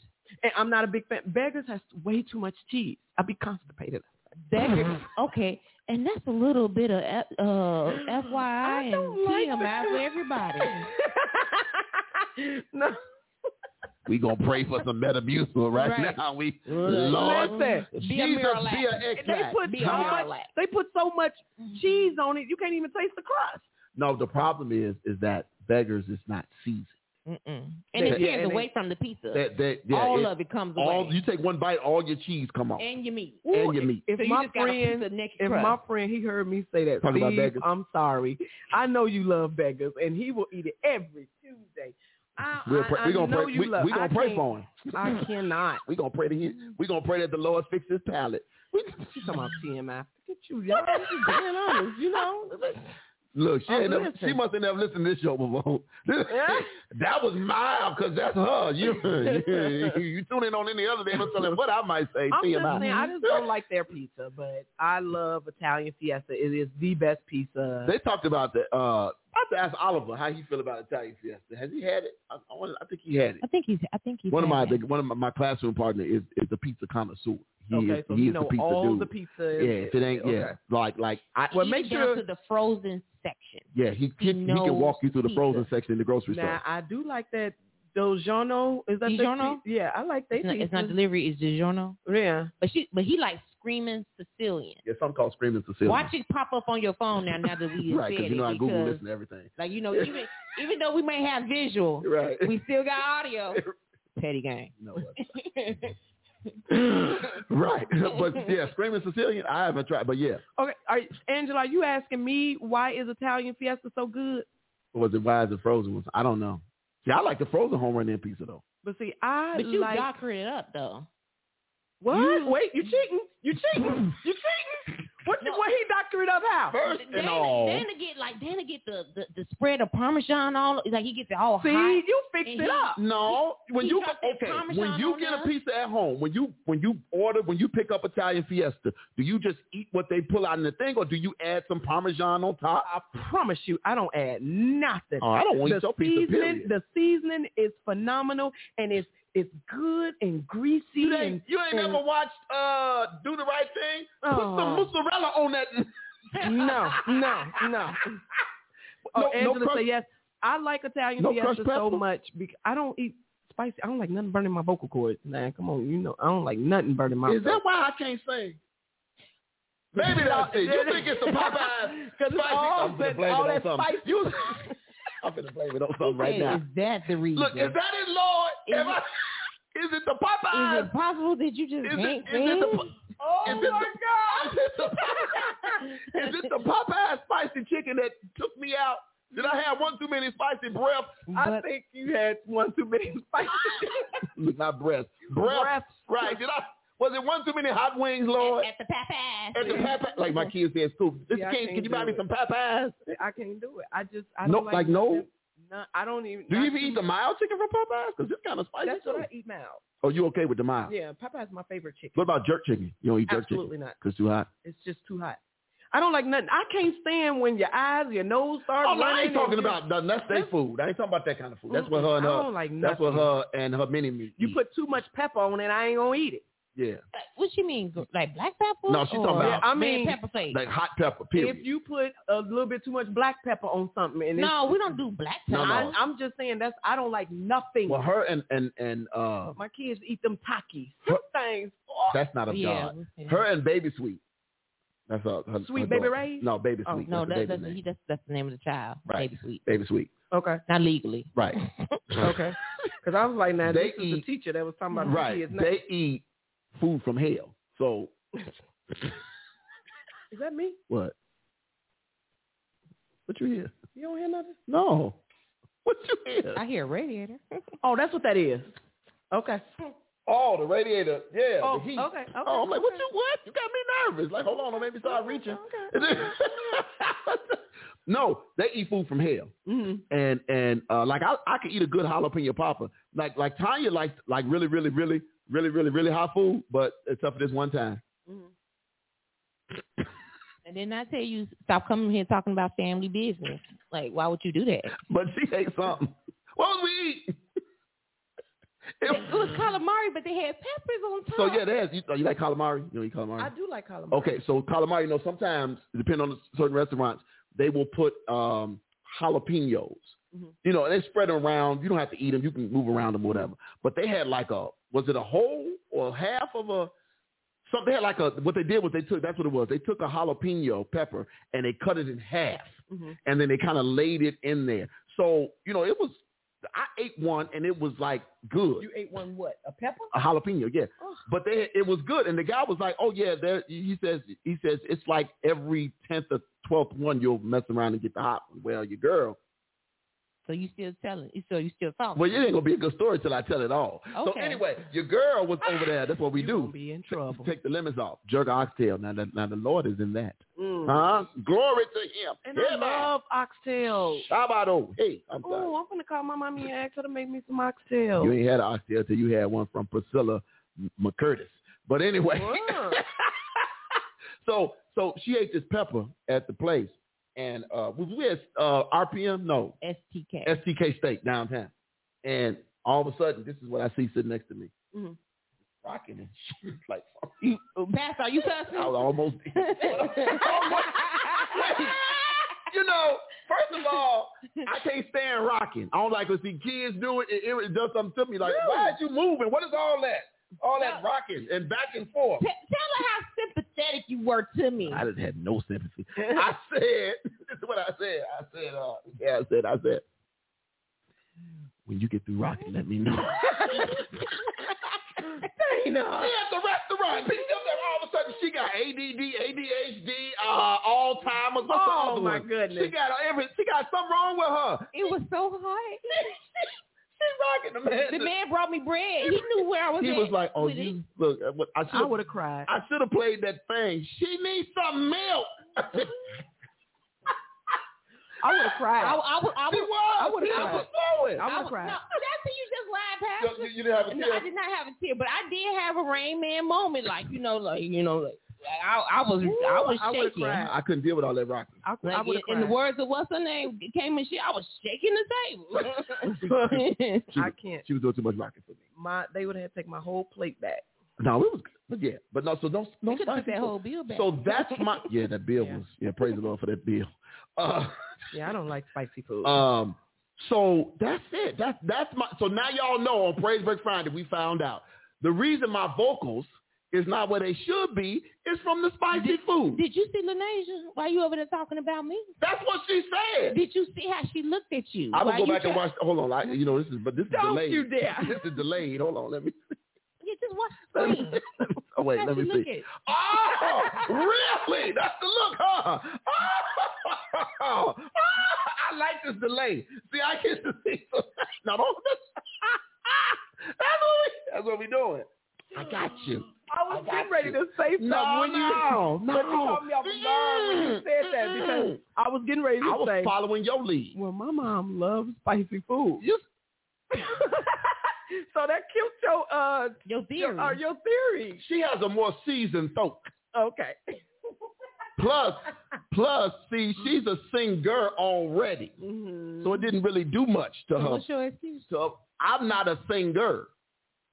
Speaker 2: And I'm not a big fan. Beggars has way too much cheese. I'll be constipated.
Speaker 7: Beggars,
Speaker 4: Mm-hmm.
Speaker 7: okay, and that's a little bit of F- uh, FYI and TMI for everybody.
Speaker 2: no.
Speaker 4: We gonna pray for some metamucil right,
Speaker 7: Right.
Speaker 4: now. We Lord,
Speaker 2: Listen.
Speaker 4: Jesus,
Speaker 7: Be a Miralax.
Speaker 4: be an
Speaker 2: They
Speaker 4: extract.
Speaker 2: put
Speaker 7: Be
Speaker 2: so
Speaker 7: on
Speaker 2: much.
Speaker 7: your lap.
Speaker 2: They put so much cheese on it. You can't even taste the crust.
Speaker 4: No, the problem is, is that beggars is not seasoned.
Speaker 7: Mm-mm.
Speaker 2: They-
Speaker 7: And it
Speaker 2: yeah,
Speaker 7: tears
Speaker 2: and
Speaker 7: away
Speaker 2: they-
Speaker 7: from the pizza.
Speaker 4: That, that, yeah,
Speaker 7: all
Speaker 4: it-
Speaker 7: of it comes
Speaker 4: all
Speaker 7: away,
Speaker 4: you take one bite, all your cheese come off.
Speaker 7: and your meat.
Speaker 4: And your meat.
Speaker 2: If
Speaker 7: so
Speaker 2: my
Speaker 7: you just
Speaker 2: friend,
Speaker 7: got a piece of naked
Speaker 2: if
Speaker 7: crust.
Speaker 2: my friend, he heard me say that,
Speaker 4: Talking about
Speaker 2: Steve,
Speaker 4: beggars.
Speaker 2: I'm sorry. I know you love beggars, and he will eat it every Tuesday. I,
Speaker 4: We're,
Speaker 2: I-
Speaker 4: pray,
Speaker 2: I
Speaker 4: we're gonna
Speaker 2: know
Speaker 4: pray.
Speaker 2: you
Speaker 4: We,
Speaker 2: love.
Speaker 4: we gonna
Speaker 2: I
Speaker 4: pray
Speaker 2: can't-
Speaker 4: for him.
Speaker 2: I cannot.
Speaker 4: We gonna pray to him. We gonna pray that the Lord fix his palate. We-
Speaker 2: She's talking about TMI. Look at you, y'all. You being honest, you know.
Speaker 4: Look, she
Speaker 2: Oh,
Speaker 4: ain't never,
Speaker 2: listen.
Speaker 4: she must have never listened to this show before. that was mild because that's her. You, you you tune in on any other day, I'm telling what I might say.
Speaker 2: I'm
Speaker 4: TMI.
Speaker 2: just saying, I just don't like their pizza, but I love Italian Fiesta. It is the best pizza.
Speaker 4: They talked about the. Uh, I have to ask Oliver how he feel about Italian Fiesta. Has he had it? I, I, wanna- I think he had it.
Speaker 7: I think he's. I think he's.
Speaker 4: One of my
Speaker 7: had that.
Speaker 4: one of my, my classroom partner is is the pizza connoisseur. He
Speaker 2: okay,
Speaker 4: is,
Speaker 2: so
Speaker 4: he
Speaker 2: you
Speaker 4: is
Speaker 2: know
Speaker 4: the pizza
Speaker 2: all
Speaker 4: dude.
Speaker 2: the pizza.
Speaker 4: yeah, if it ain't yeah, like like I
Speaker 7: Even down to the frozen section.
Speaker 4: yeah he he, he
Speaker 7: knows
Speaker 4: can walk you through the
Speaker 7: pizza.
Speaker 4: frozen section in the grocery
Speaker 2: Now I do like that DiGiorno. Is that
Speaker 7: DiGiorno?
Speaker 2: The, yeah, I like that
Speaker 7: It's not,
Speaker 2: pizza.
Speaker 7: it's not delivery. It's DiGiorno.
Speaker 2: yeah.
Speaker 7: But she, but he likes screaming Sicilian.
Speaker 4: store. Yeah, something called Screaming Sicilian.
Speaker 7: Watch it pop up on your phone now. Now that we
Speaker 4: right,
Speaker 7: said
Speaker 4: you know
Speaker 7: it,
Speaker 4: I Google
Speaker 7: because,
Speaker 4: this and everything.
Speaker 7: like you know, even even though we may have visual,
Speaker 4: Right.
Speaker 7: we still got audio. Petty gang.
Speaker 4: No, right, but yeah, Screaming Sicilian. I haven't tried, but yeah,
Speaker 2: Okay, are, Angela, are you asking me why is Italian Fiesta so good?
Speaker 4: was it why is it frozen? ones? I don't know. Yeah, I like the frozen home run in pizza though.
Speaker 2: But see, I
Speaker 7: But you
Speaker 2: like
Speaker 7: doctored it up though.
Speaker 2: what?
Speaker 4: you-
Speaker 2: Wait, you cheating? You cheating? you cheating? What? you
Speaker 7: No.
Speaker 2: What he doctored up how?
Speaker 4: First and
Speaker 7: Dana,
Speaker 4: all,
Speaker 7: Dana get like Dana get the, the the spread of Parmesan all like he gets it all
Speaker 2: See,
Speaker 7: hot.
Speaker 2: you fixed
Speaker 7: And
Speaker 2: it
Speaker 7: he-
Speaker 2: up.
Speaker 4: No, when
Speaker 7: He
Speaker 4: you
Speaker 7: dropped that
Speaker 4: okay, when
Speaker 7: Parmesan
Speaker 4: you
Speaker 7: on
Speaker 4: get a
Speaker 7: us.
Speaker 4: pizza at home, when you when you order, when you pick up Italian Fiesta, do you just eat what they pull out in the thing, or do you add some Parmesan on top?
Speaker 2: I promise you, I don't add nothing.
Speaker 4: Oh, I don't want to eat
Speaker 2: the
Speaker 4: your pizza.
Speaker 2: seasoning,
Speaker 4: Period.
Speaker 2: the seasoning is phenomenal, and it's it's good and greasy.
Speaker 4: you
Speaker 2: and
Speaker 4: ain't, you ain't
Speaker 2: and-
Speaker 4: never watched uh, Do the Right Thing. Put some
Speaker 2: Oh.
Speaker 4: mozzarella on that.
Speaker 2: no, no, no. Oh,
Speaker 4: No- no
Speaker 2: Angela
Speaker 4: crust-
Speaker 2: say yes. I like Italian
Speaker 4: No
Speaker 2: fiesta
Speaker 4: crushed
Speaker 2: so
Speaker 4: pepper?
Speaker 2: much because I don't eat spicy. I don't like nothing burning my vocal cords. Man, come on, you know I don't like nothing burning my.
Speaker 4: Is that why I can't sing? Maybe that's it. You think it's the Popeyes
Speaker 2: Because
Speaker 4: spicy?
Speaker 2: all that,
Speaker 4: I'm gonna blame
Speaker 2: all
Speaker 4: it on
Speaker 2: that
Speaker 4: something.
Speaker 2: spice.
Speaker 4: You, I'm gonna blame it on something right
Speaker 7: Hey,
Speaker 4: now.
Speaker 7: Is that the reason?
Speaker 4: Look, is that it, Lord?
Speaker 7: Is
Speaker 4: Am I- is it the Popeyes?
Speaker 7: Is it possible that you just
Speaker 4: Is it,
Speaker 7: can't
Speaker 4: is it the,
Speaker 7: sing?
Speaker 4: oh is it the, God! Is it the, Popeye spicy chicken that took me out? Did I have one too many spicy breath?
Speaker 2: I think you had one too many spicy.
Speaker 4: Look, not breath. Breath. Right. Did I? Was it one too many hot wings, Lord?
Speaker 7: At the Popeyes.
Speaker 4: At the Popeye, like my kids say at school. This
Speaker 2: Yeah, I
Speaker 4: kid,
Speaker 2: can't
Speaker 4: can you buy
Speaker 2: do
Speaker 4: me
Speaker 2: it.
Speaker 4: some Popeyes?
Speaker 2: I can't do it. I just I
Speaker 4: No,
Speaker 2: don't like,
Speaker 4: like, no?
Speaker 2: nothing. No, I don't even.
Speaker 4: Do you
Speaker 2: not
Speaker 4: even
Speaker 2: too
Speaker 4: eat the
Speaker 2: much.
Speaker 4: mild chicken from Popeyes? Because it's kind of spicy.
Speaker 2: That's
Speaker 4: too.
Speaker 2: what I eat now.
Speaker 4: Oh, you okay with the mild?
Speaker 2: Yeah, Popeye's my favorite chicken.
Speaker 4: What about jerk chicken? You don't eat jerk chicken
Speaker 2: Absolutely not.
Speaker 4: because too hot.
Speaker 2: It's just too hot. I don't like nothing. I can't stand when your eyes, your nose start
Speaker 4: Oh, no,
Speaker 2: running.
Speaker 4: I ain't
Speaker 2: and
Speaker 4: talking
Speaker 2: you-
Speaker 4: about nothing. That's their food. I ain't talking about that kind of food. That's what
Speaker 2: Mm-mm.
Speaker 4: her and
Speaker 2: I
Speaker 4: her.
Speaker 2: don't like
Speaker 4: That's what
Speaker 2: nothing.
Speaker 4: her and her mini me.
Speaker 2: You put too much pepper on it, I ain't gonna eat it.
Speaker 4: Yeah.
Speaker 7: Like, what you mean? gr- Like black pepper?
Speaker 4: No, she's talking
Speaker 7: or
Speaker 4: about- Yeah, I
Speaker 7: red
Speaker 2: mean,
Speaker 7: pepper flakes.
Speaker 4: Like hot pepper, period.
Speaker 2: If you put a little bit too much black pepper on something, and
Speaker 7: no, we don't do black
Speaker 4: No,
Speaker 7: pepper.
Speaker 2: it's,
Speaker 4: no.
Speaker 2: I, I'm just saying that's I don't like nothing.
Speaker 4: well, her and and and uh,
Speaker 2: My kids eat them Takis. Them things. Oh,
Speaker 4: that's not a
Speaker 7: yeah.
Speaker 4: god.
Speaker 7: yeah.
Speaker 4: Her and Baby Sweet. That's her. her
Speaker 2: Sweet
Speaker 4: her
Speaker 2: Baby
Speaker 4: daughter.
Speaker 2: Ray?
Speaker 4: No, Baby
Speaker 2: Oh,
Speaker 4: Sweet.
Speaker 7: no,
Speaker 4: that's,
Speaker 7: that,
Speaker 4: the
Speaker 7: that's,
Speaker 4: baby name.
Speaker 7: he, that's that's the name of the child.
Speaker 4: Right.
Speaker 7: Baby sweet.
Speaker 4: Baby Sweet.
Speaker 2: okay.
Speaker 7: Not legally.
Speaker 4: Right.
Speaker 2: Okay. Because I was like, now
Speaker 4: They
Speaker 2: this is the
Speaker 4: eat-
Speaker 2: teacher that was talking about the
Speaker 4: right.
Speaker 2: kids. Now,
Speaker 4: They eat food from hell. So
Speaker 2: is that me?
Speaker 4: what? What you hear?
Speaker 2: You don't hear nothing?
Speaker 4: No. What you hear?
Speaker 7: I hear a radiator.
Speaker 2: Oh, that's what that is. Okay.
Speaker 4: Oh, the radiator. Yeah,
Speaker 2: Oh,
Speaker 4: the heat.
Speaker 2: okay, okay,
Speaker 4: Oh, I'm like, what
Speaker 2: okay. Oh,
Speaker 4: you what? You got me nervous. Like, hold on, don't make me start reaching. no, they eat food from hell,
Speaker 2: hmm
Speaker 4: and and uh, like I I could eat a good jalapeno popper. Like like Tanya likes like really really really really really really hot food, but except for this one time.
Speaker 2: Mm-hmm.
Speaker 7: And then I tell you, stop coming here talking about family business. Like, why would you do that?
Speaker 4: But she ate something. What was we eat? It
Speaker 7: It was calamari, but they had peppers on top.
Speaker 4: so yeah, there's you, you like calamari. You know you calamari.
Speaker 2: I do like calamari.
Speaker 4: Okay, so calamari, you know, sometimes depending on certain restaurants, they will put um, jalapenos.
Speaker 2: Mhm.
Speaker 4: You know, and they spread them around. You don't have to eat them. You can move around them, whatever. But they had like a was it a whole or half of a something? They had like a what they did was they took that's what it was. They took a jalapeno pepper and they cut it in half,
Speaker 2: Mhm.
Speaker 4: and then they kind of laid it in there. So you know, it was I ate one and it was like good
Speaker 2: You ate one what? A pepper?
Speaker 4: a jalapeno, yeah.
Speaker 2: Ugh.
Speaker 4: But they, it was good, and the guy was like, "Oh yeah," there. He says, "He says it's like every tenth or twelfth one you'll mess around and get the hot one." Well, your girl.
Speaker 7: So you still telling? So you still talking?
Speaker 4: Well, it ain't gonna be a good story till I tell it all. So
Speaker 7: Okay.
Speaker 4: anyway, your girl was over there. That's what we
Speaker 2: you
Speaker 4: do.
Speaker 2: gonna be in trouble.
Speaker 4: Take the lemons off. Jerk oxtail. Now, the, now the Lord is in that.
Speaker 2: Mm.
Speaker 4: Huh? Glory to Him.
Speaker 2: And
Speaker 4: yeah,
Speaker 2: I love oxtail.
Speaker 4: Shabado. Hey, I'm sorry.
Speaker 2: Oh, I'm gonna call my mommy and ask her to make me some oxtail.
Speaker 4: You ain't had an oxtail till you had one from Priscilla M- McCurtis. But anyway.
Speaker 2: Wow.
Speaker 4: so so she ate this pepper at the place, and uh, was we at uh, RPM? No,
Speaker 7: STK.
Speaker 4: STK Steak downtown. And all of a sudden, this is what I see sitting next to me,
Speaker 2: Mhm.
Speaker 4: rocking and shit. Like
Speaker 7: you, oh, Pastor, are you cussing?
Speaker 4: I was almost. you know, first of all, I can't stand rocking. I don't like to see kids do it. It, it does something to me. Like, why are you moving? What is all that? All that rocking and back and forth.
Speaker 7: T- tell her how sympathetic you were to me.
Speaker 4: I didn't have no sympathy. I said, this is what I said. I said, uh, yeah, I said, I said, when you get through rocking, let me know. Dana. Yeah, at the restaurant. Picked up there all of a sudden. She got ADD, ADHD, uh, Alzheimer's. What's the
Speaker 2: Oh,
Speaker 4: other
Speaker 2: my
Speaker 4: one?
Speaker 2: goodness.
Speaker 4: She got every. She got something wrong with her.
Speaker 7: It was so hot.
Speaker 4: She rocking the man.
Speaker 7: The man brought me bread. He knew where I was
Speaker 4: he
Speaker 7: at.
Speaker 4: was like, "Oh,
Speaker 7: with
Speaker 4: you look. uh, what- I should
Speaker 2: I
Speaker 4: have
Speaker 2: would have cried.
Speaker 4: I should have played that thing. She needs some milk.
Speaker 2: I would have
Speaker 7: it. I,
Speaker 2: cried.
Speaker 7: I, was- I,
Speaker 4: She
Speaker 7: was-
Speaker 4: was.
Speaker 2: I would've
Speaker 4: She
Speaker 2: cried.
Speaker 4: was flowing.
Speaker 2: I
Speaker 7: I,
Speaker 2: would've
Speaker 7: was-
Speaker 2: cried.
Speaker 7: No, that's when you just lied, Pastor.
Speaker 4: You, you didn't have a
Speaker 7: No, I
Speaker 4: tear.
Speaker 7: did not have a tear, but I did have a Rain Man moment, like you know, like you know, like, like I, I was, I was
Speaker 2: I would've
Speaker 7: shaking.
Speaker 2: cried.
Speaker 4: I I couldn't deal with all that rocking.
Speaker 2: I,
Speaker 7: Like,
Speaker 2: I would have
Speaker 7: in, in the
Speaker 2: cried.
Speaker 7: words of what's her name came and shit, I was shaking the table.
Speaker 4: She,
Speaker 2: I
Speaker 4: was-
Speaker 2: can't.
Speaker 4: she was doing too much rocking for me.
Speaker 2: My they would have taken my whole plate back.
Speaker 4: No, it was good. But yeah, but no, so don't,
Speaker 7: you
Speaker 4: don't
Speaker 7: could have
Speaker 4: spicy
Speaker 7: put that
Speaker 4: food.
Speaker 7: whole bill back.
Speaker 4: So that's my, yeah, that bill
Speaker 2: Yeah.
Speaker 4: was, yeah, praise the Lord for that bill. Uh,
Speaker 2: Yeah, I don't like spicy food.
Speaker 4: um, so that's it. That's, that's my, so now y'all know on Praise Break Friday, we found out the reason my vocals is not where they should be is from the spicy food.
Speaker 7: Did you see Lanasia while you over there talking about me?
Speaker 4: that's what she said.
Speaker 7: Did you see how she looked at you?
Speaker 4: I will
Speaker 7: while
Speaker 4: go
Speaker 7: you
Speaker 4: back and
Speaker 7: kept-
Speaker 4: watch. Hold on, I, you know this is, but this is
Speaker 2: Don't
Speaker 4: delayed.
Speaker 2: you dare.
Speaker 4: This is delayed. Hold on, let me.
Speaker 7: Yeah, just watch
Speaker 4: Let
Speaker 7: the
Speaker 4: me
Speaker 7: screen.
Speaker 4: oh wait,
Speaker 7: How'd
Speaker 4: let me
Speaker 7: she look
Speaker 4: see.
Speaker 7: at-
Speaker 4: Oh, really? That's the look, huh? Oh, I like this delay. See, I get to see. So, no, don't. That's what we. That's what we doing. I got you.
Speaker 2: I was
Speaker 4: I got
Speaker 2: getting ready
Speaker 4: you.
Speaker 2: to say something
Speaker 4: No,
Speaker 2: when you
Speaker 4: no,
Speaker 2: but you
Speaker 4: no.
Speaker 2: caught me off guard when you
Speaker 4: Mm-mm,
Speaker 2: said that
Speaker 4: mm-mm.
Speaker 2: because I was getting ready to
Speaker 4: I was
Speaker 2: say,
Speaker 4: following your lead.
Speaker 2: well, my mom loves spicy food,
Speaker 4: You
Speaker 2: so that killed your uh
Speaker 7: Your
Speaker 2: your,
Speaker 7: theory.
Speaker 2: uh, your theory.
Speaker 4: she has a more seasoned folk.
Speaker 2: Okay,
Speaker 4: Plus, plus, see, she's a singer already,
Speaker 2: Mhm.
Speaker 4: so it didn't really do much to
Speaker 7: So
Speaker 4: her.
Speaker 7: What's your excuse?
Speaker 4: So I'm not a singer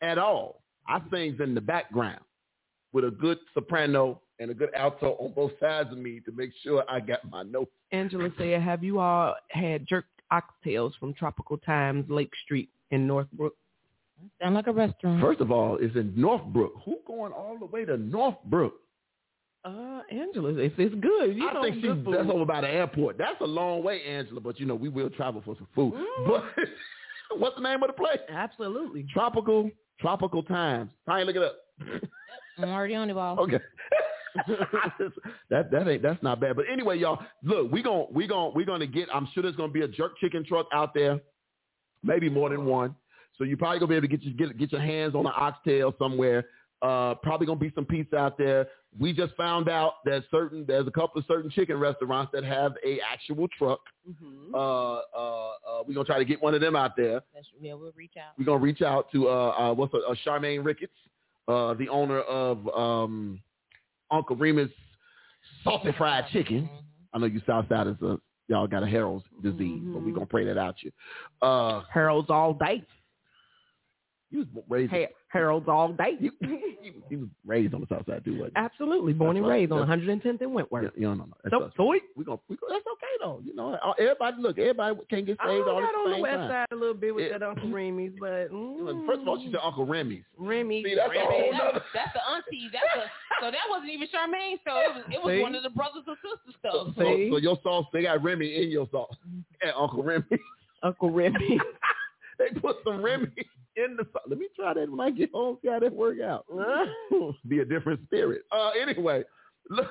Speaker 4: at all. I sings in the background. with a good soprano and a good alto on both sides of me to make sure I got my notes.
Speaker 2: Angela said, have you all had jerk oxtails from Tropical Times Lake Street in Northbrook?
Speaker 7: Sound like a restaurant.
Speaker 4: First of all, it's in Northbrook. Who going all the way to Northbrook?
Speaker 2: Uh, Angela, if it's good, you
Speaker 4: I think she,
Speaker 2: good food.
Speaker 4: that's over by the airport. That's a long way, Angela, but you know, we will travel for some food. But what's the name of the place?
Speaker 2: Absolutely.
Speaker 4: Tropical, Tropical Times. Fine, look it up.
Speaker 7: I'm already on the ball.
Speaker 4: Okay. I just- that that ain't that's not bad. But anyway, y'all, look, we gon' we gon' we gonna get. I'm sure there's gonna be a jerk chicken truck out there, maybe more than one. So you probably gonna be able to get your get, get your hands on an oxtail somewhere. Uh, probably gonna be some pizza out there. We just found out that certain there's a couple of certain chicken restaurants that have a actual truck.
Speaker 2: Mhm.
Speaker 4: Uh, uh, uh, we gonna try to get one of them out there.
Speaker 7: Mm-hmm. That's, yeah, we'll reach out.
Speaker 4: We're gonna reach out to uh, uh what's her, uh, Charmaine Ricketts, uh, the owner of um, Uncle Remus Salted Fried
Speaker 7: Mm-hmm.
Speaker 4: Chicken. I know you Southsiders, uh, y'all got a Harold's disease, but
Speaker 7: Mm-hmm.
Speaker 4: we gonna pray that out you. Uh,
Speaker 2: Harold's all day.
Speaker 4: you was raised,
Speaker 2: Hey, Harold's all day.
Speaker 4: you, you, you was raised on the South Side too, wasn't you?
Speaker 2: Absolutely. Born
Speaker 4: That's
Speaker 2: and
Speaker 4: right.
Speaker 2: raised on
Speaker 4: That's-
Speaker 2: 110th and Wentworth.
Speaker 4: Yeah, yeah, no, no, that's
Speaker 2: So,
Speaker 4: us.
Speaker 2: so it,
Speaker 4: We gonna, we gonna, that's okay though. You know, uh, everybody look, everybody can get
Speaker 2: I
Speaker 4: saved all
Speaker 2: got
Speaker 4: at
Speaker 2: on
Speaker 4: the
Speaker 2: the
Speaker 4: same
Speaker 2: west
Speaker 4: time.
Speaker 2: side a little bit with
Speaker 4: Yeah.
Speaker 2: that Uncle Remy's, but mm,
Speaker 4: First of all, she said Uncle Remy's.
Speaker 2: Remy.
Speaker 4: See, that's a whole nother.
Speaker 7: That's the auntie. That's a, so that wasn't even Charmaine. So it was, it was
Speaker 2: See?
Speaker 7: one of the brothers and sisters
Speaker 4: So,
Speaker 7: stuff.
Speaker 4: so
Speaker 2: Oh, See?
Speaker 4: so your sauce, they got Remy in your sauce. And Uncle Remy.
Speaker 2: Uncle Remy.
Speaker 4: They put some Remy in the sauce. Let me try that when I get home, see how that work out. be a different spirit. Uh anyway. Look,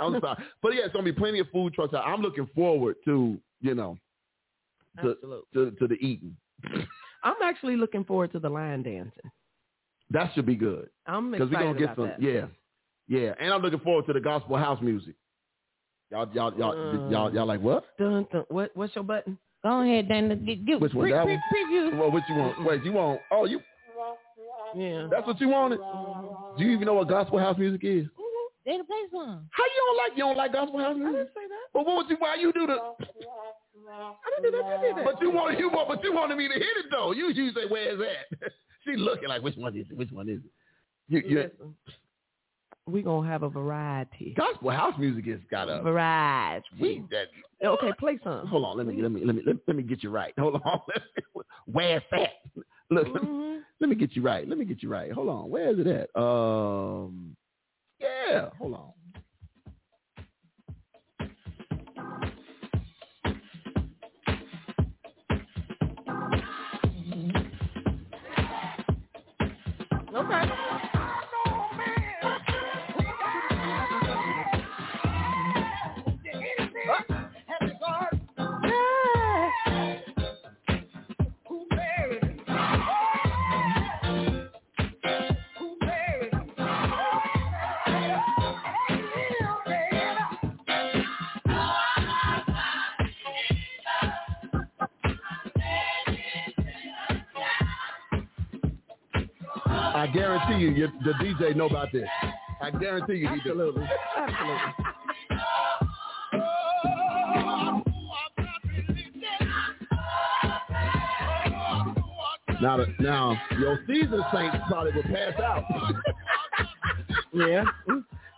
Speaker 4: I'm sorry. But yeah, it's gonna be plenty of food trucks. out. I'm looking forward to, you know, to
Speaker 2: Absolutely.
Speaker 4: to, to the eating.
Speaker 2: I'm actually looking forward to the line dancing.
Speaker 4: That should be good.
Speaker 2: I'm
Speaker 4: Because
Speaker 2: excited
Speaker 4: we're gonna get
Speaker 2: about
Speaker 4: some
Speaker 2: that.
Speaker 4: yeah. Yeah. And I'm looking forward to the gospel house music. Y'all y'all y'all
Speaker 2: Uh.
Speaker 4: y'all y'all like what?
Speaker 2: Dun, dun, what, what's your button?
Speaker 7: Go ahead, Dana. Get, get,
Speaker 4: Which one,
Speaker 7: Pre-
Speaker 4: that
Speaker 7: pre-
Speaker 4: one?
Speaker 2: Mm.
Speaker 7: preview.
Speaker 4: Well, what you want? Wait, you want oh you
Speaker 2: Yeah.
Speaker 4: That's what you wanted. Do you even know what gospel house music is?
Speaker 7: They to play some.
Speaker 4: How you don't like you don't like gospel house
Speaker 2: I
Speaker 4: music?
Speaker 2: didn't say that.
Speaker 4: But what would you why you do the
Speaker 2: I didn't do that. You did that.
Speaker 4: but you want you want but you wanted me to hit it though. You you say where's that? she looking like which one is it? Which one is it? You, you,
Speaker 2: Listen, we going to have a variety.
Speaker 4: gospel house music has got a
Speaker 2: Variety.
Speaker 4: we that
Speaker 2: Okay, play some.
Speaker 4: hold on let me let me let me let, me- let me get you right. Hold on where's that? Look let me-
Speaker 2: Mhm.
Speaker 4: let me get you right. Let me get you right. Hold on. Where is it at? Um, yeah. Hold on.
Speaker 2: Okay.
Speaker 4: I guarantee you, you the DJ know about this. I guarantee you, he does.
Speaker 2: Absolutely.
Speaker 4: Now, the- now, your season saints probably would pass out.
Speaker 2: Yeah.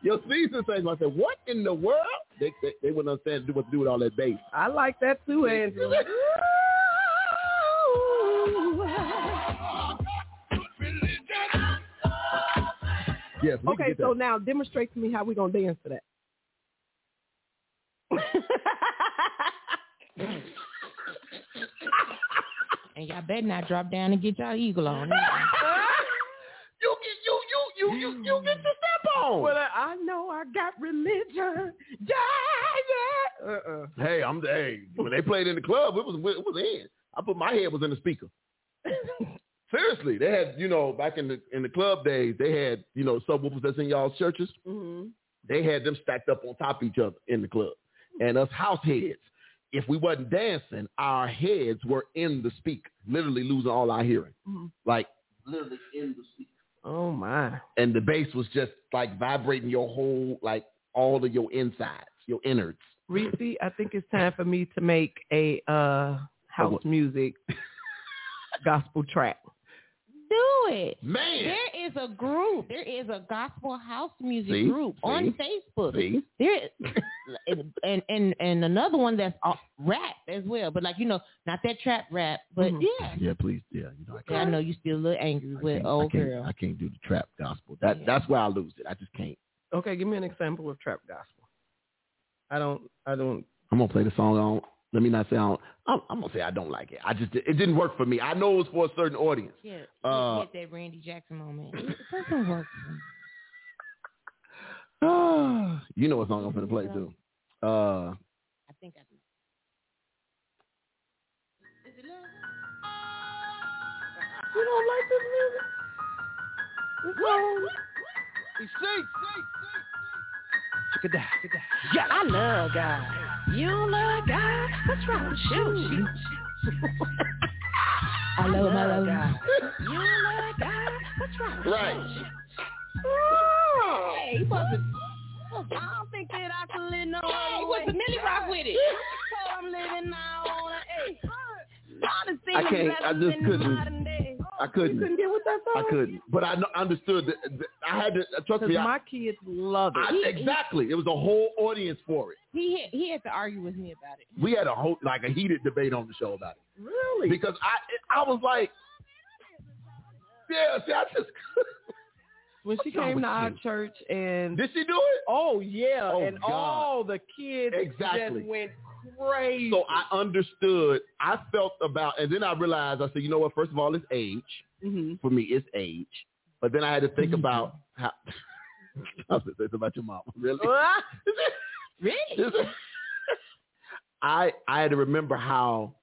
Speaker 4: Your season saints might say, "What in the world?" They they, they wouldn't understand do what to do with all that bass.
Speaker 2: I like that too, Angela.
Speaker 4: Yes. we can
Speaker 2: Okay,
Speaker 4: get
Speaker 2: so
Speaker 4: that.
Speaker 2: now demonstrate to me how we gonna dance to that.
Speaker 7: And y'all better not drop down and get y'all eagle on.
Speaker 4: you get you you you you you get your step on.
Speaker 2: Well, I know I got religion. Yeah, yeah. Uh-uh.
Speaker 4: hey, I'm the hey. When they played in the club, it was it was in. I put my head was in the speaker. Seriously, they had you know back in the in the club days, they had you know subwoofers that's in y'all's churches.
Speaker 2: Mm-hmm.
Speaker 4: they had them stacked up on top of each other in the club. And us house heads, if we wasn't dancing, our heads were in the speaker, literally losing all our hearing.
Speaker 2: Mhm.
Speaker 4: Like Mm-hmm. literally in the speaker.
Speaker 2: Oh my.
Speaker 4: And the bass was just like vibrating your whole, like all of your insides, your innards.
Speaker 2: Reese, I think it's time for me to make a uh house
Speaker 4: what?
Speaker 2: music gospel track.
Speaker 7: do it.
Speaker 4: Man.
Speaker 7: There is a group. There is a gospel house music
Speaker 4: See?
Speaker 7: group on
Speaker 4: See?
Speaker 7: Facebook.
Speaker 4: See?
Speaker 7: There and, and and and another one that's all- rap as well, but like you know, not that trap rap, but
Speaker 4: Mhm.
Speaker 7: yeah.
Speaker 4: Yeah, please. Yeah, you know, I
Speaker 7: I
Speaker 4: can't.
Speaker 7: know you still a little angry
Speaker 4: I
Speaker 7: with
Speaker 4: can't,
Speaker 7: old
Speaker 4: I can't,
Speaker 7: girl.
Speaker 4: I can't do the trap gospel. That
Speaker 7: Yeah.
Speaker 4: that's where I lose it. I just can't.
Speaker 2: Okay, give me an example of trap gospel. I don't. I don't.
Speaker 4: I'm gonna play the song. I don't, let me not say I don't, I'm, I'm gonna say I don't like it. I just it didn't work for me. I know it was for a certain audience.
Speaker 7: Yeah, just
Speaker 4: Uh,
Speaker 7: get that Randy Jackson moment. It doesn't work. for me.
Speaker 4: you know what song I'm gonna play too. Uh,
Speaker 7: I think I do. Is it love?
Speaker 4: you don't like this music?
Speaker 3: Yeah, I love God. You love God? What's wrong with you?
Speaker 7: I love my love.
Speaker 3: God. You love God? What's wrong with
Speaker 4: Right.
Speaker 7: Hey, he wasn't.
Speaker 9: I don't think that I can live no
Speaker 7: Hey,
Speaker 9: other way.
Speaker 7: what's the Millie Rock with it?
Speaker 9: So I'm living now on a eight. God has seen
Speaker 4: I
Speaker 9: the
Speaker 4: can't- I
Speaker 9: blessings
Speaker 4: just
Speaker 9: in the
Speaker 4: couldn't.
Speaker 9: modern day.
Speaker 4: I couldn't.
Speaker 2: get with that
Speaker 4: I couldn't. But I kn- understood. That, that I had to trust
Speaker 2: Because
Speaker 4: me. I-
Speaker 2: my kids love it.
Speaker 4: I, exactly. It was a whole audience for it.
Speaker 7: He had, he had to argue with me about it.
Speaker 4: We had a whole like a heated debate on the show about it.
Speaker 2: really?
Speaker 4: because I I was like, yeah, see, I just
Speaker 2: when she
Speaker 4: What's wrong
Speaker 2: came
Speaker 4: with
Speaker 2: to our
Speaker 4: you?
Speaker 2: church and
Speaker 4: did she do it?
Speaker 2: oh yeah,
Speaker 4: Oh,
Speaker 2: and
Speaker 4: God.
Speaker 2: all the kids
Speaker 4: Exactly.
Speaker 2: just went crazy.
Speaker 4: So I understood. I felt about, and then I realized. I said, you know what? First of all, it's age
Speaker 2: Mhm.
Speaker 4: for me. It's age. But then I had to think about how. I was gonna say something about your mom. Really?
Speaker 2: Uh-huh.
Speaker 7: Really?
Speaker 4: Is it- I I had to remember how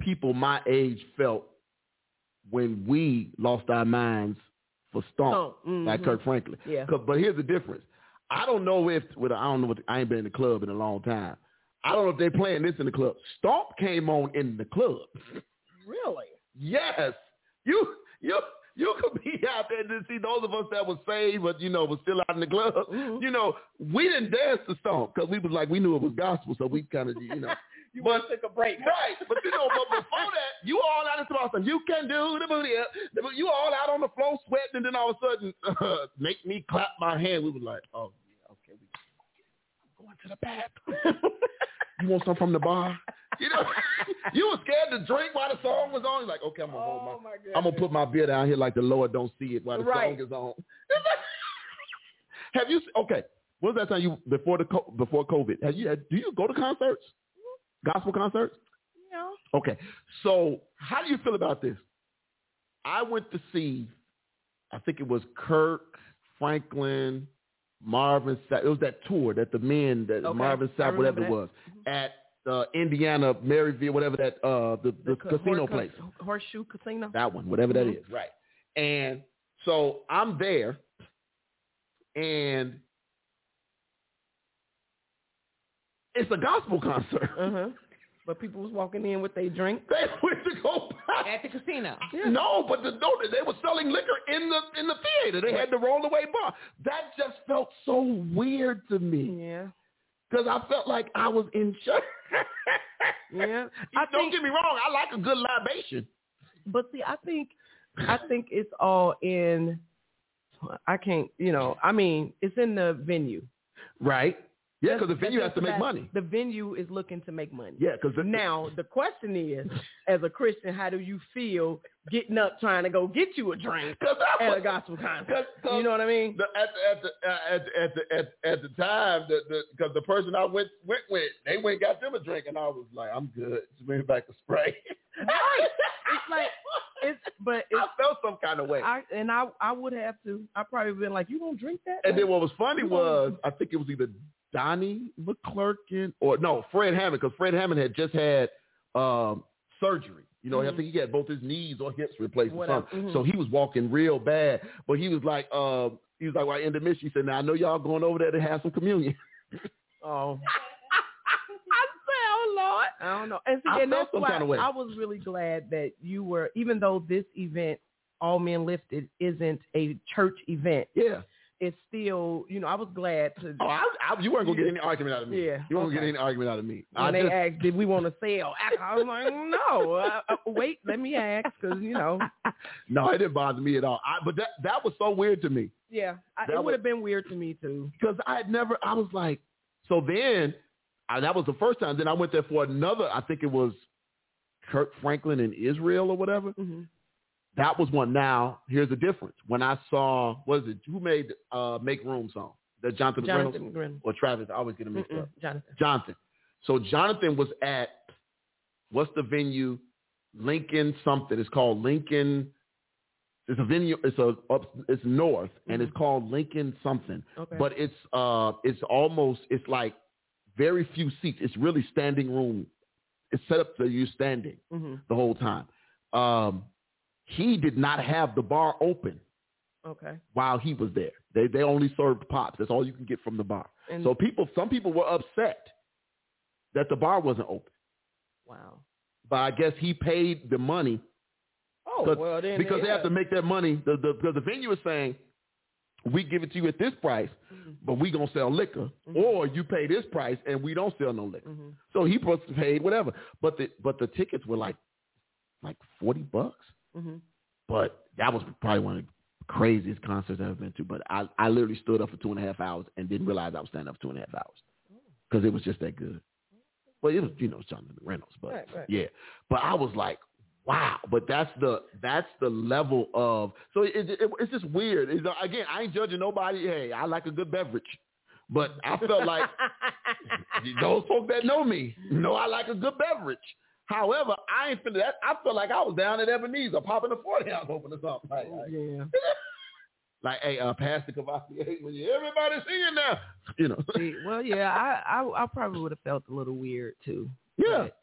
Speaker 4: people my age felt when we lost our minds for Stomp,
Speaker 2: So, mhm.
Speaker 4: like Kirk Franklin.
Speaker 2: Yeah.
Speaker 4: 'Cause- But here's the difference. I don't know if with I don't know what I ain't been in the club in a long time. I don't know if they're playing this in the club. Stomp came on in the club.
Speaker 2: Really?
Speaker 4: Yes, you you you could be out there to see those of us that was saved, but you know was still out in the club.
Speaker 2: Mm-hmm.
Speaker 4: You know, we didn't dance to stomp because we was like we knew it was gospel, so we kind of you know. you but, took a break, right? But you know, but before that, you all out in the awesome. You can do the booty up. The booty- You all out on the floor sweating, and then all of a sudden, make me clap my hand. We was like, oh yeah, okay, we going to the bathroom. you want something from the bar? You know, you were scared to drink while the song was on. You're like, okay, I'm gonna hold my, I'm gonna put my beer down here like the Lord don't see it while the
Speaker 2: Oh, Right.
Speaker 4: song is on. have you okay? What was that time you before the co- before COVID? Have you do you go to concerts? Gospel concerts?
Speaker 9: No.
Speaker 4: Okay. So how do you feel about this? I went to see, I think it was Kirk Franklin, Marvin. Sa- It was that tour that the men, that
Speaker 2: Okay.
Speaker 4: Marvin
Speaker 2: I
Speaker 4: Sapp, whatever
Speaker 2: remember
Speaker 4: it was, at uh, Indiana Maryville, whatever that uh, the, the,
Speaker 2: ca-
Speaker 4: casino
Speaker 2: horse-
Speaker 4: place.
Speaker 2: Horseshoe Casino.
Speaker 4: That one, whatever that
Speaker 2: Mhm.
Speaker 4: is, right? And so I'm there, and it's a gospel concert.
Speaker 2: Uh huh. But people was walking in with their drink.
Speaker 4: They went to go buy
Speaker 7: At the casino.
Speaker 4: No, but the, no, they were selling liquor in the in the theater. They had the rollaway bar. That just felt so weird to me
Speaker 2: Yeah.
Speaker 4: because I felt like I was in church.
Speaker 2: Yeah.
Speaker 4: I don't get me wrong. I like a good libation.
Speaker 2: But see, I think I think it's all in. I can't, you know. I mean, it's in the venue.
Speaker 4: Right? Yeah, because the
Speaker 2: That
Speaker 4: venue has to
Speaker 2: doesn't
Speaker 4: make
Speaker 2: matter.
Speaker 4: money.
Speaker 2: The venue is looking to make money.
Speaker 4: Yeah, because
Speaker 2: Now the question is, as a Christian, how do you feel getting up trying to go get you a drink
Speaker 4: Cause I
Speaker 2: at
Speaker 4: was,
Speaker 2: a gospel concert?
Speaker 4: Cause,
Speaker 2: You know what I mean?
Speaker 4: the, at the at the, uh, at, the- at the at at the time that the because the person I went went with they went and got them a drink and I was like I'm good just bring me back the spray.
Speaker 2: Right. It's like it's, but
Speaker 4: I
Speaker 2: it's,
Speaker 4: felt some kind of way.
Speaker 2: I and I I would have to. I probably been like, you won't drink that.
Speaker 4: And
Speaker 2: Like,
Speaker 4: then what was funny was I think it was either Donnie McClurkin or no Fred Hammond because Fred Hammond had just had um, surgery. You know, I think he had both his knees or hips replaced or
Speaker 2: Mm-hmm. Whatever.
Speaker 4: something.
Speaker 2: Mhm.
Speaker 4: So he was walking real bad. But he was like, um, he was like, well, in the mission, he said, now I know y'all going over there to have some communion.
Speaker 2: Oh. I say, oh Lord, I don't know. And see,
Speaker 4: I
Speaker 2: and
Speaker 4: felt
Speaker 2: that's
Speaker 4: some
Speaker 2: why
Speaker 4: kinda way.
Speaker 2: I was really glad that you were, even though this event, All Men Lifted, isn't a church event.
Speaker 4: Yeah.
Speaker 2: it's still, you know, I was glad to.
Speaker 4: Oh, I, I, you weren't gonna get any argument out of me.
Speaker 2: Yeah,
Speaker 4: you weren't
Speaker 2: okay.
Speaker 4: gonna get any argument out of me.
Speaker 2: when
Speaker 4: I
Speaker 2: they
Speaker 4: just,
Speaker 2: asked, did we want to sell alcohol? I was like, no. Uh, uh, wait, let me ask because, you know,
Speaker 4: no, it didn't bother me at all. I, but that that was so weird to me
Speaker 2: yeah, I,
Speaker 4: That
Speaker 2: it would have been weird to me too.
Speaker 4: because I had never. I was like, so then I, that was the first time. Then I went there for another. I think it was Kirk Franklin in Israel or whatever.
Speaker 2: Mm-hmm.
Speaker 4: That was one. Now here's the difference. When I saw, what is it? Who made uh, "Make Room" song? The Jonathan, Reynolds
Speaker 2: Jonathan Grin.
Speaker 4: or Travis? I always get them mixed
Speaker 2: Mm-mm,
Speaker 4: up.
Speaker 2: Jonathan.
Speaker 4: Jonathan. So Jonathan was at what's the venue? Lincoln something. It's called Lincoln. It's a venue. It's a up. It's north, and
Speaker 2: Mm-hmm.
Speaker 4: it's called Lincoln something.
Speaker 2: Okay.
Speaker 4: But it's uh, it's almost it's like very few seats. It's really standing room. It's set up so you're standing
Speaker 2: hmm
Speaker 4: the whole time. Um, he did not have the bar open
Speaker 2: Okay.
Speaker 4: while he was there. They they only served pops. That's all you can get from the bar.
Speaker 2: And
Speaker 4: So people, some people were upset that the bar wasn't open,
Speaker 2: wow.
Speaker 4: but I guess he paid the money
Speaker 2: Oh
Speaker 4: 'Cause-
Speaker 2: well, then
Speaker 4: because they
Speaker 2: yeah.
Speaker 4: have to make that money. The the because the venue is saying we give it to you at this price,
Speaker 2: Mm-hmm.
Speaker 4: but we gonna sell liquor,
Speaker 2: Mhm.
Speaker 4: or you pay this price and we don't sell no liquor.
Speaker 2: Mhm.
Speaker 4: So he must have paid whatever, but the but the tickets were like like forty bucks.
Speaker 2: Mhm.
Speaker 4: But that was probably one of the craziest concerts I've ever been to. But I I literally stood up for two and a half hours and didn't realize I was standing up for two and a half hours
Speaker 2: Oh.
Speaker 4: because it was just that good. Well, it was you know Jonathan Reynolds, but
Speaker 2: Right, right.
Speaker 4: yeah. But I was like, wow. But that's the that's the level of so it, it, it's just weird. It's, again, I ain't judging nobody. Hey, I like a good beverage, but I felt like those folk that know me know I like a good beverage. However, I ain't finna that. I felt like I was down at Ebenezer popping a forty ounce open or something. Like, like,
Speaker 2: Mm-hmm. yeah.
Speaker 4: like, hey, uh, Pastor Cavassier, hey, when you- everybody seeing now, you know,
Speaker 2: See, well, yeah. I I, I probably would have felt a little weird too.
Speaker 4: yeah.
Speaker 2: But,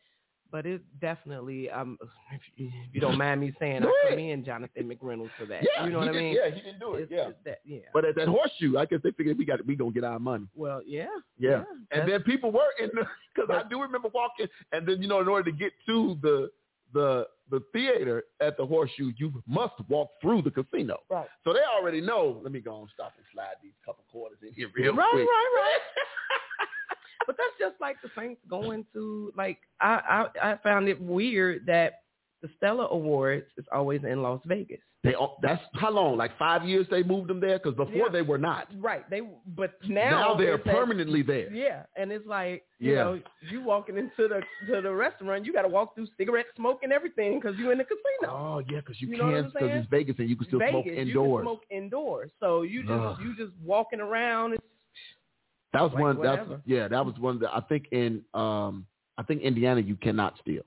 Speaker 2: but it definitely, um, if you, if you don't mind me saying,
Speaker 4: Go
Speaker 2: I
Speaker 4: ahead.
Speaker 2: commend Jonathan McReynolds for that.
Speaker 4: Yeah,
Speaker 2: you know what
Speaker 4: he
Speaker 2: I
Speaker 4: didn't-
Speaker 2: mean?
Speaker 4: Yeah, he didn't do it.
Speaker 2: It's-
Speaker 4: yeah,
Speaker 2: it's that, yeah.
Speaker 4: But at that horseshoe, I guess they figured we got we gonna get our money.
Speaker 2: well, yeah.
Speaker 4: Yeah.
Speaker 2: that's-
Speaker 4: and then people were in the because I do remember walking, and then you know in order to get to the the the theater at the horseshoe, you must walk through the casino.
Speaker 2: Right.
Speaker 4: So they already know. Let me go and stop and slide these couple quarters in here real
Speaker 2: Right, right,
Speaker 4: quick.
Speaker 2: right. but that's just like the Saints going to like I, I I found it weird that the Stella Awards is always in Las Vegas.
Speaker 4: They all, that's how long? Like five years they moved them there because before
Speaker 2: Yeah.
Speaker 4: they were not.
Speaker 2: Right. They but
Speaker 4: Now,
Speaker 2: now
Speaker 4: they're
Speaker 2: it's at-
Speaker 4: permanently there.
Speaker 2: Yeah, and it's like you
Speaker 4: Yeah.
Speaker 2: know you walking into the to the restaurant, you got to walk through cigarette smoke and everything because you in the casino.
Speaker 4: Oh yeah, because you,
Speaker 2: You know what
Speaker 4: can
Speaker 2: I'm
Speaker 4: because
Speaker 2: saying?
Speaker 4: it's Vegas and you can still
Speaker 2: Vegas,
Speaker 4: smoke indoors.
Speaker 2: You can smoke indoors, so you just
Speaker 4: Ugh.
Speaker 2: you just walking around. It's,
Speaker 4: That was
Speaker 2: Like,
Speaker 4: one. That's
Speaker 2: whatever.
Speaker 4: yeah. That was one that I think in um I think Indiana you cannot steal.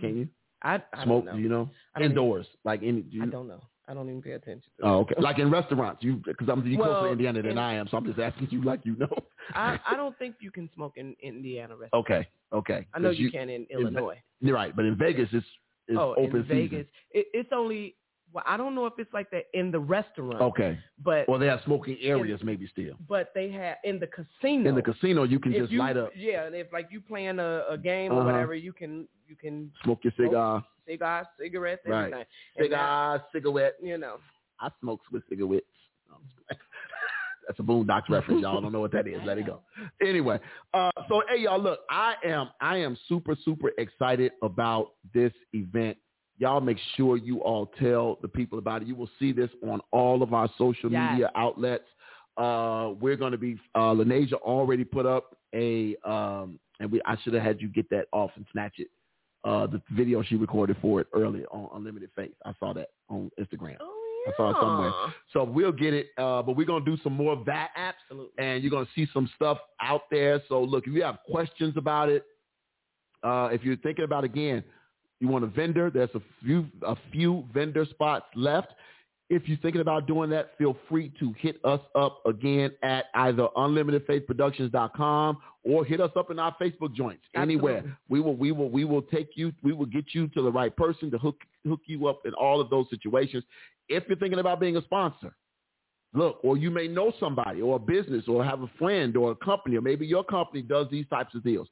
Speaker 4: Can you
Speaker 2: I, I
Speaker 4: smoke?
Speaker 2: Don't know.
Speaker 4: You know
Speaker 2: I don't
Speaker 4: indoors like any. You,
Speaker 2: Even, I don't know. I don't even pay attention. to
Speaker 4: Oh okay. Like in restaurants, you because I'm you closer to
Speaker 2: Well,
Speaker 4: Indiana than
Speaker 2: in-
Speaker 4: I am, so I'm just asking you like you know.
Speaker 2: I, I don't think you can smoke in Indiana restaurants.
Speaker 4: okay. Okay.
Speaker 2: I know
Speaker 4: 'Cause
Speaker 2: you, can in Illinois.
Speaker 4: You're right, but in Vegas it's it's
Speaker 2: oh,
Speaker 4: open
Speaker 2: in
Speaker 4: season.
Speaker 2: Vegas, it, it's only. Well, I don't know if it's like that in the restaurant,
Speaker 4: Okay.
Speaker 2: but
Speaker 4: Or they have smoking areas maybe still.
Speaker 2: but they have in the casino.
Speaker 4: In the casino you can
Speaker 2: if
Speaker 4: just
Speaker 2: you-
Speaker 4: light up,
Speaker 2: Yeah, and if like you playing a, a game
Speaker 4: Uh-huh.
Speaker 2: or whatever, you can you can
Speaker 4: smoke your cigar,
Speaker 2: cigar, cigarettes,
Speaker 4: Right.
Speaker 2: everything. And
Speaker 4: cigar, cigarette.
Speaker 2: that, you know.
Speaker 4: I smoke with cigarettes. No, I'm just playing. That's a Boondocks reference. Y'all don't know what that is. Let it go. Anyway, uh, so hey y'all, look, I am I am super super excited about this event. Y'all make sure you all tell the people about it. You will see this on all of our social
Speaker 2: Yes.
Speaker 4: media outlets. Uh, we're going to be. Uh, Lanasia already put up a, um, and we I should have had you get that off and snatch it. Uh, the video she recorded for it earlier on Unlimited Faith. I saw that on Instagram.
Speaker 2: Oh,
Speaker 4: I saw it somewhere.
Speaker 2: yeah.
Speaker 4: So we'll get it, uh, but we're gonna do some more of that,
Speaker 2: Absolutely.
Speaker 4: and you're gonna see some stuff out there. So look, if you have questions about it, uh, if you're thinking about again, you want a vendor. There's a few a few vendor spots left. If you're thinking about doing that, feel free to hit us up again at either unlimitedfaithproductions.com or hit us up in our Facebook joints. Anywhere
Speaker 2: Absolutely.
Speaker 4: we will we will we will take you we will get you to the right person to hook hook you up in all of those situations. If you're thinking about being a sponsor, look, or you may know somebody or a business or have a friend or a company or maybe your company does these types of deals.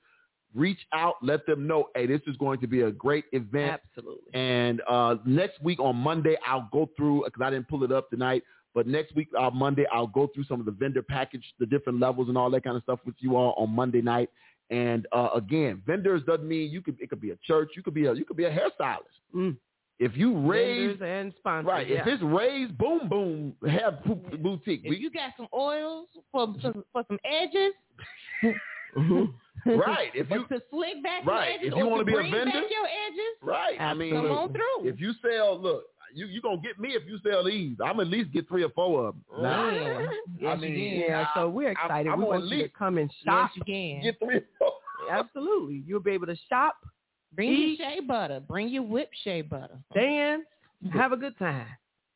Speaker 4: Reach out, let them know, hey, this is going to be a great event.
Speaker 2: Absolutely.
Speaker 4: And uh, next week on Monday, I'll go through because I didn't pull it up tonight. But next week, uh, Monday, I'll go through some of the vendor package, the different levels, and all that kind of stuff with you all on Monday night. And uh, again, vendors doesn't mean you could. It could be a church. You could be a you could be a hairstylist. If you raise
Speaker 2: Mm. Vendors and sponsors.
Speaker 4: right,
Speaker 2: yeah.
Speaker 4: if it's raised, boom boom, have Poop boutique.
Speaker 7: If you got some oils for some, for some edges,
Speaker 4: right, if you
Speaker 7: to slick back
Speaker 4: Right.
Speaker 7: your edges,
Speaker 4: If you
Speaker 7: or
Speaker 4: wanna
Speaker 7: to
Speaker 4: be a
Speaker 7: bring back
Speaker 4: vendor,
Speaker 7: your edges,
Speaker 4: Right. I mean,
Speaker 7: come
Speaker 4: look,
Speaker 7: on through.
Speaker 4: if you sell, look, you you gonna get me if you sell these. I'm at least get three or four of them. Now,
Speaker 7: yeah.
Speaker 4: I
Speaker 2: Yes, you
Speaker 4: mean,
Speaker 2: can.
Speaker 4: I-
Speaker 2: so we're excited.
Speaker 4: I'm
Speaker 2: we
Speaker 4: on
Speaker 2: want you to
Speaker 4: leave.
Speaker 2: come and shop.
Speaker 7: Yes, you can.
Speaker 4: get three. Or four.
Speaker 2: Absolutely, you'll be able to shop,
Speaker 7: Bring your
Speaker 2: eat.
Speaker 7: shea butter. Bring your whipped shea butter.
Speaker 2: dance, have a good time.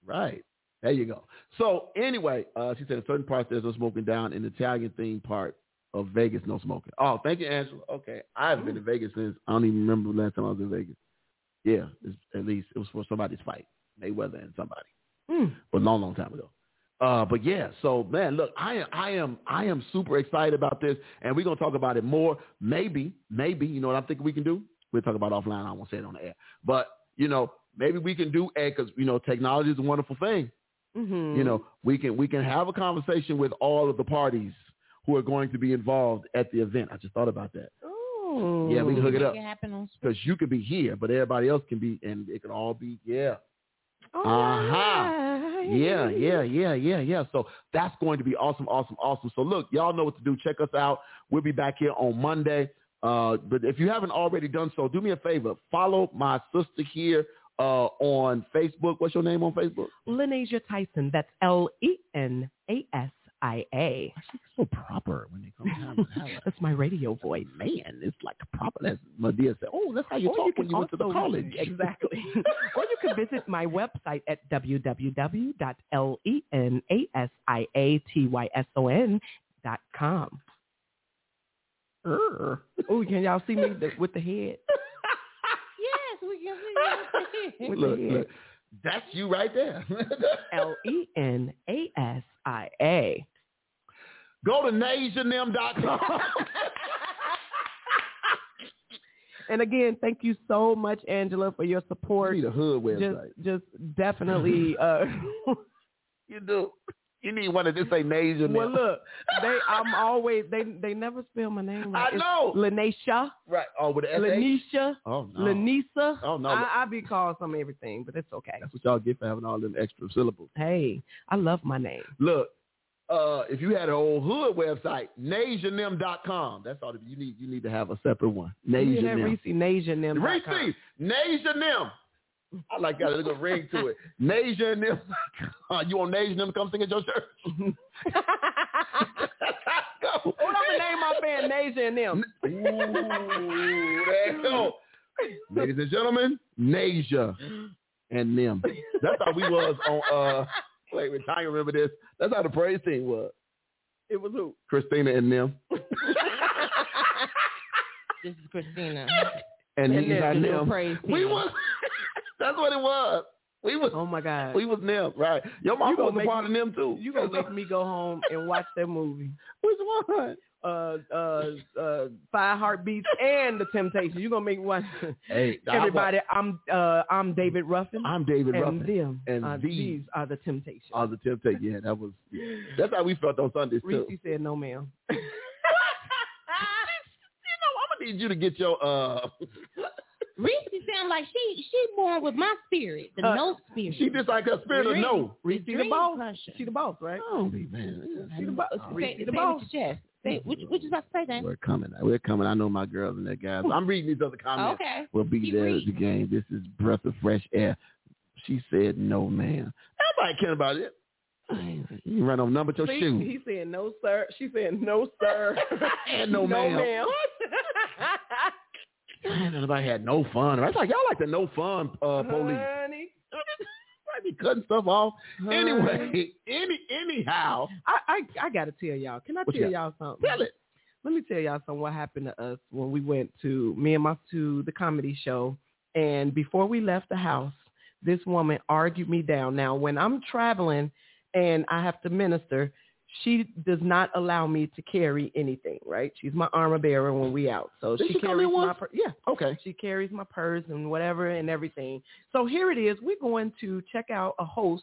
Speaker 4: Right. There you go. So anyway, uh, she said in certain parts there's no smoking down. In the Italian themed part of Vegas, no smoking. Oh, thank you, Angela. Okay, I haven't been to Vegas since I don't even remember the last time I was in Vegas. Yeah, it's, at least it was for somebody's fight, Mayweather and somebody.
Speaker 2: Mm.
Speaker 4: but long, long time ago. Uh, but yeah, so man, look, I am, I am, I am super excited about this, and we're gonna talk about it more. Maybe, maybe, you know what I'm thinking we can do? We'll talk about it offline. I won't say it on the air, but you know, maybe we can do a because you know, technology is a wonderful thing.
Speaker 2: Mm-hmm.
Speaker 4: You know, we can we can have a conversation with all of the parties who are going to be involved at the event. I just thought about that
Speaker 2: Ooh.
Speaker 4: Yeah, we can hook it
Speaker 7: Make
Speaker 4: up.
Speaker 7: It happen on
Speaker 4: because you could be here, but everybody else can be, and it can all be yeah.
Speaker 2: Alright.
Speaker 4: Uh-huh. Yeah, yeah, yeah, yeah, yeah. So that's going to be awesome, awesome, awesome. So look, y'all know what to do. Check us out. We'll be back here on Monday. Uh, but if you haven't already done so, do me a favor. Follow my sister here uh, on Facebook. What's your name on Facebook?
Speaker 2: Lenasia Tyson. That's L E N A S I A.
Speaker 4: She's so proper when it comes to
Speaker 2: That's my radio voice.
Speaker 4: Boy, man, it's like proper. That's Medea said. Oh, that's how you
Speaker 2: Or
Speaker 4: talk when
Speaker 2: can
Speaker 4: you went to the
Speaker 2: also-
Speaker 4: college.
Speaker 2: Exactly. or you can visit my website at e www.lenasiatyson.com.
Speaker 4: Err.
Speaker 2: Oh, can y'all see me th- with the head?
Speaker 7: Yes, we can see it.
Speaker 2: With
Speaker 4: Look,
Speaker 2: the head.
Speaker 4: look, that's you right there.
Speaker 2: L E N A S I A.
Speaker 4: Go to nasianem.com.
Speaker 2: And again, thank you so much, Angela, for your support.
Speaker 4: Need a hood
Speaker 2: Just,
Speaker 4: website.
Speaker 2: just definitely. Uh,
Speaker 4: You do. You need one that just say Nasia.
Speaker 2: well, look, they. I'm always. They. They never spell my name right.
Speaker 4: I know.
Speaker 2: It's Lanisha,
Speaker 4: right. Oh, with the S-H?
Speaker 2: Lanisha,
Speaker 4: Oh, no.
Speaker 2: Lanisa.
Speaker 4: Oh, no.
Speaker 2: I, I be called some everything, but it's okay.
Speaker 4: That's what y'all get for having all them extra syllables.
Speaker 2: Hey, I love my name.
Speaker 4: Look, uh, if you had an old hood website, nasianem.com. That's all. that- You need You need to have a separate one. Nasianem.
Speaker 2: Reese, Nasia, and them.
Speaker 4: Reese, Nasianem. I like that. There's a ring to it. Nasianem.com. You want Nasianem to come sing at your church? That's how it goes.
Speaker 2: What I'm gonna name my band Nasia and them.
Speaker 4: Ooh, there you go. Ladies and gentlemen, Nasia and them. That's how we was on uh wait, wait, I remember this. That's how the praise team was.
Speaker 2: It was who?
Speaker 4: Christina and them.
Speaker 7: This is Christina.
Speaker 4: And,
Speaker 7: And
Speaker 4: these
Speaker 7: this
Speaker 4: are
Speaker 7: is your
Speaker 4: them.
Speaker 7: praise
Speaker 4: We
Speaker 7: team.
Speaker 4: was that's what it was. We was
Speaker 2: Oh my God.
Speaker 4: we was them, right. Your mom
Speaker 2: You gonna
Speaker 4: was a
Speaker 2: make
Speaker 4: part of them too.
Speaker 2: You gonna make me go home and watch that movie?
Speaker 4: which one?
Speaker 2: uh, uh, uh, Five Heartbeats and The Temptations. You're gonna make me watch
Speaker 4: Hey, I was-
Speaker 2: everybody. I'm uh, I'm David Ruffin.
Speaker 4: I'm David
Speaker 2: and
Speaker 4: Ruffin.
Speaker 2: them
Speaker 4: and
Speaker 2: uh,
Speaker 4: these
Speaker 2: these are the Temptations.
Speaker 4: Oh, the temptation. Yeah, that was yeah. that's how we felt on Sundays too.
Speaker 2: Reese said, "No, ma'am."
Speaker 4: I Oh, need you to get your uh
Speaker 7: Reese sound like she she born with my spirit, the
Speaker 2: Uh,
Speaker 7: no spirit.
Speaker 4: she just like a spirit of no.
Speaker 2: Reese the
Speaker 7: dream
Speaker 2: boss.
Speaker 7: crusher.
Speaker 2: She the boss, right?
Speaker 4: Oh man.
Speaker 2: She the boss.
Speaker 7: Say,
Speaker 2: Reese
Speaker 7: say
Speaker 2: the boss.
Speaker 7: What you just. Say what you, what you about to say, Dan?
Speaker 4: We're coming. We're coming. I know my girls and their guys. I'm reading these other comments.
Speaker 7: Okay.
Speaker 4: We'll be
Speaker 7: Keep
Speaker 4: there at the game.
Speaker 7: reading.
Speaker 4: This is breath of fresh air. She said no, man. Nobody caring about it. I ain't- You run over number your
Speaker 2: See,
Speaker 4: shoe.
Speaker 2: he said, "No, sir." She said, "No, sir."
Speaker 4: And no, ma'am. Man, nobody had no fun. I was like, y'all like the no fun uh, police.
Speaker 2: Honey,
Speaker 4: Might be cutting stuff off. Anyway, any anyhow,
Speaker 2: I, I I gotta tell y'all. Can I
Speaker 4: What you
Speaker 2: tell
Speaker 4: got?
Speaker 2: y'all something?
Speaker 4: tell it.
Speaker 2: let me tell y'all something what happened to us when we went to me and my to the comedy show and before we left the house this woman argued me down now when i'm traveling and i have to minister she does not allow me to carry anything right she's my armor bearer when we out so
Speaker 4: Did she come in
Speaker 2: carries my
Speaker 4: once?
Speaker 2: pur- yeah
Speaker 4: Okay.
Speaker 2: she carries my purse and whatever and everything. So here it is. We're going to check out a host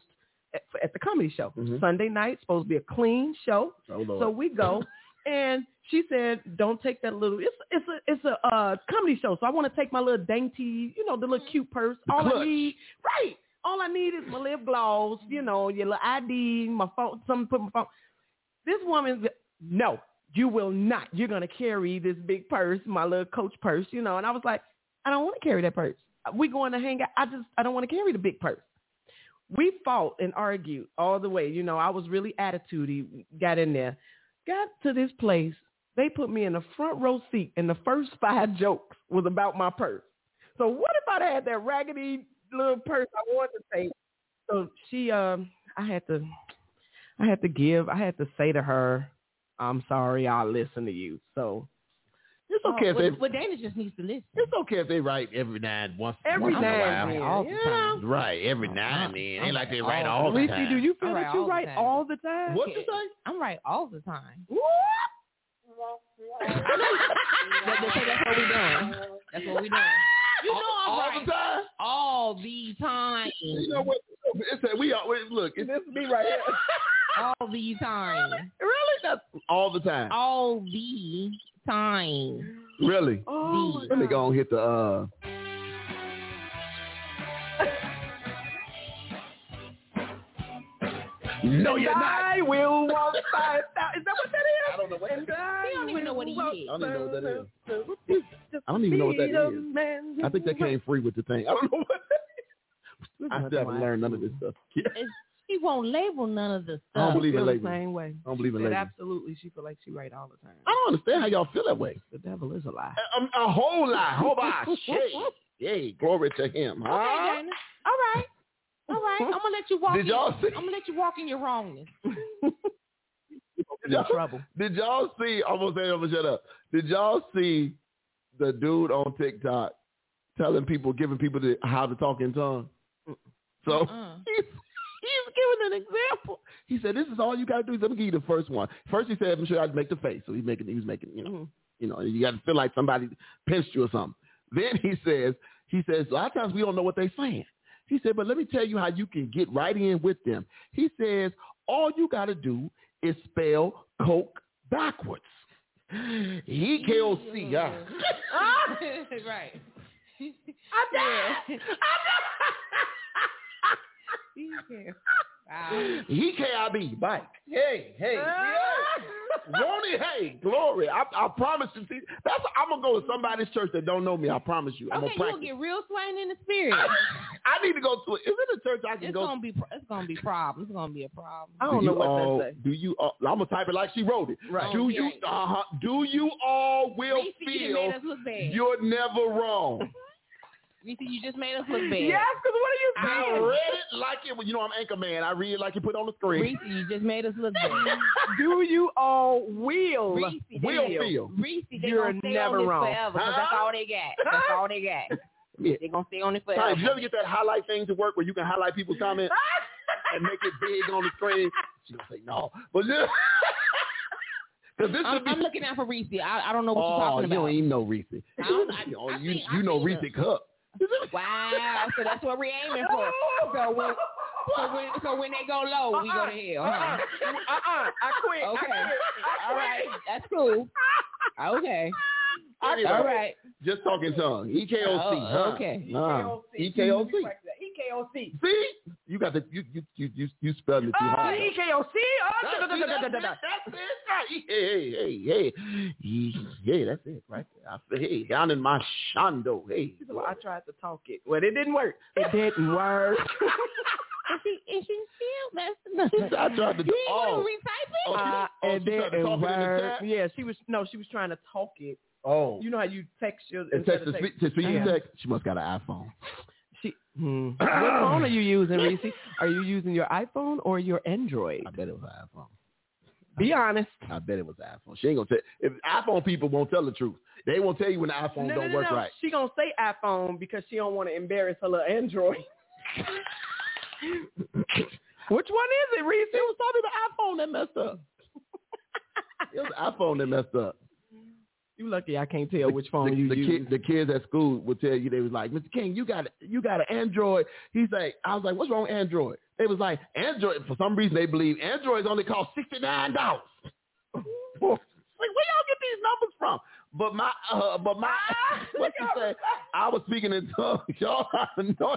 Speaker 2: at, at the comedy show. Sunday night, supposed to be a clean show.
Speaker 4: Oh, Lord.
Speaker 2: So we go, and she said, "Don't take that little. It's it's a it's a uh, comedy show, so I want to take my little dainty, you know, the little cute purse. all I
Speaker 4: clutch.
Speaker 2: need, right? All I need is my lip gloss, you know, your little ID, my phone. Some put my phone. This woman, no, you will not. You're gonna carry this big purse, my little coach purse, you know. And I was like, I don't want to carry that purse. We going to hang out. I just I don't want to carry the big purse we fought and argued all the way. You know, I was really attitudey, got in there. Got to this place, they put me in the front row seat and the first five jokes was about my purse. So what if I'd had that raggedy little purse I wanted to take? So she um I had to I had to give I had to say to her, I'm sorry, I'll listen to you. So
Speaker 4: It's okay
Speaker 7: Oh,
Speaker 4: if
Speaker 7: well,
Speaker 4: they
Speaker 7: well, Dana just needs to listen.
Speaker 4: it's okay if they write every nine once
Speaker 7: Oh,
Speaker 2: every
Speaker 4: once in a
Speaker 2: now and
Speaker 4: while.
Speaker 2: then,
Speaker 7: All the
Speaker 2: you
Speaker 7: time.
Speaker 2: know?
Speaker 4: Right, every now and then. Ain't like they write
Speaker 7: Oh,
Speaker 4: all the
Speaker 2: Reese, do
Speaker 4: time.
Speaker 2: you
Speaker 7: I
Speaker 2: feel
Speaker 7: write
Speaker 2: that
Speaker 7: all
Speaker 2: you
Speaker 7: the
Speaker 2: write
Speaker 7: time.
Speaker 2: all the time?
Speaker 4: What you say?
Speaker 7: I'm right all the time.
Speaker 2: What?
Speaker 7: That- that- so that's what we're doing. That's what we're doing. You know I'm
Speaker 4: all
Speaker 7: right
Speaker 4: the time?
Speaker 7: all the time.
Speaker 4: You know what? It's that we all wait, look. It's, this me right here.
Speaker 7: All the time.
Speaker 4: really? That's all the time.
Speaker 7: All the time.
Speaker 4: Really?
Speaker 7: Oh,
Speaker 4: Let me go and hit the. uh No, you're not.
Speaker 2: I will walk five thousand. Is that what that is?
Speaker 4: I don't know what
Speaker 2: And I
Speaker 7: He don't even know what he
Speaker 2: will
Speaker 7: is.
Speaker 4: I don't even know what that
Speaker 2: walk-
Speaker 4: I don't even know what that
Speaker 2: Be the
Speaker 4: is.
Speaker 2: man
Speaker 4: I think that
Speaker 2: who-
Speaker 4: came free with the thing. I don't know what. That is. I still haven't learned none of this stuff. Yeah.
Speaker 7: She won't label none of the stuff.
Speaker 4: I don't believe in
Speaker 2: Feel the
Speaker 4: labels. I
Speaker 2: Same way.
Speaker 4: don't believe in
Speaker 2: Said
Speaker 4: labels.
Speaker 2: absolutely, she feel like she right all the time.
Speaker 4: I don't understand how y'all feel that way.
Speaker 2: The devil is a lie.
Speaker 4: A, a- a whole lot. Oh my shit. Yay, glory to him.
Speaker 7: Okay,
Speaker 4: Huh?
Speaker 7: Dana. All right. All right. I'm gonna let you walk.
Speaker 4: Did
Speaker 7: in-
Speaker 4: y'all see?
Speaker 7: I'm gonna let you walk in your wrongness.
Speaker 4: Did y'all,
Speaker 2: Trouble.
Speaker 4: did y'all see? Almost said I'm gonna shut up. Did y'all see the dude on TikTok telling people, giving people the, how to talk in tongue? So
Speaker 7: Uh-uh.
Speaker 4: he's, he's giving an example. He said, "This is all you gotta do. Let me give you the first one. First, he said, "I'm sure I'd make the face." So he making, he was making, you know, you know, you gotta feel like somebody pinched you or something. Then he says, he says, a lot of times we don't know what they're saying. He said, but let me tell you how you can get right in with them. He says, all you got to do is spell Coke backwards. E-K-O-C. Yeah.
Speaker 7: right. I did. Yeah.
Speaker 2: Ah,
Speaker 7: Wow.
Speaker 4: E-K-I-B. Mike. Hey, hey. yeah. Won't it? Hey, glory. I, I promise you. See, that's, I'm going to go to somebody's church that don't know me. I promise you. I'm
Speaker 7: Okay,
Speaker 4: going
Speaker 7: you'll
Speaker 4: to practice.
Speaker 7: get real swain in the spirit.
Speaker 4: I need to go to it. Is it a church I can
Speaker 7: It's
Speaker 4: go
Speaker 7: gonna be it's gonna be problems. It's gonna be a problem.
Speaker 2: I don't
Speaker 4: do
Speaker 2: know
Speaker 4: you
Speaker 2: what
Speaker 4: all,
Speaker 2: that say.
Speaker 4: Do you? All, I'm gonna type it like she wrote it.
Speaker 2: Right.
Speaker 4: Do
Speaker 7: Oh,
Speaker 4: you?
Speaker 7: yeah.
Speaker 4: Uh huh. Do you all will
Speaker 7: Reese, you done made
Speaker 4: feel
Speaker 7: us look bad.
Speaker 4: you're never wrong?
Speaker 7: Reese, you just made us look bad.
Speaker 2: Yes, because what are you
Speaker 4: I
Speaker 2: saying?
Speaker 4: read it like it. was- You know, I'm anchor man. I read it like you put on the screen.
Speaker 7: Reese, you just made us look bad.
Speaker 2: Do you all will?
Speaker 7: Reese, they
Speaker 4: Will
Speaker 7: gonna-
Speaker 4: feel.
Speaker 7: Reese, they
Speaker 2: You're
Speaker 7: gonna stay
Speaker 2: never
Speaker 7: on this
Speaker 2: wrong.
Speaker 7: forever 'cause that's
Speaker 4: Huh?
Speaker 7: all they got. That's all they got.
Speaker 4: Yeah.
Speaker 7: They gonna stay on it
Speaker 4: Ty, did you
Speaker 7: forever.
Speaker 4: ever get that highlight thing to work where you can highlight people's comments and make it big on the screen? She gonna say no, but because this
Speaker 7: I'm,
Speaker 4: should be.
Speaker 7: I'm looking out for Reese. I, I don't know what
Speaker 4: oh,
Speaker 7: you're talking
Speaker 4: you
Speaker 7: about.
Speaker 4: don't even know Reese. You,
Speaker 7: I don't- I- I
Speaker 4: you,
Speaker 7: think- I
Speaker 4: you know Reese
Speaker 7: think
Speaker 4: Cup.
Speaker 7: Wow. So that's what we're aiming for. So when, so when, so when they go low, we go to hell. huh?
Speaker 2: Uh-uh. I quit. I
Speaker 7: Okay.
Speaker 2: quit.
Speaker 7: All right. That's cool. Okay.
Speaker 4: Anyway,
Speaker 7: All right.
Speaker 4: Just talking tongue. E EKOC.
Speaker 7: Oh,
Speaker 4: huh?
Speaker 7: okay.
Speaker 4: Nah.
Speaker 2: E
Speaker 4: E
Speaker 7: E
Speaker 4: EKOC.
Speaker 2: EKOC.
Speaker 4: See, you got the you you you you, you spelled it too
Speaker 2: Oh,
Speaker 4: hard.
Speaker 7: E
Speaker 2: EKOC.
Speaker 4: That's
Speaker 2: Oh, da, da, da,
Speaker 4: it,
Speaker 2: da, da,
Speaker 4: that's
Speaker 2: da, da.
Speaker 4: it, that's it. Hey, hey, hey, hey. Ye- Yeah, that's it right there. I feel- Hey, down in my shondo. Hey.
Speaker 2: Well, I tried to talk it. Well, it didn't work. It didn't work.
Speaker 7: Is she, is she still
Speaker 4: I tried to do all.
Speaker 7: retype
Speaker 4: Oh, she-
Speaker 2: Uh,
Speaker 4: oh,
Speaker 2: it
Speaker 4: she tried
Speaker 2: didn't
Speaker 4: to talk it in the
Speaker 2: work.
Speaker 4: chat?
Speaker 2: Yeah, she was no, she was trying to talk it.
Speaker 4: Oh.
Speaker 2: You know how you text your
Speaker 4: And
Speaker 2: instead
Speaker 4: text
Speaker 2: of
Speaker 4: to speak, to speak
Speaker 2: Yeah.
Speaker 4: text. She must got an iPhone.
Speaker 2: She, hmm. what phone are you using, Reese? Are you using your iPhone or your Android?
Speaker 4: I bet it was an iPhone.
Speaker 2: Be honest.
Speaker 4: I bet it was an iPhone. She ain't gonna tell. If iPhone people won't tell the truth, they won't tell you when the iPhone
Speaker 2: no,
Speaker 4: don't
Speaker 2: no,
Speaker 4: work
Speaker 2: no.
Speaker 4: right.
Speaker 2: She gonna say iPhone because she don't want to embarrass her little Android. Which one is it, Reese?
Speaker 4: It was probably the iPhone that messed up. it was the iPhone that messed up.
Speaker 2: You lucky I can't tell which phone
Speaker 4: the,
Speaker 2: you
Speaker 4: the,
Speaker 2: use.
Speaker 4: kid, the kids at school would tell you they was like, Mr. King, you got you got an Android. He's like, I was like, what's wrong with Android? They was like, Android. For some reason, they believe Androids only cost sixty nine dollars. like, where y'all get these numbers from? But my, uh, but my, what you say? I was speaking in tongues. Y'all are annoying.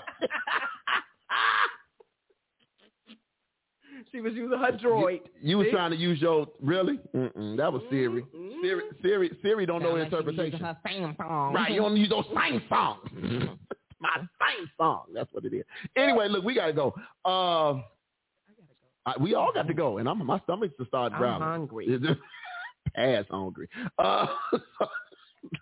Speaker 2: She was using her droid.
Speaker 4: You was trying to use your really? Mm-mm, that was Siri. Siri, Siri, Siri don't know
Speaker 7: Sound like she was
Speaker 4: interpretation.
Speaker 7: using her same phone.
Speaker 4: Right, you don't use those same songs. My same song. That's what it is. Anyway, look, we gotta go. Uh, I, Uh, we all got to go, and I'm my stomach's to start
Speaker 2: I'm
Speaker 4: growling.
Speaker 2: hungry.
Speaker 4: Ass hungry. Uh,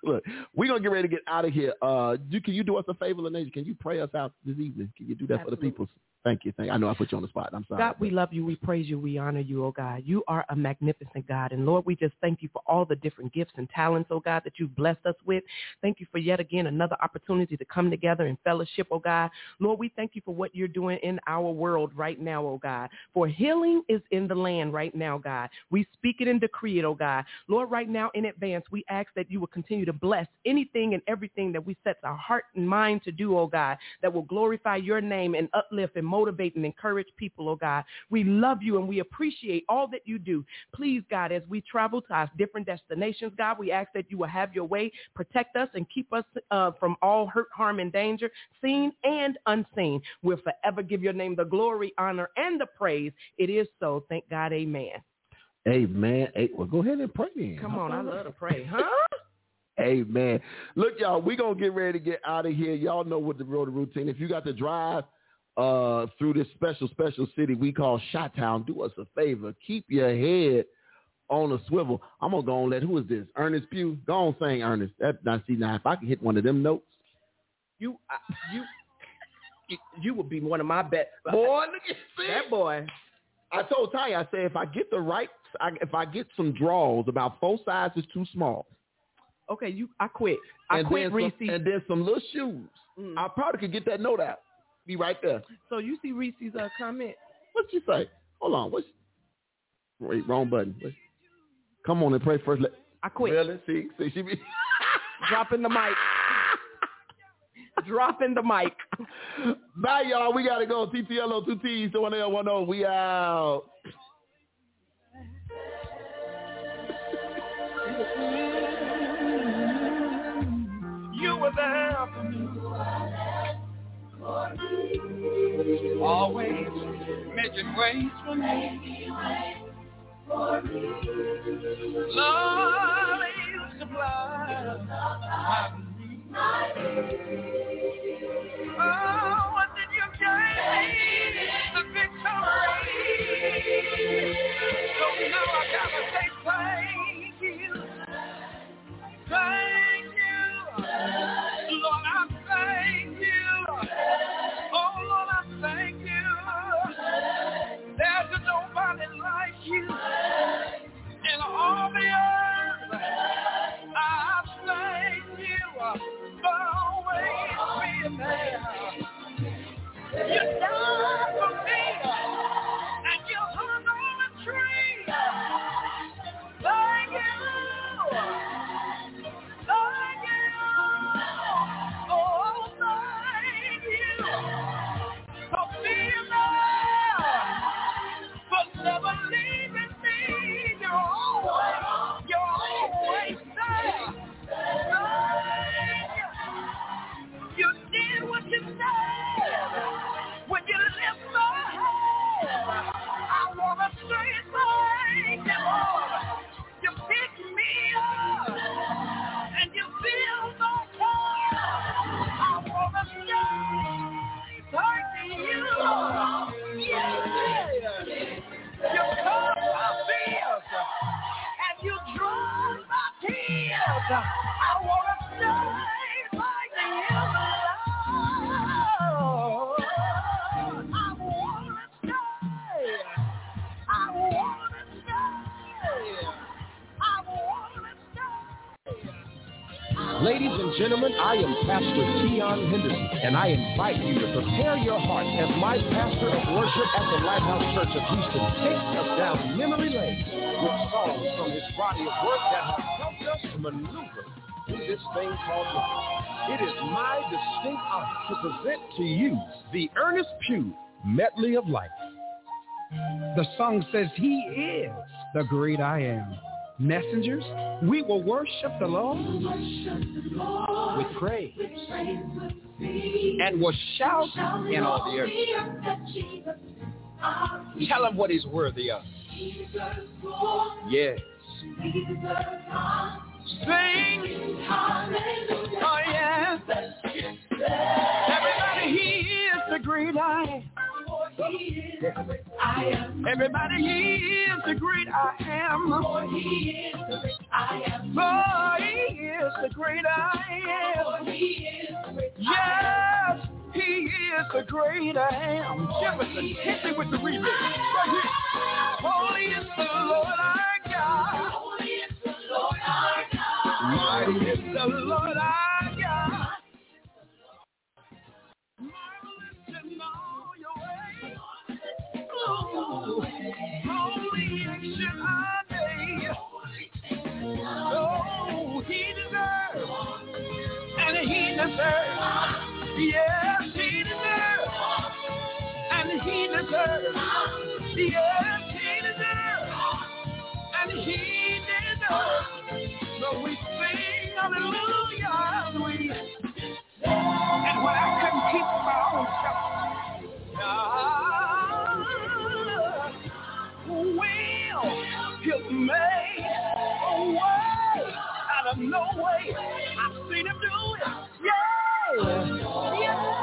Speaker 4: look, we're gonna get ready to get out of here. Uh, you, can you do us a favor, Lanisha? Can you pray us out this evening? Can you do that for
Speaker 2: Absolutely.
Speaker 4: the people? Thank you. Thank. I know I put you on the spot. I'm sorry.
Speaker 2: God, we love you. We praise you. We honor you, oh God. You are a magnificent God. And Lord, we just thank you for all the different gifts and talents, oh God, that you've blessed us with. Thank you for yet again another opportunity to come together in fellowship, oh God. Lord, we thank you for what you're doing in our world right now, oh God. For healing is in the land right now, God. We speak it and decree it, oh God. Lord, right now in advance, we ask that you will continue to bless anything and everything that we set our heart and mind to do, oh God, that will glorify your name and uplift and motivate and encourage people, oh God. We love you and we appreciate all that you do. Please, God, as we travel to our different destinations, God, we ask that you will have your way, protect us, and keep us uh, from all hurt, harm, and danger, seen and unseen. We'll forever give your name the glory, honor, and the praise. It is so. Thank God. Amen.
Speaker 4: Amen. Hey, well, go ahead and pray then.
Speaker 2: Come on. I
Speaker 4: All right.
Speaker 2: love to pray, huh?
Speaker 4: Amen. Look, y'all, we gonna get ready to get out of here. Y'all know what the road routine. If you got to drive uh, through this special, special city we call Shot Town, do us a favor. Keep your head on a swivel. I'm gonna go on let who is this? Ernest Pugh. Go on sing Ernest. That now see now if I can hit one of them notes.
Speaker 2: You, I, you, you, you would be one of my best.
Speaker 4: Boy, look at
Speaker 2: That boy.
Speaker 4: I told Tanya, I said if I get the right I, if I get some draws about four sizes too small.
Speaker 2: Okay, you. I quit. I
Speaker 4: and
Speaker 2: quit,
Speaker 4: then
Speaker 2: Reese.
Speaker 4: some, and then some little shoes.
Speaker 2: Mm.
Speaker 4: I probably could get that note out. Be right there.
Speaker 2: so you see Reese's uh, comment.
Speaker 4: What you say? Hold on. What's wait? Wrong button. Wait. Come on and pray first. Let-
Speaker 2: I quit.
Speaker 4: Really? See, see, she be.
Speaker 2: Dropping the mic. Dropping the mic.
Speaker 4: Bye, y'all. We gotta go. TTLO two T's to one L one O. We out.
Speaker 10: You were there for me. Always making ways for me. Love you supply my needs. Oh, what did you give me? The victory. So now I gotta say thank you. Thank you. Lord, I thank you. Oh, Lord, I thank you. There's nobody like you in all the earth. I thank you for always being there. You died for me, and you hung on a tree. Thank you. Thank you. Oh, thank you for being there, for never leaving me. You're always, you're always there. Thank you. You did what you said when you lift my head. I wanna say thank you, Lord. You picked me up and you feel the fire. I wanna say thank you. Yeah. You cut my fears and you dry my tears. I wanna say thank you. Lord. I wanna say I wanna stay. I wanna stay. I
Speaker 4: Ladies and gentlemen, I am Pastor Keon Henderson, and I invite you to prepare your heart as my pastor of worship at the Lighthouse Church of Houston takes us down memory lane with songs from his body of work that have helped us to maneuver through this thing called life. It is my distinct honor to present to you the Ernest Pugh Medley of Life.
Speaker 2: The song says he is the great I am. Messengers, we will worship the Lord with praise and will shout in all the earth. Tell him what he's worthy of. Yes.
Speaker 10: Sing. Oh, yeah. Everybody, he is the great I am. Everybody, he is the great I am. Lord, he is the great I am. Yes, he is the great I am. Jefferson, hit me with the remix. Right here. Holy is the Lord our God. Mighty is the Lord our God. Marvelous in all your ways. Oh, holy action I made. Oh, he deserves. And he deserves. Yes, he deserves. And he deserves. Yes, he deserves and he did it. So we sing hallelujah. We, and when I couldn't keep my own self, God will he'll make a way out of no way. I've seen him do it. Yeah. Yeah. Oh, yeah.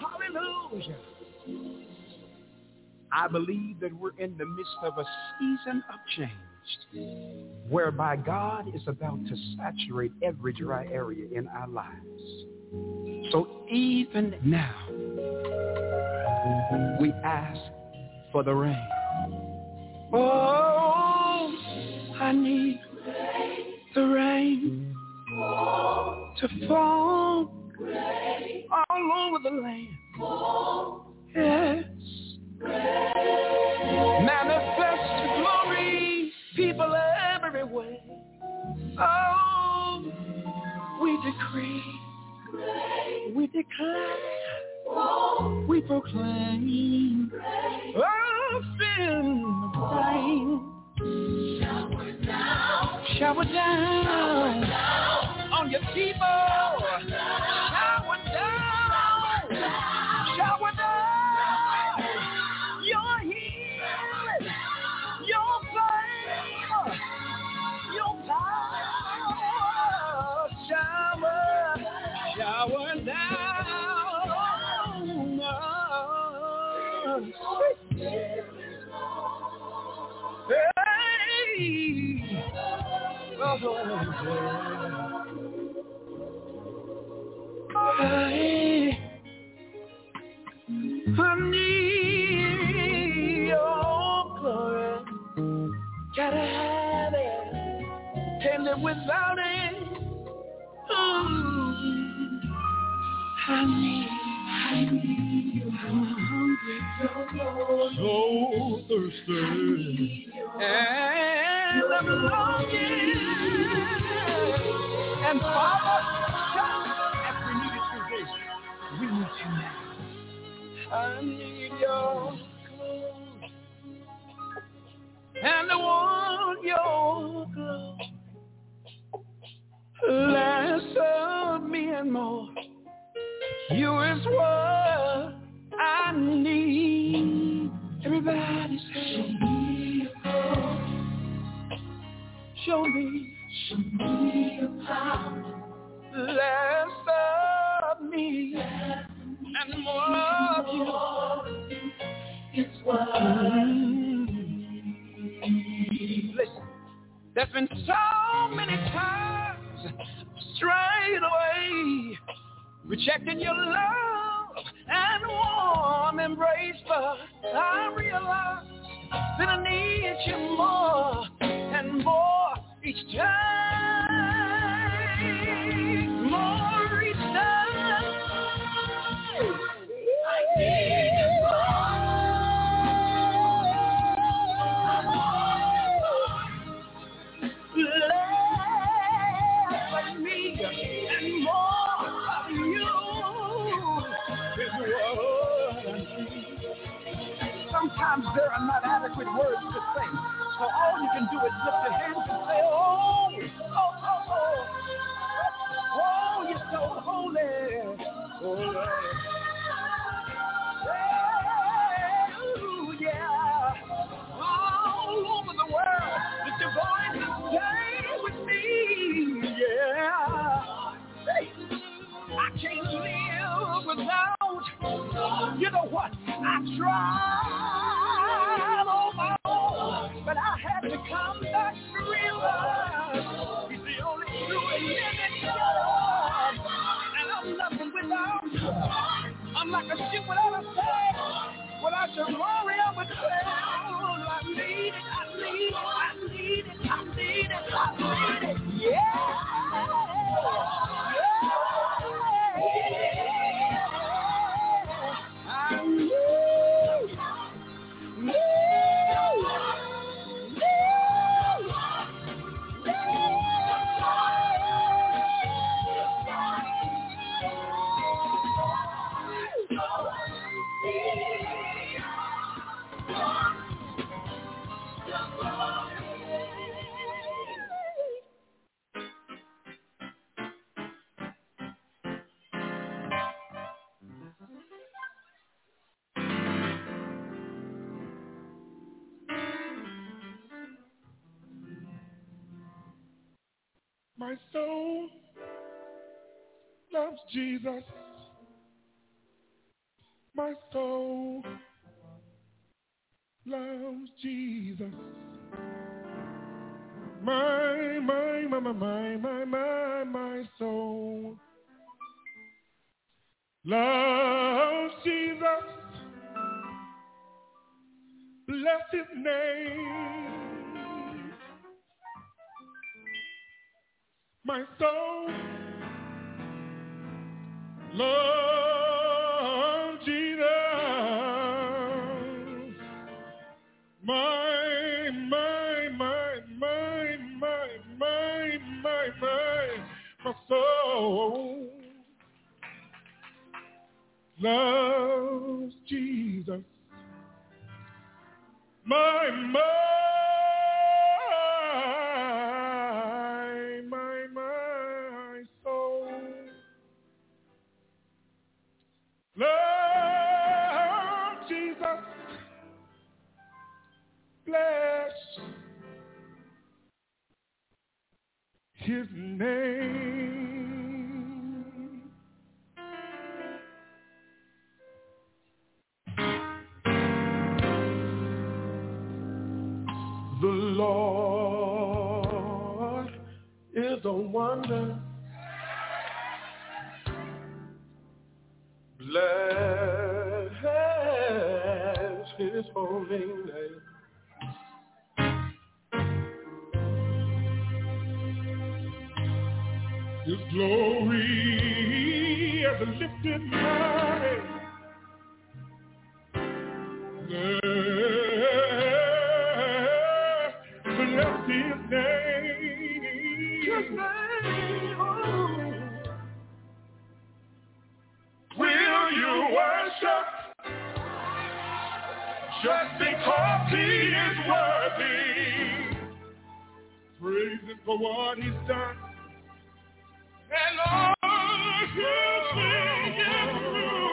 Speaker 4: Hallelujah. I believe that we're in the midst of a season of change whereby God is about to saturate every dry area in our lives. So even now, we ask for the rain.
Speaker 10: Oh, I need the rain to fall all over the land. Yes. Manifest your glory, people everywhere. Oh, we decree, we declare, we proclaim, oh, send the rain. Shower down. on your people. Shower down. Shower down. Your healing. Your favor. Your power. Shower. Shower down. Hey. I, I need your glory. Gotta have it. Can't live without it. Ooh, I need, I need you.
Speaker 4: so thirsty.
Speaker 10: And I'm longing. And Father, just as we needed you then, we need you now. I need your clothes. And I want your glow. Less of me and more. You is what I need. Everybody say, show me, show me your power. Less of me and more of you. It's what Mm. Listen, there's been so many times straight away rejecting your love and warm embrace, but I realize that I need you more and more each time, more each time. I need you more. I want you more. Less of me and more of you is what I Sometimes there are not adequate words to say, so all you can do is lift your hands and say, Oh, oh, oh, oh, oh, you're so holy. holy. Oh, yeah. All over the world, lift your voice and stay with me. Yeah. Hey, I can't live without. You know what? I tried on my own, but I had to come back to realize he's the only true and living God. And I'm nothing without. him. I'm like a ship without a sail. Without your glory, I would fail. I need it. I need it. I need it. I need it. I need it.
Speaker 4: My soul loves Jesus. My soul loves Jesus. My, my, my, my, my, my, my, my soul loves Jesus. Bless his name. My soul loves Jesus. My, my, my, my, my, my, my, my, my soul loves Jesus. My, my, my, my soul loves Jesus. Bless his name. The Lord is a wonder. Bless his holy name. His glory as a lifted high Just his name. Just name. Will you worship? Just because he is worthy. Praise him for what he's done. And Lord, you sing him through.